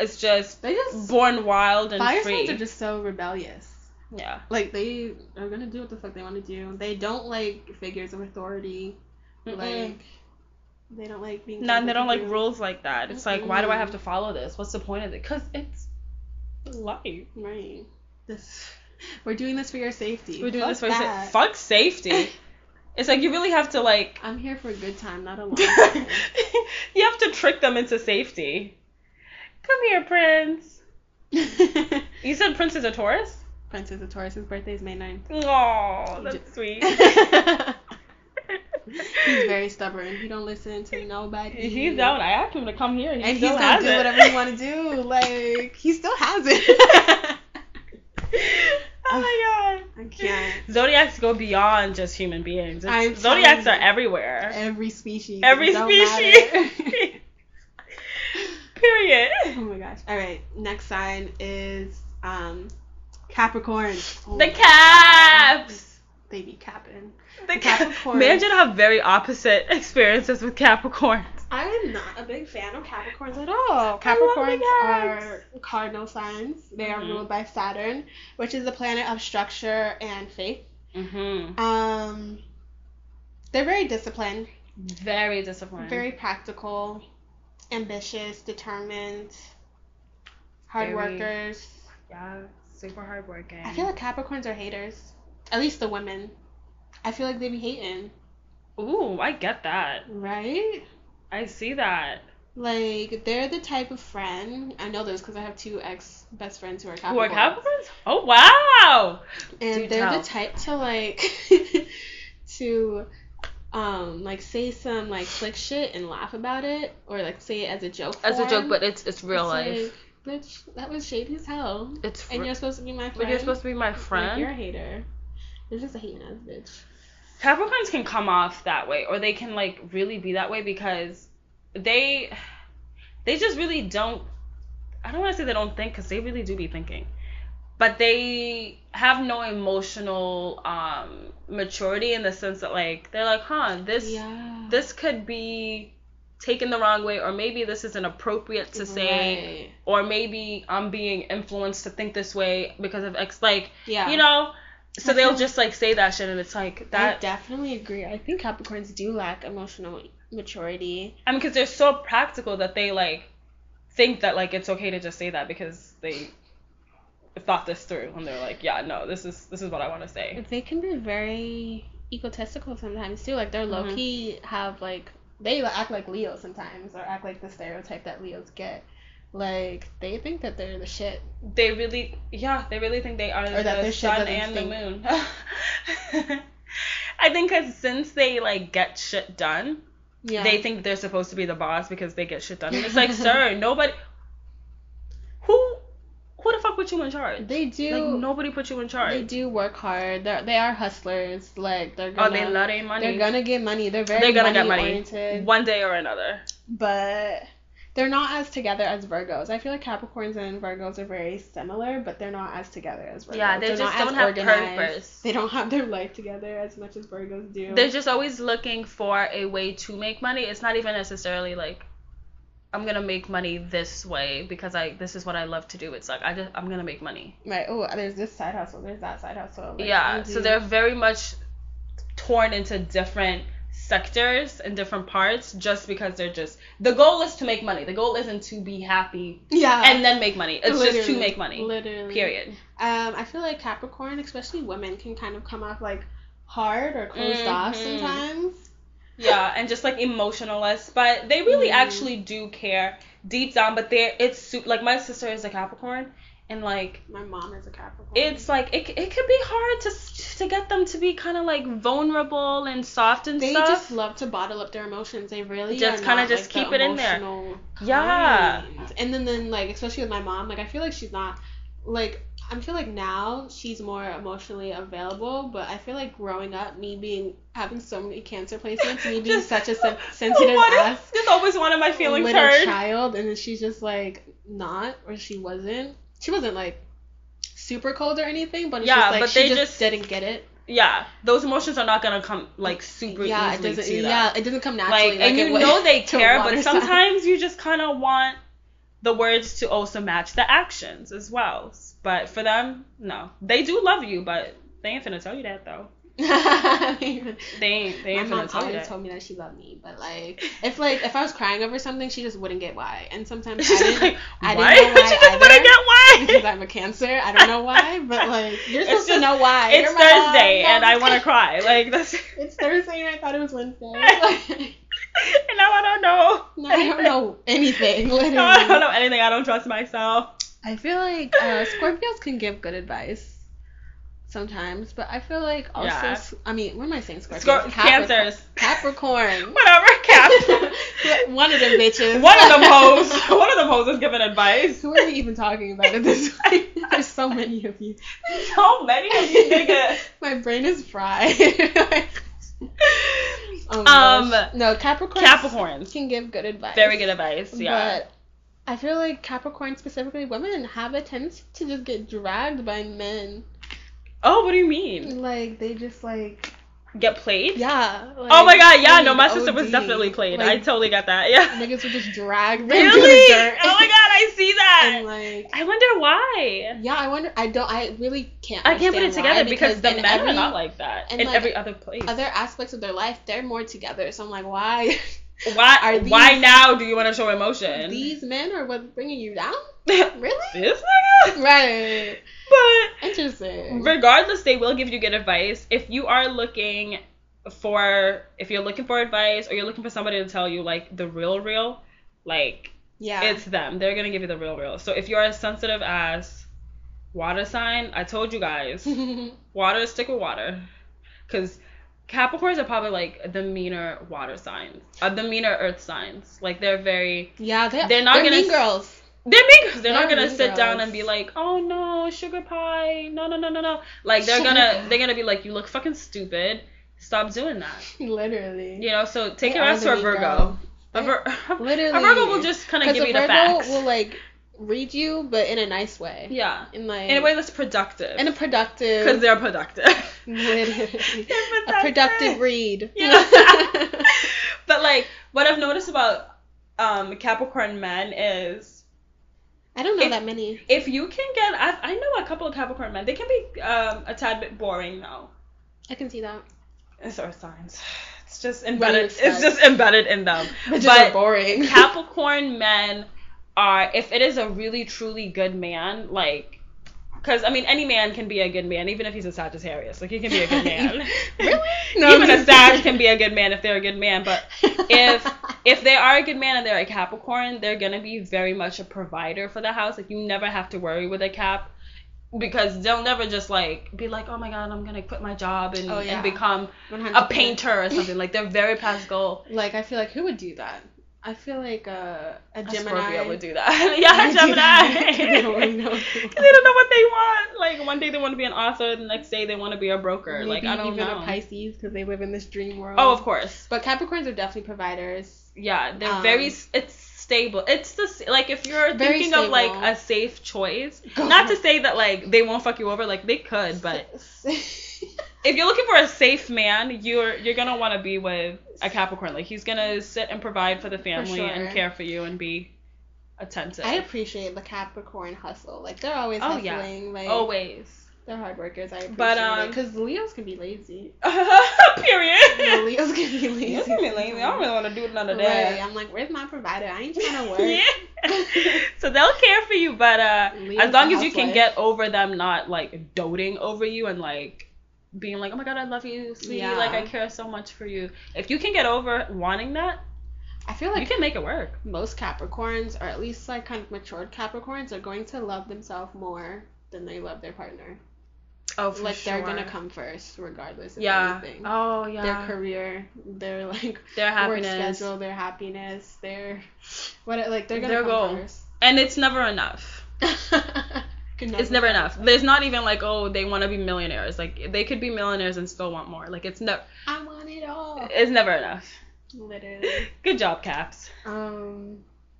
[SPEAKER 1] it's just
[SPEAKER 2] They just
[SPEAKER 1] born wild and
[SPEAKER 2] fire
[SPEAKER 1] free.
[SPEAKER 2] signs are just so rebellious.
[SPEAKER 1] yeah.
[SPEAKER 2] like they are gonna do what the fuck they want to do. They don't like figures of authority.
[SPEAKER 1] Mm-mm.
[SPEAKER 2] Like they don't like being.
[SPEAKER 1] No,
[SPEAKER 2] told
[SPEAKER 1] they
[SPEAKER 2] what
[SPEAKER 1] don't
[SPEAKER 2] to
[SPEAKER 1] like
[SPEAKER 2] do.
[SPEAKER 1] rules like that. It's like, why do I have
[SPEAKER 2] Mm-mm.
[SPEAKER 1] to follow this? What's the point of it? Because it's life.
[SPEAKER 2] Right. This we're doing this for your safety.
[SPEAKER 1] We're doing
[SPEAKER 2] Fuck
[SPEAKER 1] this for sa-
[SPEAKER 2] that.
[SPEAKER 1] fuck safety. it's like you really have to like.
[SPEAKER 2] I'm here for a good time, not a long
[SPEAKER 1] you
[SPEAKER 2] time.
[SPEAKER 1] have to trick them into safety. Come here, Prince. You said Prince is a Taurus.
[SPEAKER 2] Princess of Taurus's birthday is May 9th.
[SPEAKER 1] Oh, that's sweet.
[SPEAKER 2] He's very stubborn. He don't listen to nobody.
[SPEAKER 1] He's down. I asked him to come here. He
[SPEAKER 2] and he's
[SPEAKER 1] still
[SPEAKER 2] gonna
[SPEAKER 1] has
[SPEAKER 2] do
[SPEAKER 1] it.
[SPEAKER 2] whatever he want to do. Like he still has it.
[SPEAKER 1] oh my god.
[SPEAKER 2] I can't.
[SPEAKER 1] Zodiacs go beyond just human beings. It's-
[SPEAKER 2] I'm telling
[SPEAKER 1] Zodiacs are
[SPEAKER 2] you.
[SPEAKER 1] everywhere.
[SPEAKER 2] Every species.
[SPEAKER 1] Every,
[SPEAKER 2] It don't matter.
[SPEAKER 1] species. Period.
[SPEAKER 2] oh my gosh. All right. Next sign is um Capricorn. Oh
[SPEAKER 1] The
[SPEAKER 2] my
[SPEAKER 1] Caps.
[SPEAKER 2] gosh, They be capping.
[SPEAKER 1] The Capricorn.
[SPEAKER 2] Capricorn.
[SPEAKER 1] Imagine have very opposite experiences with Capricorns.
[SPEAKER 2] I am not a big fan of Capricorns at all.
[SPEAKER 1] Oh
[SPEAKER 2] Capricorns are cardinal signs. They are
[SPEAKER 1] Mhm.
[SPEAKER 2] ruled by Saturn, which is the planet of structure and faith.
[SPEAKER 1] Mm-hmm.
[SPEAKER 2] Um, they're very disciplined,
[SPEAKER 1] Very disciplined.
[SPEAKER 2] very practical, ambitious, determined, hard
[SPEAKER 1] Very-
[SPEAKER 2] workers.
[SPEAKER 1] yeah, super hardworking.
[SPEAKER 2] I feel like Capricorns are haters. At least the women. I feel like they be hating,
[SPEAKER 1] Ooh, I get that.
[SPEAKER 2] right?
[SPEAKER 1] I see that.
[SPEAKER 2] Like they're the type of friend I know this because I have two ex best friends who are Capricorn.
[SPEAKER 1] Who are Capricorns? Oh wow. Do
[SPEAKER 2] and they're
[SPEAKER 1] tell.
[SPEAKER 2] the type to like to um like say some like slick shit and laugh about it or like say it as a joke. form.
[SPEAKER 1] it's it's
[SPEAKER 2] It's like, bitch, that was shady as hell.
[SPEAKER 1] It's
[SPEAKER 2] And you're supposed to be my friend.
[SPEAKER 1] But you're supposed to be my
[SPEAKER 2] Like, you're a
[SPEAKER 1] friend.
[SPEAKER 2] hater. You're just a hating ass bitch.
[SPEAKER 1] Capricorns can come off that way, or they can like really be that way because they they just really don't. I don't want to say they don't think because they really do be thinking, but they have no emotional um maturity in the sense that like they're like, huh, this
[SPEAKER 2] yeah.
[SPEAKER 1] this could be taken the wrong way, or maybe this isn't appropriate to say,
[SPEAKER 2] Right.
[SPEAKER 1] or maybe I'm being influenced to think this way because of X. Like
[SPEAKER 2] Yeah.
[SPEAKER 1] you know so
[SPEAKER 2] I
[SPEAKER 1] they'll
[SPEAKER 2] feel-
[SPEAKER 1] just like say that shit and it's like
[SPEAKER 2] I
[SPEAKER 1] that
[SPEAKER 2] definitely agree. I think Capricorns do lack emotional maturity.
[SPEAKER 1] i mean because they're so practical that they like think that like it's okay to just say that because they thought this through and they're like yeah no this is this is what i want to say
[SPEAKER 2] They can be very egotistical sometimes too. Like they're
[SPEAKER 1] Mhm.
[SPEAKER 2] low key have like they li- act like Leo sometimes or act like the stereotype that Leos get. Like they think that they're the shit.
[SPEAKER 1] they really yeah they really think they are
[SPEAKER 2] Or that
[SPEAKER 1] the
[SPEAKER 2] their shit
[SPEAKER 1] sun
[SPEAKER 2] doesn't
[SPEAKER 1] and the
[SPEAKER 2] stink.
[SPEAKER 1] moon I think because since they like get shit done,
[SPEAKER 2] Yeah.
[SPEAKER 1] they think they're supposed to be the boss because they get shit done. And it's like, sir, nobody. Who, who the fuck put you in charge?
[SPEAKER 2] They do.
[SPEAKER 1] like nobody put you in
[SPEAKER 2] They
[SPEAKER 1] charge.
[SPEAKER 2] do work hard. They're, they are hustlers. Like they're
[SPEAKER 1] oh,
[SPEAKER 2] gonna.
[SPEAKER 1] they love their money.
[SPEAKER 2] They're gonna get money. They're very.
[SPEAKER 1] They're gonna get
[SPEAKER 2] money
[SPEAKER 1] money.
[SPEAKER 2] Oriented,
[SPEAKER 1] One day or another.
[SPEAKER 2] but they're not as together as Virgos. I feel like Capricorns and Virgos are very similar, but they're not as together as Virgos.
[SPEAKER 1] Yeah, they
[SPEAKER 2] They're
[SPEAKER 1] just
[SPEAKER 2] not as
[SPEAKER 1] don't have
[SPEAKER 2] organized.
[SPEAKER 1] purpose.
[SPEAKER 2] They don't have their life together as much as Virgos do.
[SPEAKER 1] They're just always looking for a way to make money. It's not even necessarily like I'm gonna make money this way because I this is what I love to do. It's like I just I'm gonna make money.
[SPEAKER 2] Right. Oh, there's this side hustle. There's that side hustle. Like,
[SPEAKER 1] yeah.
[SPEAKER 2] I
[SPEAKER 1] So
[SPEAKER 2] do-
[SPEAKER 1] they're very much torn into different sectors and different parts just because they're just the goal is to make money. The goal isn't to be happy
[SPEAKER 2] Yeah.
[SPEAKER 1] and then make money. It's just to
[SPEAKER 2] Literally.
[SPEAKER 1] make money.
[SPEAKER 2] Literally.
[SPEAKER 1] Period.
[SPEAKER 2] Um, I feel like Capricorn, especially women, can kind of come off like hard or closed off
[SPEAKER 1] Mhm.
[SPEAKER 2] sometimes.
[SPEAKER 1] yeah and just like emotionalist but they really
[SPEAKER 2] Mm.
[SPEAKER 1] actually do care deep down but they're it's su- like my sister is a capricorn and like
[SPEAKER 2] My mom is a Capricorn.
[SPEAKER 1] it's like it, it could be hard to s- to get them to be kind of like vulnerable and soft and
[SPEAKER 2] they
[SPEAKER 1] stuff
[SPEAKER 2] just love to bottle up their emotions. They really
[SPEAKER 1] Just
[SPEAKER 2] are
[SPEAKER 1] kinda
[SPEAKER 2] not,
[SPEAKER 1] just
[SPEAKER 2] like, the
[SPEAKER 1] keep it in there.
[SPEAKER 2] emotional
[SPEAKER 1] Yeah.
[SPEAKER 2] kind. And then then like especially with my mom, like I feel like she's not like I feel like now she's more emotionally available, but I feel like growing up, me being having so many cancer placements, me being
[SPEAKER 1] Just-
[SPEAKER 2] such a sen- sensitive
[SPEAKER 1] What?
[SPEAKER 2] ass
[SPEAKER 1] there's always one of my feelings
[SPEAKER 2] little
[SPEAKER 1] hurt
[SPEAKER 2] child, and then she's just like not, or she wasn't. She wasn't like super cold or anything, but it's
[SPEAKER 1] Yeah,
[SPEAKER 2] just like
[SPEAKER 1] but
[SPEAKER 2] she
[SPEAKER 1] they
[SPEAKER 2] just,
[SPEAKER 1] just-
[SPEAKER 2] didn't get it.
[SPEAKER 1] yeah those emotions are not gonna come like super
[SPEAKER 2] yeah, it
[SPEAKER 1] easily
[SPEAKER 2] doesn't.
[SPEAKER 1] to them.
[SPEAKER 2] Yeah, it doesn't come naturally.
[SPEAKER 1] like,
[SPEAKER 2] Like,
[SPEAKER 1] and
[SPEAKER 2] it
[SPEAKER 1] you
[SPEAKER 2] would
[SPEAKER 1] know they
[SPEAKER 2] to
[SPEAKER 1] care
[SPEAKER 2] water
[SPEAKER 1] but
[SPEAKER 2] sign.
[SPEAKER 1] sometimes you just kind of want the words to also match the actions as well but for them no they do love you but they ain't finna tell you that though
[SPEAKER 2] I mean,
[SPEAKER 1] they ain't they
[SPEAKER 2] my
[SPEAKER 1] ain't
[SPEAKER 2] mom
[SPEAKER 1] finna tell you
[SPEAKER 2] always
[SPEAKER 1] that
[SPEAKER 2] told me that she loved me, but like, if like if I was crying over something, she just wouldn't get why. And sometimes I
[SPEAKER 1] She's
[SPEAKER 2] didn't
[SPEAKER 1] just like,
[SPEAKER 2] I
[SPEAKER 1] why?
[SPEAKER 2] didn't know
[SPEAKER 1] she
[SPEAKER 2] why
[SPEAKER 1] just
[SPEAKER 2] either,
[SPEAKER 1] wouldn't get why.
[SPEAKER 2] because I'm a cancer. I don't know why, but like you're
[SPEAKER 1] It's
[SPEAKER 2] supposed to
[SPEAKER 1] just-
[SPEAKER 2] know why.
[SPEAKER 1] it's
[SPEAKER 2] You're my mom.
[SPEAKER 1] Thursday and I want to
[SPEAKER 2] Thursday.
[SPEAKER 1] cry. Like that's,
[SPEAKER 2] It's Thursday and I thought it was Wednesday.
[SPEAKER 1] and now I don't know.
[SPEAKER 2] No, I don't know anything. Literally.
[SPEAKER 1] Now I don't know anything. I don't trust myself.
[SPEAKER 2] I feel like uh, Scorpios can give good advice sometimes, but I feel like also,
[SPEAKER 1] Yeah.
[SPEAKER 2] I mean, what am I saying? Scorpios,
[SPEAKER 1] Scor-
[SPEAKER 2] Capricorn-
[SPEAKER 1] Cancers.
[SPEAKER 2] Capricorn.
[SPEAKER 1] Whatever. Cap.
[SPEAKER 2] One of them bitches.
[SPEAKER 1] One of them hoes. One of them hoes is giving advice.
[SPEAKER 2] Who are we even talking about at this point? There's so many of you.
[SPEAKER 1] So many of you niggas.
[SPEAKER 2] My brain is fried. oh
[SPEAKER 1] Um,
[SPEAKER 2] gosh. no Capricorn.
[SPEAKER 1] Capricorns.
[SPEAKER 2] can give good advice.
[SPEAKER 1] Very good advice. Yeah.
[SPEAKER 2] But I feel like Capricorn, specifically women, have a tendency to just get dragged by men.
[SPEAKER 1] oh, what do you mean?
[SPEAKER 2] Like they just like
[SPEAKER 1] Get played?
[SPEAKER 2] yeah. Like,
[SPEAKER 1] oh my god. Yeah. No,
[SPEAKER 2] like,
[SPEAKER 1] my sister was
[SPEAKER 2] OD.
[SPEAKER 1] definitely played. I
[SPEAKER 2] Like,
[SPEAKER 1] totally got that. Yeah.
[SPEAKER 2] niggas would just drag them
[SPEAKER 1] Really?
[SPEAKER 2] to the dirt.
[SPEAKER 1] Oh my god. I see
[SPEAKER 2] and
[SPEAKER 1] that.
[SPEAKER 2] like
[SPEAKER 1] I wonder why.
[SPEAKER 2] yeah, I wonder. I don't. I really can't.
[SPEAKER 1] I can't put it
[SPEAKER 2] understand why,
[SPEAKER 1] together because, the
[SPEAKER 2] in
[SPEAKER 1] men
[SPEAKER 2] every
[SPEAKER 1] are not like that
[SPEAKER 2] and,
[SPEAKER 1] in
[SPEAKER 2] like,
[SPEAKER 1] every other place.
[SPEAKER 2] other aspects of their life, they're more together. So I'm like, why?
[SPEAKER 1] why?
[SPEAKER 2] are these-
[SPEAKER 1] why now do you want to show emotion?
[SPEAKER 2] These men are what's bringing you down?
[SPEAKER 1] this
[SPEAKER 2] Really?
[SPEAKER 1] nigga.
[SPEAKER 2] right.
[SPEAKER 1] But
[SPEAKER 2] Interesting.
[SPEAKER 1] regardless, they will give you good advice if you are looking for if you're looking for advice or you're looking for somebody to tell you like the real real like
[SPEAKER 2] Yeah.
[SPEAKER 1] it's them they're gonna give you the real real so if you're as sensitive as water sign i told you guys water stick with water because capricorns are probably like the meaner water signs uh, the meaner earth signs like they're very
[SPEAKER 2] yeah. They're,
[SPEAKER 1] They're not
[SPEAKER 2] they're
[SPEAKER 1] gonna
[SPEAKER 2] mean
[SPEAKER 1] s-
[SPEAKER 2] girls.
[SPEAKER 1] they're mean girls. they're not
[SPEAKER 2] They're
[SPEAKER 1] gonna
[SPEAKER 2] mean
[SPEAKER 1] sit down
[SPEAKER 2] girls.
[SPEAKER 1] and be like oh no sugar pie no no no no no like they're gonna they're gonna be like you look fucking stupid stop doing that
[SPEAKER 2] Literally.
[SPEAKER 1] you know so take
[SPEAKER 2] They
[SPEAKER 1] your
[SPEAKER 2] are
[SPEAKER 1] ass
[SPEAKER 2] the
[SPEAKER 1] to a
[SPEAKER 2] mean
[SPEAKER 1] virgo
[SPEAKER 2] girl.
[SPEAKER 1] a, Vir- a
[SPEAKER 2] Literally.
[SPEAKER 1] virgo will just kind of
[SPEAKER 2] Because
[SPEAKER 1] give you
[SPEAKER 2] a
[SPEAKER 1] the
[SPEAKER 2] Virgo
[SPEAKER 1] facts
[SPEAKER 2] will like read you, but in a nice way.
[SPEAKER 1] yeah
[SPEAKER 2] In like
[SPEAKER 1] in a way that's productive
[SPEAKER 2] in a productive.
[SPEAKER 1] because they're productive
[SPEAKER 2] literally
[SPEAKER 1] They're
[SPEAKER 2] a productive read.
[SPEAKER 1] Yeah. but like what i've noticed about um capricorn men is
[SPEAKER 2] I don't know
[SPEAKER 1] If-
[SPEAKER 2] that many.
[SPEAKER 1] if you can get i i know a couple of capricorn men they can be um a tad bit boring though
[SPEAKER 2] I can see that.
[SPEAKER 1] it's earth signs it's just
[SPEAKER 2] do you
[SPEAKER 1] embedded it's
[SPEAKER 2] expect?
[SPEAKER 1] just embedded in them
[SPEAKER 2] Bitches
[SPEAKER 1] But-
[SPEAKER 2] are boring.
[SPEAKER 1] capricorn men are if it is a really truly good man like because i mean any man can be a good man even if he's a sagittarius like he can be a good man
[SPEAKER 2] really?
[SPEAKER 1] even a sag can be a good man if they're a good man but if- if they are a good man and they're a Capricorn, they're gonna be very much a provider for the house. Like you never have to worry with a Cap. because they'll never just like be like, oh my god, I'm gonna quit my job and,
[SPEAKER 2] Oh, yeah.
[SPEAKER 1] and become
[SPEAKER 2] 100%.
[SPEAKER 1] a painter or something. Like they're very past goal.
[SPEAKER 2] Like I feel like who would do that? I feel like uh, a
[SPEAKER 1] A
[SPEAKER 2] Gemini
[SPEAKER 1] Scorpio would do that. yeah,
[SPEAKER 2] would do that.
[SPEAKER 1] Gemini.
[SPEAKER 2] They don't really know what they
[SPEAKER 1] they don't know what they want. Like one day they want to be an author, the next day they want to be a broker.
[SPEAKER 2] Maybe
[SPEAKER 1] like I don't
[SPEAKER 2] even
[SPEAKER 1] know.
[SPEAKER 2] a Pisces because they live in this dream world.
[SPEAKER 1] oh, of course.
[SPEAKER 2] But Capricorns are definitely providers.
[SPEAKER 1] Yeah, they're
[SPEAKER 2] Um,
[SPEAKER 1] very. s- It's stable. It's the s- like if you're
[SPEAKER 2] Very
[SPEAKER 1] thinking of like
[SPEAKER 2] stable.
[SPEAKER 1] a safe choice.
[SPEAKER 2] Go
[SPEAKER 1] Not to
[SPEAKER 2] for
[SPEAKER 1] say that like they won't fuck you over. Like they could, but
[SPEAKER 2] S-
[SPEAKER 1] if you're looking for a safe man, you're you're gonna want to be with a Capricorn. Like he's gonna sit and provide for the family and
[SPEAKER 2] sure.
[SPEAKER 1] care for you and be attentive.
[SPEAKER 2] I appreciate the Capricorn hustle. Like they're always
[SPEAKER 1] Oh, yeah.
[SPEAKER 2] hustling. Like
[SPEAKER 1] Always.
[SPEAKER 2] they're hard workers. I appreciate
[SPEAKER 1] But, um,
[SPEAKER 2] because Leos can be lazy.
[SPEAKER 1] Period.
[SPEAKER 2] Yeah, Leos can be lazy.
[SPEAKER 1] Leave me alone. I don't really want to do none of
[SPEAKER 2] Right.
[SPEAKER 1] that.
[SPEAKER 2] I'm like, where's my provider? I ain't trying to work.
[SPEAKER 1] yeah. so they'll care for you, but uh,
[SPEAKER 2] Leo's
[SPEAKER 1] as long
[SPEAKER 2] the
[SPEAKER 1] as you can
[SPEAKER 2] housewife.
[SPEAKER 1] get over them not like doting over you and like being like, oh my god, I love you, sweetie,
[SPEAKER 2] Yeah.
[SPEAKER 1] like I care so much for you. If you can get over wanting that,
[SPEAKER 2] I feel
[SPEAKER 1] you
[SPEAKER 2] like
[SPEAKER 1] can make it work.
[SPEAKER 2] most Capricorns, or at least like kind of matured Capricorns, are going to love themselves more than they love their partner.
[SPEAKER 1] Oh,
[SPEAKER 2] like they're gonna come first, regardless of
[SPEAKER 1] Yeah.
[SPEAKER 2] anything.
[SPEAKER 1] Oh yeah.
[SPEAKER 2] Their career, their like
[SPEAKER 1] their
[SPEAKER 2] work
[SPEAKER 1] happiness
[SPEAKER 2] schedule, their happiness, their what like they're gonna
[SPEAKER 1] Their
[SPEAKER 2] come
[SPEAKER 1] goal.
[SPEAKER 2] first.
[SPEAKER 1] and it's never enough
[SPEAKER 2] Could
[SPEAKER 1] it's never enough there's not even like oh they want to be millionaires like they could be millionaires and still want more like it's never
[SPEAKER 2] I want it all.
[SPEAKER 1] it's never enough
[SPEAKER 2] Literally.
[SPEAKER 1] good job caps
[SPEAKER 2] Um.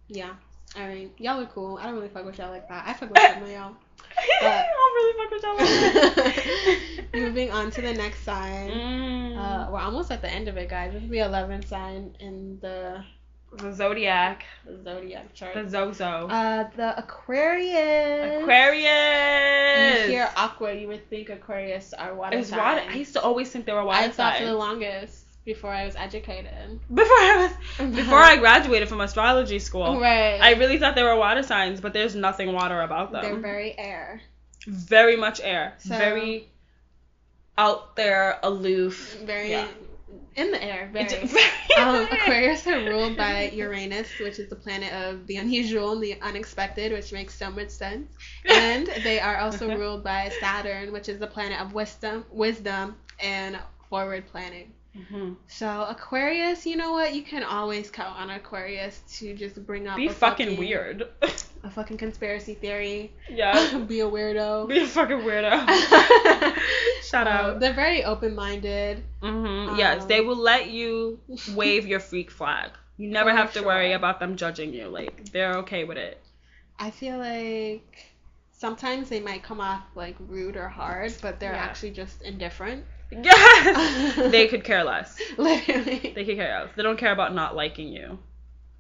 [SPEAKER 2] Yeah. All right. Y'all are cool. I don't really fuck with y'all like that. I fuck with some of y'all. Uh,
[SPEAKER 1] i don't really fuck with y'all like that.
[SPEAKER 2] Moving on to the next sign.
[SPEAKER 1] Mm.
[SPEAKER 2] Uh, we're almost at the end of it, guys. This is the 11th sign in the
[SPEAKER 1] the zodiac
[SPEAKER 2] zodiac chart.
[SPEAKER 1] the zozo
[SPEAKER 2] Uh, the Aquarius.
[SPEAKER 1] aquarius
[SPEAKER 2] You hear aqua, you would think Aquarius are water.
[SPEAKER 1] It's water.
[SPEAKER 2] signs.
[SPEAKER 1] I used to always think they were
[SPEAKER 2] I
[SPEAKER 1] water
[SPEAKER 2] thought for
[SPEAKER 1] signs.
[SPEAKER 2] the longest before I was educated.
[SPEAKER 1] Before I was, before I graduated from astrology school,
[SPEAKER 2] right.
[SPEAKER 1] I really thought they were water signs, but there's nothing water about them.
[SPEAKER 2] They're very air.
[SPEAKER 1] very much air,
[SPEAKER 2] So-
[SPEAKER 1] very out there, aloof.
[SPEAKER 2] Very
[SPEAKER 1] Yeah.
[SPEAKER 2] in the air. Very.
[SPEAKER 1] It's very-
[SPEAKER 2] um, Aquarius are ruled by Uranus, which is the planet of the unusual and the unexpected, which makes so much sense. And they are also ruled by Saturn, which is the planet of wisdom, wisdom and forward planning.
[SPEAKER 1] Mhm.
[SPEAKER 2] So Aquarius, you know what? You can always count on Aquarius to just bring up
[SPEAKER 1] be
[SPEAKER 2] a
[SPEAKER 1] fucking, weird.
[SPEAKER 2] a fucking conspiracy theory,
[SPEAKER 1] yeah,
[SPEAKER 2] be a weirdo.
[SPEAKER 1] be a fucking weirdo. Shout
[SPEAKER 2] Um,
[SPEAKER 1] out.
[SPEAKER 2] they're very open-minded.
[SPEAKER 1] hmm yes, they will let you wave your freak flag. You never
[SPEAKER 2] For
[SPEAKER 1] have to worry
[SPEAKER 2] sure.
[SPEAKER 1] about them judging you. Like they're okay with it.
[SPEAKER 2] I feel like sometimes they might come off like rude or hard, but they're
[SPEAKER 1] Yeah.
[SPEAKER 2] actually just indifferent.
[SPEAKER 1] Yes, they could care less.
[SPEAKER 2] Literally.
[SPEAKER 1] They could care less. They don't care about not liking you.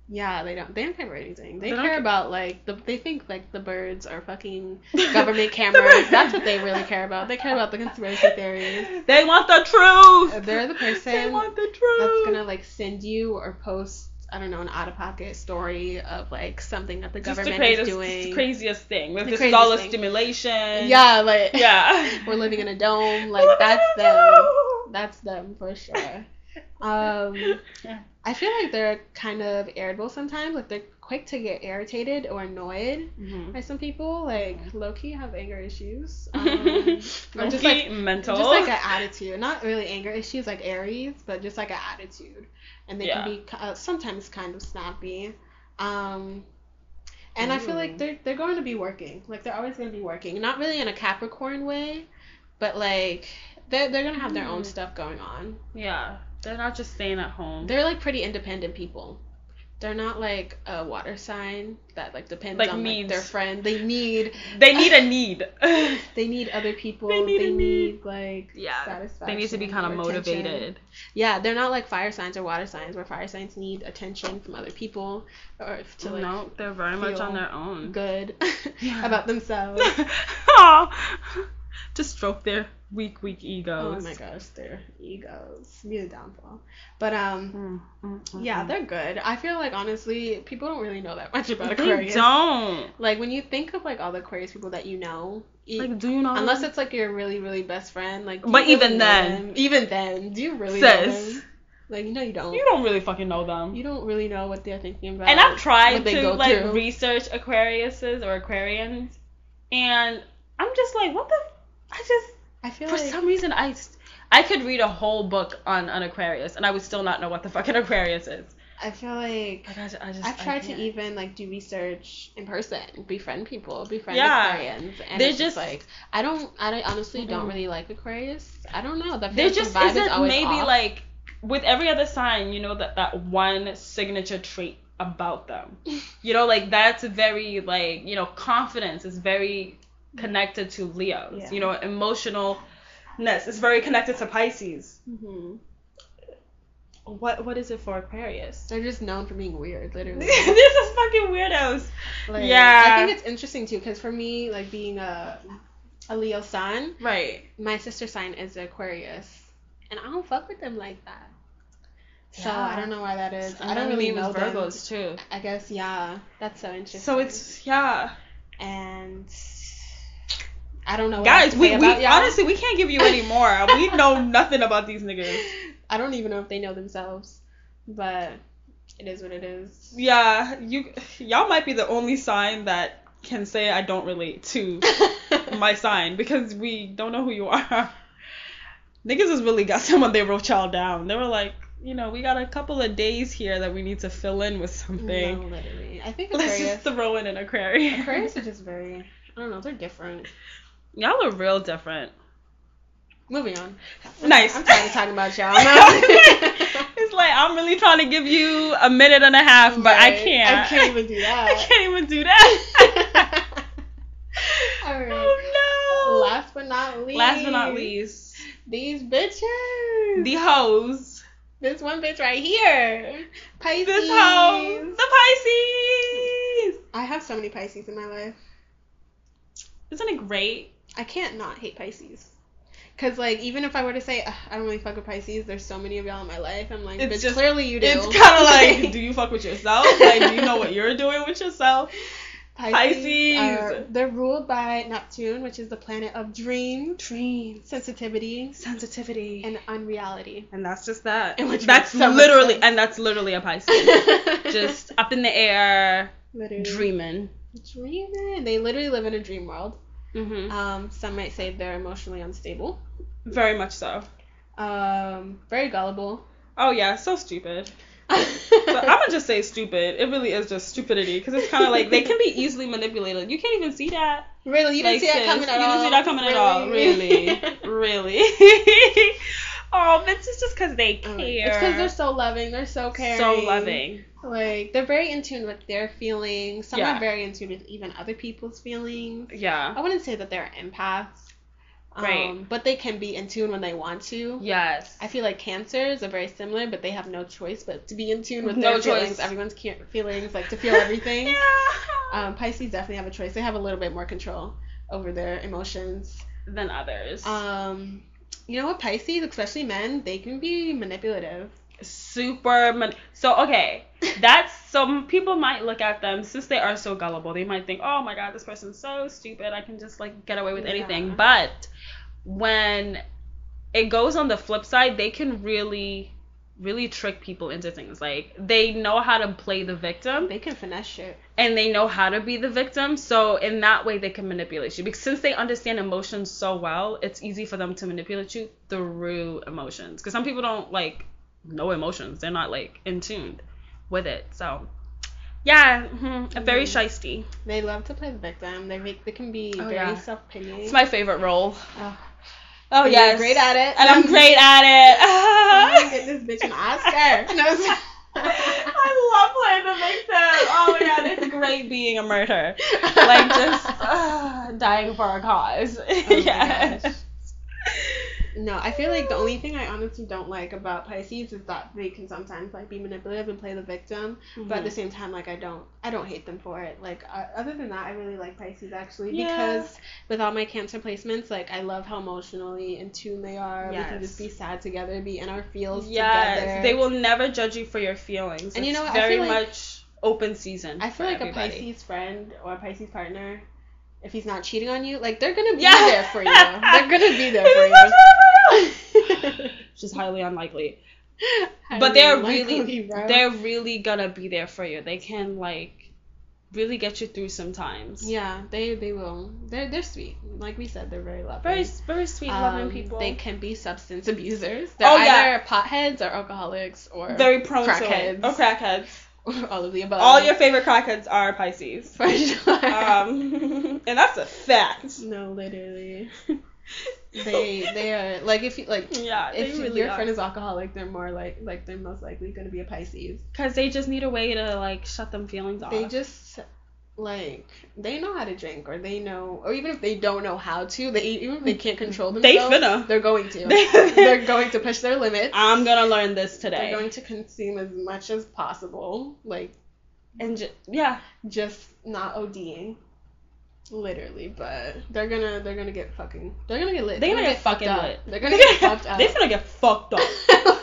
[SPEAKER 2] yeah, they don't. They don't care about anything. They,
[SPEAKER 1] They don't
[SPEAKER 2] care
[SPEAKER 1] ca-
[SPEAKER 2] about like the. They think like the birds are fucking government cameras. That's what they really care about. They care about the conspiracy theories.
[SPEAKER 1] They want the truth.
[SPEAKER 2] Uh, They're the
[SPEAKER 1] They
[SPEAKER 2] person
[SPEAKER 1] want the
[SPEAKER 2] that's
[SPEAKER 1] truth.
[SPEAKER 2] gonna like send you or post. I don't know an out of pocket story of like something that the
[SPEAKER 1] just to
[SPEAKER 2] government
[SPEAKER 1] create
[SPEAKER 2] is
[SPEAKER 1] this,
[SPEAKER 2] doing.
[SPEAKER 1] this craziest thing with
[SPEAKER 2] The
[SPEAKER 1] this
[SPEAKER 2] craziest
[SPEAKER 1] dollar
[SPEAKER 2] thing.
[SPEAKER 1] stimulation.
[SPEAKER 2] Yeah, like
[SPEAKER 1] Yeah.
[SPEAKER 2] we're living in a dome. Like that's them.
[SPEAKER 1] the.
[SPEAKER 2] That's them for sure. Um, I feel like they're kind of irritable sometimes. Like they're quick to get irritated or annoyed by some people. Like low key have anger issues. Um, or just like
[SPEAKER 1] mental.
[SPEAKER 2] just like an attitude, not really anger issues like Aries, but just like an attitude, and they
[SPEAKER 1] Yeah.
[SPEAKER 2] can be ki- uh, sometimes kind of snappy. Um, and I feel
[SPEAKER 1] Ooh.
[SPEAKER 2] like they're they're going to be working, like they're always going to be working, not really in a Capricorn way, but like they're they're gonna have their own
[SPEAKER 1] Mm.
[SPEAKER 2] stuff going on.
[SPEAKER 1] yeah, they're not just staying at home.
[SPEAKER 2] They're like pretty independent people. They're not like a water sign that like depends
[SPEAKER 1] Like
[SPEAKER 2] on like,
[SPEAKER 1] needs.
[SPEAKER 2] their friend. They need
[SPEAKER 1] They need a need.
[SPEAKER 2] they need other people.
[SPEAKER 1] They
[SPEAKER 2] They
[SPEAKER 1] need
[SPEAKER 2] need,
[SPEAKER 1] a need.
[SPEAKER 2] like
[SPEAKER 1] Yeah. they
[SPEAKER 2] satisfaction.
[SPEAKER 1] need to be kind of
[SPEAKER 2] or attention.
[SPEAKER 1] motivated.
[SPEAKER 2] Yeah, they're not like fire signs or water signs where fire signs need attention from other people or if to like
[SPEAKER 1] no, they're very much on
[SPEAKER 2] feel
[SPEAKER 1] their own.
[SPEAKER 2] good
[SPEAKER 1] Yeah.
[SPEAKER 2] about themselves.
[SPEAKER 1] Aw. Just stroke their weak, weak
[SPEAKER 2] oh
[SPEAKER 1] egos.
[SPEAKER 2] my gosh, their egos. Be the downfall. But um
[SPEAKER 1] Mm, mm, mm,
[SPEAKER 2] yeah,
[SPEAKER 1] mm.
[SPEAKER 2] they're good. I feel like honestly, people don't really know that much about
[SPEAKER 1] They
[SPEAKER 2] Aquarius.
[SPEAKER 1] don't.
[SPEAKER 2] Like when you think of like all the Aquarius people that you know, e-
[SPEAKER 1] Like, do you know?
[SPEAKER 2] unless it's like your really really best friend, like. do you
[SPEAKER 1] But even
[SPEAKER 2] know
[SPEAKER 1] then.
[SPEAKER 2] them? even then, do you really know
[SPEAKER 1] sis,
[SPEAKER 2] them? Like you know you don't.
[SPEAKER 1] you don't really fucking know them.
[SPEAKER 2] You don't really know what they're thinking about.
[SPEAKER 1] and I've tried
[SPEAKER 2] what they
[SPEAKER 1] to
[SPEAKER 2] go
[SPEAKER 1] like
[SPEAKER 2] through.
[SPEAKER 1] research Aquariuses or Aquarians, and I'm just like, what the? I just
[SPEAKER 2] I feel
[SPEAKER 1] for
[SPEAKER 2] like
[SPEAKER 1] some reason I I could read a whole book on an Aquarius and I would still not know what the fucking Aquarius is.
[SPEAKER 2] I feel like
[SPEAKER 1] Like, I, ju- I just
[SPEAKER 2] I've tried to
[SPEAKER 1] can't.
[SPEAKER 2] even like do research in person, befriend people, befriend
[SPEAKER 1] Yeah.
[SPEAKER 2] Aquarians, and
[SPEAKER 1] They're
[SPEAKER 2] it's
[SPEAKER 1] just-
[SPEAKER 2] just, like I don't, I don't- honestly don't
[SPEAKER 1] Mhm.
[SPEAKER 2] really like Aquarius. I don't know. The
[SPEAKER 1] There
[SPEAKER 2] the
[SPEAKER 1] just
[SPEAKER 2] vibe is
[SPEAKER 1] isn't
[SPEAKER 2] always
[SPEAKER 1] maybe
[SPEAKER 2] off.
[SPEAKER 1] like with every other sign, you know that that one signature trait about them. you know, like that's very like you know confidence is very connected to Leo's.
[SPEAKER 2] Yeah.
[SPEAKER 1] You know, emotionalness is very connected to Pisces.
[SPEAKER 2] Mhm.
[SPEAKER 1] What what is it for Aquarius?
[SPEAKER 2] they're just known for being weird, literally.
[SPEAKER 1] this is fucking weirdos.
[SPEAKER 2] Like,
[SPEAKER 1] Yeah.
[SPEAKER 2] I think it's interesting too, because for me, like being a a Leo sign,
[SPEAKER 1] Right.
[SPEAKER 2] my sister sign is Aquarius, and I don't fuck with them like that. So
[SPEAKER 1] Yeah.
[SPEAKER 2] I don't know why that is. I
[SPEAKER 1] And
[SPEAKER 2] don't
[SPEAKER 1] then
[SPEAKER 2] really
[SPEAKER 1] it was
[SPEAKER 2] know them.
[SPEAKER 1] Virgos too.
[SPEAKER 2] I guess yeah, that's so interesting.
[SPEAKER 1] So it's yeah,
[SPEAKER 2] and I don't know. What else
[SPEAKER 1] guys.
[SPEAKER 2] to
[SPEAKER 1] We,
[SPEAKER 2] say
[SPEAKER 1] we
[SPEAKER 2] about y'all.
[SPEAKER 1] honestly we can't give you any more. we know nothing about these niggas.
[SPEAKER 2] I don't even know if they know themselves, but it is what it is.
[SPEAKER 1] Yeah, you y'all might be the only sign that can say I don't relate to my sign because we don't know who you are. Niggas has really got someone they wrote y'all down. They were like, you know, we got a couple of days here that we need to fill in with something.
[SPEAKER 2] No, literally. I think
[SPEAKER 1] Let's
[SPEAKER 2] Aquarius.
[SPEAKER 1] just throw in an aquarium.
[SPEAKER 2] Aquarius are just very. I don't know. They're different.
[SPEAKER 1] Y'all are real different.
[SPEAKER 2] Moving on.
[SPEAKER 1] Nice.
[SPEAKER 2] I'm tired of talking about y'all. No.
[SPEAKER 1] It's like I'm really trying to give you a minute and a half, but I
[SPEAKER 2] Right.
[SPEAKER 1] can't.
[SPEAKER 2] I can't even do
[SPEAKER 1] I
[SPEAKER 2] that.
[SPEAKER 1] can't even do that.
[SPEAKER 2] All right.
[SPEAKER 1] oh no.
[SPEAKER 2] Last but not least.
[SPEAKER 1] Last but not least,
[SPEAKER 2] These bitches.
[SPEAKER 1] the hoes.
[SPEAKER 2] this one bitch right here. Pisces.
[SPEAKER 1] This hoe, the Pisces.
[SPEAKER 2] I have so many Pisces in my life.
[SPEAKER 1] Isn't it great?
[SPEAKER 2] I can't not hate Pisces. Cause like even if I were to say "Ugh, I don't really fuck with Pisces, there's so many of y'all in my life. I'm like,
[SPEAKER 1] It's
[SPEAKER 2] bitch,
[SPEAKER 1] just-
[SPEAKER 2] clearly you do.
[SPEAKER 1] It's kind of like, do you fuck with yourself? Like, do you know what you're doing with yourself? Pisces.
[SPEAKER 2] are- they're ruled by Neptune, which is the planet of dreams,
[SPEAKER 1] Dreams,
[SPEAKER 2] sensitivity,
[SPEAKER 1] sensitivity, and,
[SPEAKER 2] and unreality.
[SPEAKER 1] that's just that.
[SPEAKER 2] And which
[SPEAKER 1] that's
[SPEAKER 2] makes so much
[SPEAKER 1] literally,
[SPEAKER 2] sense.
[SPEAKER 1] and that's literally a Pisces.
[SPEAKER 2] just
[SPEAKER 1] just up in the air,
[SPEAKER 2] literally
[SPEAKER 1] dreaming.
[SPEAKER 2] dreaming. They literally live in a dream world.
[SPEAKER 1] Mm-hmm.
[SPEAKER 2] Um, some might say they're emotionally unstable.
[SPEAKER 1] Very much so.
[SPEAKER 2] Um, very gullible.
[SPEAKER 1] Oh yeah, so stupid. So I'm gonna just say stupid. It really is just stupidity because it's kind of like they can be easily manipulated. You can't even see that.
[SPEAKER 2] Really, you
[SPEAKER 1] Like,
[SPEAKER 2] didn't see that
[SPEAKER 1] sis,
[SPEAKER 2] coming at
[SPEAKER 1] you
[SPEAKER 2] all.
[SPEAKER 1] didn't see that coming at all. Really, really. oh, it's just just because they
[SPEAKER 2] Oh,
[SPEAKER 1] care.
[SPEAKER 2] It's because they're so loving. They're so caring.
[SPEAKER 1] so loving.
[SPEAKER 2] Like they're very in tune with their feelings. Some
[SPEAKER 1] Yeah.
[SPEAKER 2] are very in tune with even other people's feelings.
[SPEAKER 1] Yeah.
[SPEAKER 2] I wouldn't say that they're empaths. Um,
[SPEAKER 1] Right.
[SPEAKER 2] But they can be in tune when they want to.
[SPEAKER 1] Yes.
[SPEAKER 2] Oh. I feel like cancers are very similar, but they have no choice but to be in tune with
[SPEAKER 1] No
[SPEAKER 2] their
[SPEAKER 1] choice.
[SPEAKER 2] feelings. Everyone's ca- feelings, like to feel everything.
[SPEAKER 1] yeah.
[SPEAKER 2] um, Pisces definitely have a choice. They have a little bit more control over their emotions.
[SPEAKER 1] than others.
[SPEAKER 2] Um, you know what, Pisces, especially men, they can be manipulative.
[SPEAKER 1] Super. Man- so okay. That's some people might look at them since they are so gullible. They might think, "Oh my god, this person's so stupid. I can just like get away with anything."
[SPEAKER 2] Yeah.
[SPEAKER 1] But when it goes on the flip side, they can really really trick people into things. Like they know how to play the victim
[SPEAKER 2] They can finesse shit.
[SPEAKER 1] and they know how to be the victim. So in that way they can manipulate you. Because since they understand emotions so well, it's easy for them to manipulate you through emotions. Because some people don't like know emotions. They're not like in tune with it. So yeah, mhm, very
[SPEAKER 2] Mhm.
[SPEAKER 1] shisty.
[SPEAKER 2] They love to play the victim. They make, they can be
[SPEAKER 1] Oh,
[SPEAKER 2] very
[SPEAKER 1] yeah.
[SPEAKER 2] self-pitying.
[SPEAKER 1] It's my favorite role.
[SPEAKER 2] Oh.
[SPEAKER 1] Oh
[SPEAKER 2] And
[SPEAKER 1] yeah,
[SPEAKER 2] you're great at it.
[SPEAKER 1] and I'm great
[SPEAKER 2] I'm gonna
[SPEAKER 1] at
[SPEAKER 2] get
[SPEAKER 1] it.
[SPEAKER 2] this bitch an Oscar. No, it's-
[SPEAKER 1] I love playing the victim. Oh my god, it's great being a murderer. like just uh, dying for a cause.
[SPEAKER 2] Oh, my
[SPEAKER 1] yes.
[SPEAKER 2] gosh. No, I feel like the only thing I honestly don't like about Pisces is that they can sometimes like be manipulative and play the victim, but
[SPEAKER 1] Mm-hmm. Mm.
[SPEAKER 2] at the same time, like I don't, I don't hate them for it. Like uh, other than that, I really like Pisces actually
[SPEAKER 1] Yeah.
[SPEAKER 2] because with all my Cancer placements, like I love how emotionally in tune they are. We can just
[SPEAKER 1] Yes.
[SPEAKER 2] be sad together, be in our feels
[SPEAKER 1] yes,
[SPEAKER 2] together.
[SPEAKER 1] they will never judge you for your feelings.
[SPEAKER 2] And you
[SPEAKER 1] It's
[SPEAKER 2] know what, I
[SPEAKER 1] Very
[SPEAKER 2] feel like-
[SPEAKER 1] much open season.
[SPEAKER 2] I feel
[SPEAKER 1] for
[SPEAKER 2] like
[SPEAKER 1] everybody.
[SPEAKER 2] a Pisces friend or a Pisces partner, if he's not cheating on you, like they're gonna be
[SPEAKER 1] Yeah.
[SPEAKER 2] there for you. They're gonna be there for
[SPEAKER 1] It's
[SPEAKER 2] you.
[SPEAKER 1] Which is highly unlikely. But they're really- They're really gonna be there for you. They can like really get you through sometimes.
[SPEAKER 2] Yeah, they they will. They're they're sweet. Like we said, they're very loving.
[SPEAKER 1] Very very sweet, loving
[SPEAKER 2] Um,
[SPEAKER 1] people.
[SPEAKER 2] They can be substance abusers. They're
[SPEAKER 1] Oh,
[SPEAKER 2] either
[SPEAKER 1] yeah.
[SPEAKER 2] potheads or alcoholics or
[SPEAKER 1] very prone
[SPEAKER 2] crackheads.
[SPEAKER 1] to it. Oh,
[SPEAKER 2] Um,
[SPEAKER 1] crackheads.
[SPEAKER 2] all of the above.
[SPEAKER 1] All your favorite crackheads are Pisces.
[SPEAKER 2] for sure.
[SPEAKER 1] Um, and that's a fact.
[SPEAKER 2] no, literally. They they are like if you like
[SPEAKER 1] yeah, Mm, they
[SPEAKER 2] if
[SPEAKER 1] really
[SPEAKER 2] your
[SPEAKER 1] are.
[SPEAKER 2] friend is alcoholic, they're more like like they're most likely going to be a Pisces.
[SPEAKER 1] Cause they just need a way to like shut them feelings off.
[SPEAKER 2] They just like they know how to drink, or they know, or even if they don't know how to, they even if they can't control
[SPEAKER 1] they
[SPEAKER 2] themselves,
[SPEAKER 1] finna.
[SPEAKER 2] are going to. they're going to push their limits.
[SPEAKER 1] I'm gonna learn this
[SPEAKER 2] They're
[SPEAKER 1] today.
[SPEAKER 2] going to consume as much as possible, like
[SPEAKER 1] and ju- yeah,
[SPEAKER 2] just not ODing, literally. But they're gonna they're gonna get fucking they're gonna get lit.
[SPEAKER 1] They're gonna get
[SPEAKER 2] fucked
[SPEAKER 1] fucking
[SPEAKER 2] up.
[SPEAKER 1] lit.
[SPEAKER 2] They're gonna get fucked up.
[SPEAKER 1] they finna get fucked up.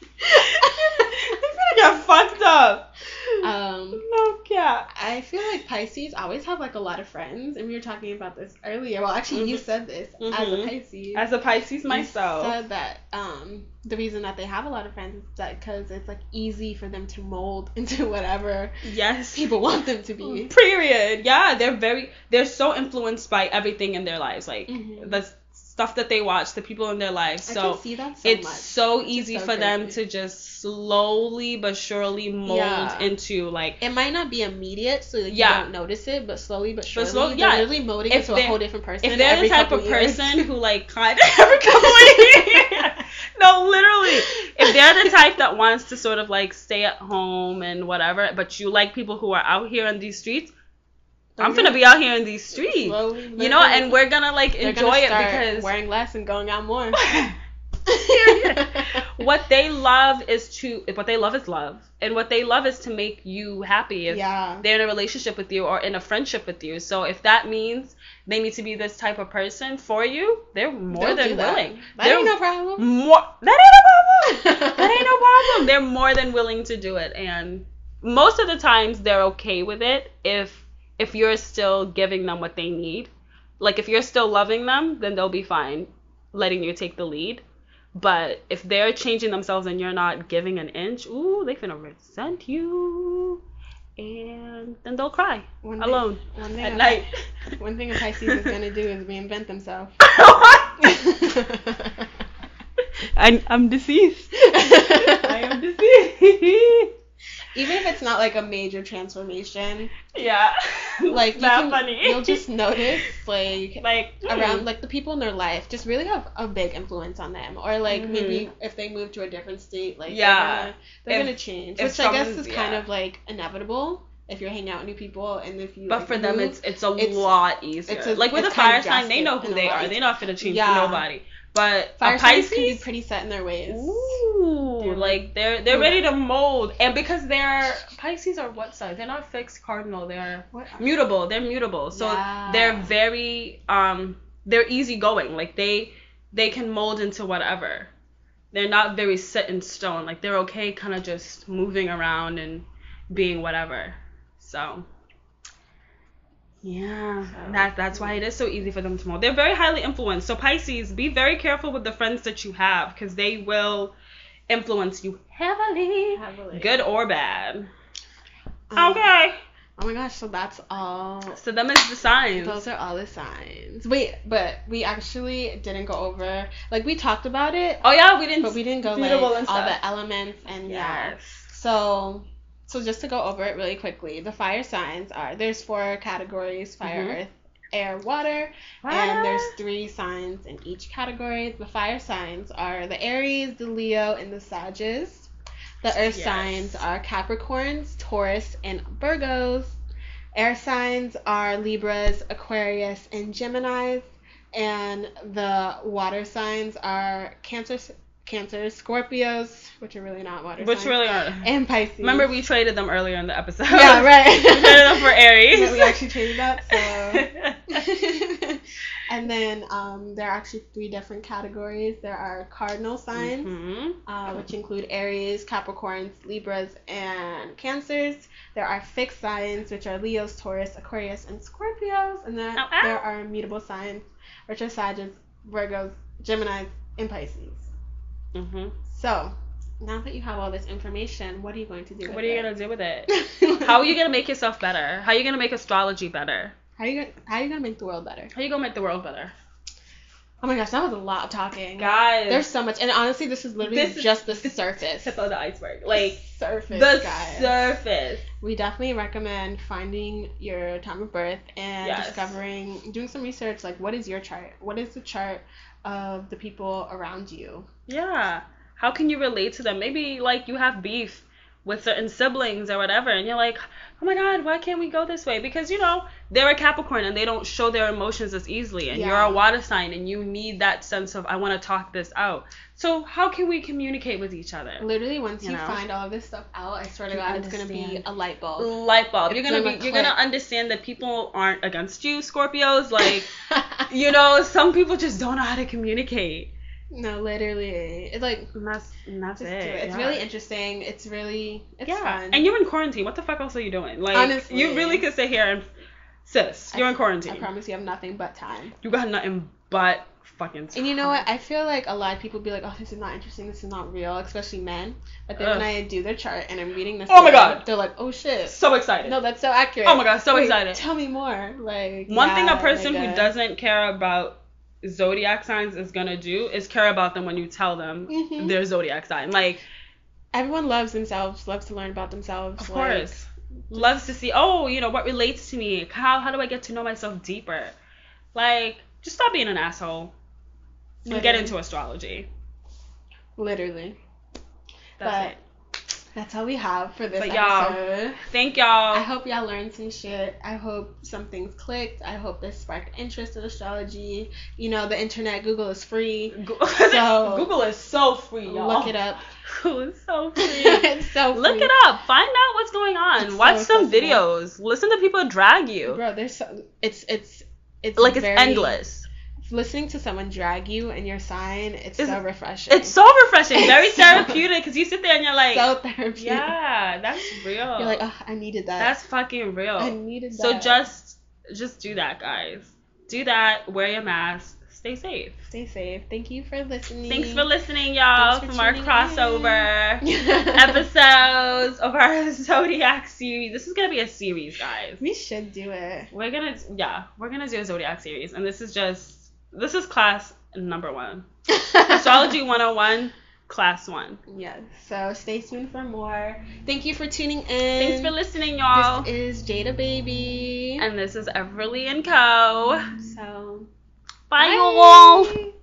[SPEAKER 1] they finna get fucked up.
[SPEAKER 2] um,
[SPEAKER 1] No cap.
[SPEAKER 2] I feel like Pisces always have like a lot of friends, and we were talking about this earlier. Well, actually, you
[SPEAKER 1] Mhm.
[SPEAKER 2] said this as a
[SPEAKER 1] Mhm.
[SPEAKER 2] Pisces.
[SPEAKER 1] As a Pisces
[SPEAKER 2] you
[SPEAKER 1] myself,
[SPEAKER 2] said that um, the reason that they have a lot of friends is that because it's like easy for them to mold into whatever
[SPEAKER 1] yes.
[SPEAKER 2] people want them to
[SPEAKER 1] Mm-hmm.
[SPEAKER 2] be.
[SPEAKER 1] Period. Yeah, they're very they're so influenced by everything in their lives, like
[SPEAKER 2] Mhm.
[SPEAKER 1] the s- stuff that they watch, the people in their lives.
[SPEAKER 2] I
[SPEAKER 1] So
[SPEAKER 2] can see that so
[SPEAKER 1] it's
[SPEAKER 2] much.
[SPEAKER 1] so easy
[SPEAKER 2] so
[SPEAKER 1] for them
[SPEAKER 2] crazy.
[SPEAKER 1] to just slowly but surely mold
[SPEAKER 2] Yeah.
[SPEAKER 1] into like
[SPEAKER 2] it might not be immediate, so like,
[SPEAKER 1] Yeah.
[SPEAKER 2] you don't notice it, but slowly but surely,
[SPEAKER 1] slowly-
[SPEAKER 2] they're
[SPEAKER 1] yeah.
[SPEAKER 2] really molding
[SPEAKER 1] If
[SPEAKER 2] into a
[SPEAKER 1] they're-
[SPEAKER 2] whole different person.
[SPEAKER 1] if they're
[SPEAKER 2] every
[SPEAKER 1] the type
[SPEAKER 2] couple
[SPEAKER 1] of
[SPEAKER 2] years.
[SPEAKER 1] person who like kind of every couple of years. no literally if they're the type that wants to sort of like stay at home and whatever but you like people who are out here in these streets i'm gonna be out here in these streets
[SPEAKER 2] slowly,
[SPEAKER 1] you know and we're gonna like
[SPEAKER 2] they're
[SPEAKER 1] enjoy
[SPEAKER 2] gonna
[SPEAKER 1] it
[SPEAKER 2] start
[SPEAKER 1] because
[SPEAKER 2] wearing less and going out more.
[SPEAKER 1] what they love is to what they love is love and what they love is to make you happy if
[SPEAKER 4] yeah.
[SPEAKER 1] they're in a relationship with you or in a friendship with you so if that means they need to be this type of person for you they're more
[SPEAKER 2] They'll do
[SPEAKER 1] than
[SPEAKER 2] that.
[SPEAKER 1] willing
[SPEAKER 2] That
[SPEAKER 1] They're
[SPEAKER 2] ain't no problem.
[SPEAKER 1] more that ain't a problem that ain't no problem they're more than willing to do it and most of the times they're okay with it if if you're still giving them what they need like if you're still loving them then they'll be fine letting you take the lead but if they're changing themselves and you're not giving an inch ooh they finna resent you and then they'll cry
[SPEAKER 2] One thing-
[SPEAKER 1] alone
[SPEAKER 2] One thing,
[SPEAKER 1] at
[SPEAKER 2] a-
[SPEAKER 1] night
[SPEAKER 2] one thing a Pisces is gonna do is reinvent themselves.
[SPEAKER 1] I, i'm deceased i am
[SPEAKER 2] Even
[SPEAKER 1] deceased
[SPEAKER 2] if it's not like a major transformation,
[SPEAKER 1] Yeah.
[SPEAKER 2] like you
[SPEAKER 1] not
[SPEAKER 2] can,
[SPEAKER 1] funny.
[SPEAKER 2] you'll just notice like
[SPEAKER 1] like
[SPEAKER 2] around like the people in their life just really have a big influence on them or like
[SPEAKER 1] Mhm.
[SPEAKER 2] maybe if they move to a different state like
[SPEAKER 1] Yeah.
[SPEAKER 2] they're, gonna, they're
[SPEAKER 1] If-
[SPEAKER 2] gonna change
[SPEAKER 1] if
[SPEAKER 2] which i guess
[SPEAKER 1] someone-
[SPEAKER 2] is kind
[SPEAKER 1] yeah.
[SPEAKER 2] of like inevitable if you're hanging out with new people and if you
[SPEAKER 1] mm-hmm. But
[SPEAKER 2] like,
[SPEAKER 1] for them,
[SPEAKER 2] move-
[SPEAKER 1] it's it's a
[SPEAKER 2] it's-
[SPEAKER 1] lot easier.
[SPEAKER 2] it's a-
[SPEAKER 1] like with a
[SPEAKER 2] it's kinda
[SPEAKER 1] fire sign, they
[SPEAKER 2] drastic
[SPEAKER 1] know who
[SPEAKER 2] and a
[SPEAKER 1] they
[SPEAKER 2] lot
[SPEAKER 1] are.
[SPEAKER 2] easier.
[SPEAKER 1] They're not gonna change
[SPEAKER 2] Yeah.
[SPEAKER 1] for nobody. But
[SPEAKER 2] fire
[SPEAKER 1] a
[SPEAKER 2] signs
[SPEAKER 1] Pisces,
[SPEAKER 2] can be pretty set in their ways
[SPEAKER 1] ooh,
[SPEAKER 2] They're
[SPEAKER 1] like they're they're
[SPEAKER 2] Yeah.
[SPEAKER 1] ready to mold, and because they're Pisces are what sign? They're not fixed cardinal. They're
[SPEAKER 2] what are-
[SPEAKER 1] mutable. They're mutable. So
[SPEAKER 2] Yeah.
[SPEAKER 1] they're very um they're easygoing. Like they they can mold into whatever. They're not very set in stone. Like they're okay kind of just moving around and being whatever. So yeah,
[SPEAKER 2] So-
[SPEAKER 1] that that's why it is so easy for them to mold. They're very highly influenced. So Pisces, be very careful with the friends that you have because they will influence you heavily,
[SPEAKER 2] Heavily.
[SPEAKER 1] good or bad.
[SPEAKER 2] Um,
[SPEAKER 1] okay,
[SPEAKER 2] oh my gosh so that's all
[SPEAKER 1] so them is the signs.
[SPEAKER 2] those are all the signs wait but we actually didn't go over like we talked about it
[SPEAKER 1] Oh yeah, we didn't.
[SPEAKER 2] but we didn't go like
[SPEAKER 1] Mutable
[SPEAKER 2] all
[SPEAKER 1] and stuff.
[SPEAKER 2] the elements and yeah
[SPEAKER 1] Yes.
[SPEAKER 2] So, so just to go over it really quickly, the fire signs are there's four categories: fire,
[SPEAKER 1] Mhm.
[SPEAKER 2] earth, air, water, and there's
[SPEAKER 1] Ah.
[SPEAKER 2] three signs in each category. The fire signs are the Aries, the Leo, and the Sages. The earth
[SPEAKER 1] Yes.
[SPEAKER 2] signs are Capricorns, Taurus, and Virgos. Air signs are Libras, Aquarius, and Geminis. And the water signs are Cancer, Cancer, Scorpios, which are really not water
[SPEAKER 1] which
[SPEAKER 2] signs
[SPEAKER 1] really are.
[SPEAKER 2] and Pisces.
[SPEAKER 1] Remember we traded them earlier in the episode.
[SPEAKER 2] Yeah, right.
[SPEAKER 1] we traded them for
[SPEAKER 2] Yeah, we
[SPEAKER 1] Aries.
[SPEAKER 2] actually traded that. So. and then um, there are actually three different categories. There are cardinal signs,
[SPEAKER 1] Mhm.
[SPEAKER 2] uh, which include Aries, Capricorns, Libras, and Cancers. There are fixed signs, which are Leos, Taurus, Aquarius, and Scorpios. And then
[SPEAKER 1] Ow, ow.
[SPEAKER 2] there are mutable signs, which are Sagittarius, Virgos, Geminis, and Pisces.
[SPEAKER 1] Mhm.
[SPEAKER 2] So, now that you have all this information, what are you going to do?
[SPEAKER 1] What
[SPEAKER 2] with
[SPEAKER 1] are you
[SPEAKER 2] it?
[SPEAKER 1] gonna do with it? How are you gonna make yourself better? How are you gonna make astrology better?
[SPEAKER 2] How you gonna How you gonna make the world better?
[SPEAKER 1] How are you gonna make the world better?
[SPEAKER 2] Oh my gosh, that was a lot of talking.
[SPEAKER 1] Guys,
[SPEAKER 2] There's so much, and honestly, this is literally
[SPEAKER 1] This is-
[SPEAKER 2] just the surface.
[SPEAKER 1] tip of the iceberg. Like
[SPEAKER 2] surface,
[SPEAKER 1] the
[SPEAKER 2] guys.
[SPEAKER 1] surface.
[SPEAKER 2] we definitely recommend finding your time of birth and
[SPEAKER 1] Yes.
[SPEAKER 2] discovering, doing some research. Like, what is your chart? What is the chart of the people around you?
[SPEAKER 1] Yeah. How can you relate to them? Maybe like you have beef with certain siblings or whatever, and you're like, oh my God, why can't we go this way? Because you know they're a Capricorn and they don't show their emotions as easily, and you're
[SPEAKER 2] Yeah.
[SPEAKER 1] a Water sign and you need that sense of I want to talk this out. So how can we communicate with each other?
[SPEAKER 2] Literally, once
[SPEAKER 1] You
[SPEAKER 2] you,
[SPEAKER 1] know?
[SPEAKER 2] find all of this stuff out, I swear to
[SPEAKER 1] You
[SPEAKER 2] God, it's gonna be
[SPEAKER 1] understand.
[SPEAKER 2] a light bulb.
[SPEAKER 1] Light bulb. You're
[SPEAKER 2] It's
[SPEAKER 1] gonna
[SPEAKER 2] gonna
[SPEAKER 1] be. You're gonna
[SPEAKER 2] click.
[SPEAKER 1] understand that people aren't against you, Scorpios. Like you know, some people just don't know how to communicate.
[SPEAKER 2] no, literally, it's like
[SPEAKER 1] And that's and that's
[SPEAKER 2] just
[SPEAKER 1] it.
[SPEAKER 2] do it. It's
[SPEAKER 1] yeah.
[SPEAKER 2] really interesting. It's really it's
[SPEAKER 1] yeah.
[SPEAKER 2] fun.
[SPEAKER 1] And you're in quarantine. What the fuck else are you doing? Like,
[SPEAKER 2] Honestly.
[SPEAKER 1] you really could sit here and, sis,
[SPEAKER 2] I-
[SPEAKER 1] you're in
[SPEAKER 2] I
[SPEAKER 1] quarantine.
[SPEAKER 2] promise you have nothing but time.
[SPEAKER 1] You got nothing but fucking. Time.
[SPEAKER 2] And you know what?
[SPEAKER 1] Um,
[SPEAKER 2] I feel like a lot of people be like, "Oh, this is not interesting. This is not real," especially men. But then
[SPEAKER 1] Ugh.
[SPEAKER 2] when I do their chart and I'm reading this,
[SPEAKER 1] Oh my
[SPEAKER 2] thing,
[SPEAKER 1] God.
[SPEAKER 2] they're like, "Oh shit."
[SPEAKER 1] So excited.
[SPEAKER 2] No, that's so accurate.
[SPEAKER 1] oh my god, so
[SPEAKER 2] Wait,
[SPEAKER 1] excited.
[SPEAKER 2] Tell me more. Like
[SPEAKER 1] One thing a
[SPEAKER 2] yeah, like,
[SPEAKER 1] person
[SPEAKER 2] uh,
[SPEAKER 1] who doesn't care about zodiac signs is gonna do is care about them when you tell them
[SPEAKER 2] Mhm.
[SPEAKER 1] their zodiac sign. Like,
[SPEAKER 2] Everyone loves themselves. Loves to learn about themselves.
[SPEAKER 1] of
[SPEAKER 2] like,
[SPEAKER 1] course, loves to see. Oh, you know what relates to me? How how do I get to know myself deeper? Like, just stop being an asshole and get
[SPEAKER 2] Literally.
[SPEAKER 1] into astrology.
[SPEAKER 2] Literally.
[SPEAKER 1] That's
[SPEAKER 2] But-
[SPEAKER 1] it.
[SPEAKER 2] That's all we have for this
[SPEAKER 1] But y'all-
[SPEAKER 2] episode.
[SPEAKER 1] Thank y'all.
[SPEAKER 2] I hope y'all learned some shit. I hope some things clicked. I hope this sparked interest in astrology. You know, the internet, Google is free.
[SPEAKER 1] Go-
[SPEAKER 2] So-
[SPEAKER 1] Google is so free, y'all.
[SPEAKER 2] Look it up.
[SPEAKER 1] Google is so free.
[SPEAKER 2] it's so free.
[SPEAKER 1] Look it up. Find out what's going on.
[SPEAKER 2] It's so
[SPEAKER 1] Watch some
[SPEAKER 2] accessible.
[SPEAKER 1] videos. Listen to people drag you.
[SPEAKER 2] Bro, there's so, it's it's it's
[SPEAKER 1] like it's
[SPEAKER 2] very-
[SPEAKER 1] endless.
[SPEAKER 2] Listening to someone drag you and your sign, it's,
[SPEAKER 1] It's-
[SPEAKER 2] so refreshing.
[SPEAKER 1] It's so refreshing, very
[SPEAKER 2] It's so-
[SPEAKER 1] therapeutic. Because you sit there and you're like,
[SPEAKER 2] so therapeutic.
[SPEAKER 1] yeah, that's real.
[SPEAKER 2] You're like, oh, I needed that.
[SPEAKER 1] that's fucking real.
[SPEAKER 2] I needed that.
[SPEAKER 1] so just, just do that, guys. Do that. Wear your mask. Stay safe.
[SPEAKER 2] stay safe. Thank you for listening.
[SPEAKER 1] Thanks for listening, y'all,
[SPEAKER 2] Thanks
[SPEAKER 1] from
[SPEAKER 2] for
[SPEAKER 1] our
[SPEAKER 2] tuning
[SPEAKER 1] crossover.
[SPEAKER 2] listening.
[SPEAKER 1] episodes of our zodiac series. This is gonna be a series, guys.
[SPEAKER 2] we should do it.
[SPEAKER 1] We're gonna yeah, we're gonna do a zodiac series, and this is just this is class number one, astrology 101, class one.
[SPEAKER 2] Yeah, so stay tuned for more. Thank you for tuning in. Thanks
[SPEAKER 1] Thanks for listening, y'all.
[SPEAKER 2] This is Jada Baby.
[SPEAKER 1] and this is Everly and Co.
[SPEAKER 2] so,
[SPEAKER 1] Bye, y'all.
[SPEAKER 2] bye.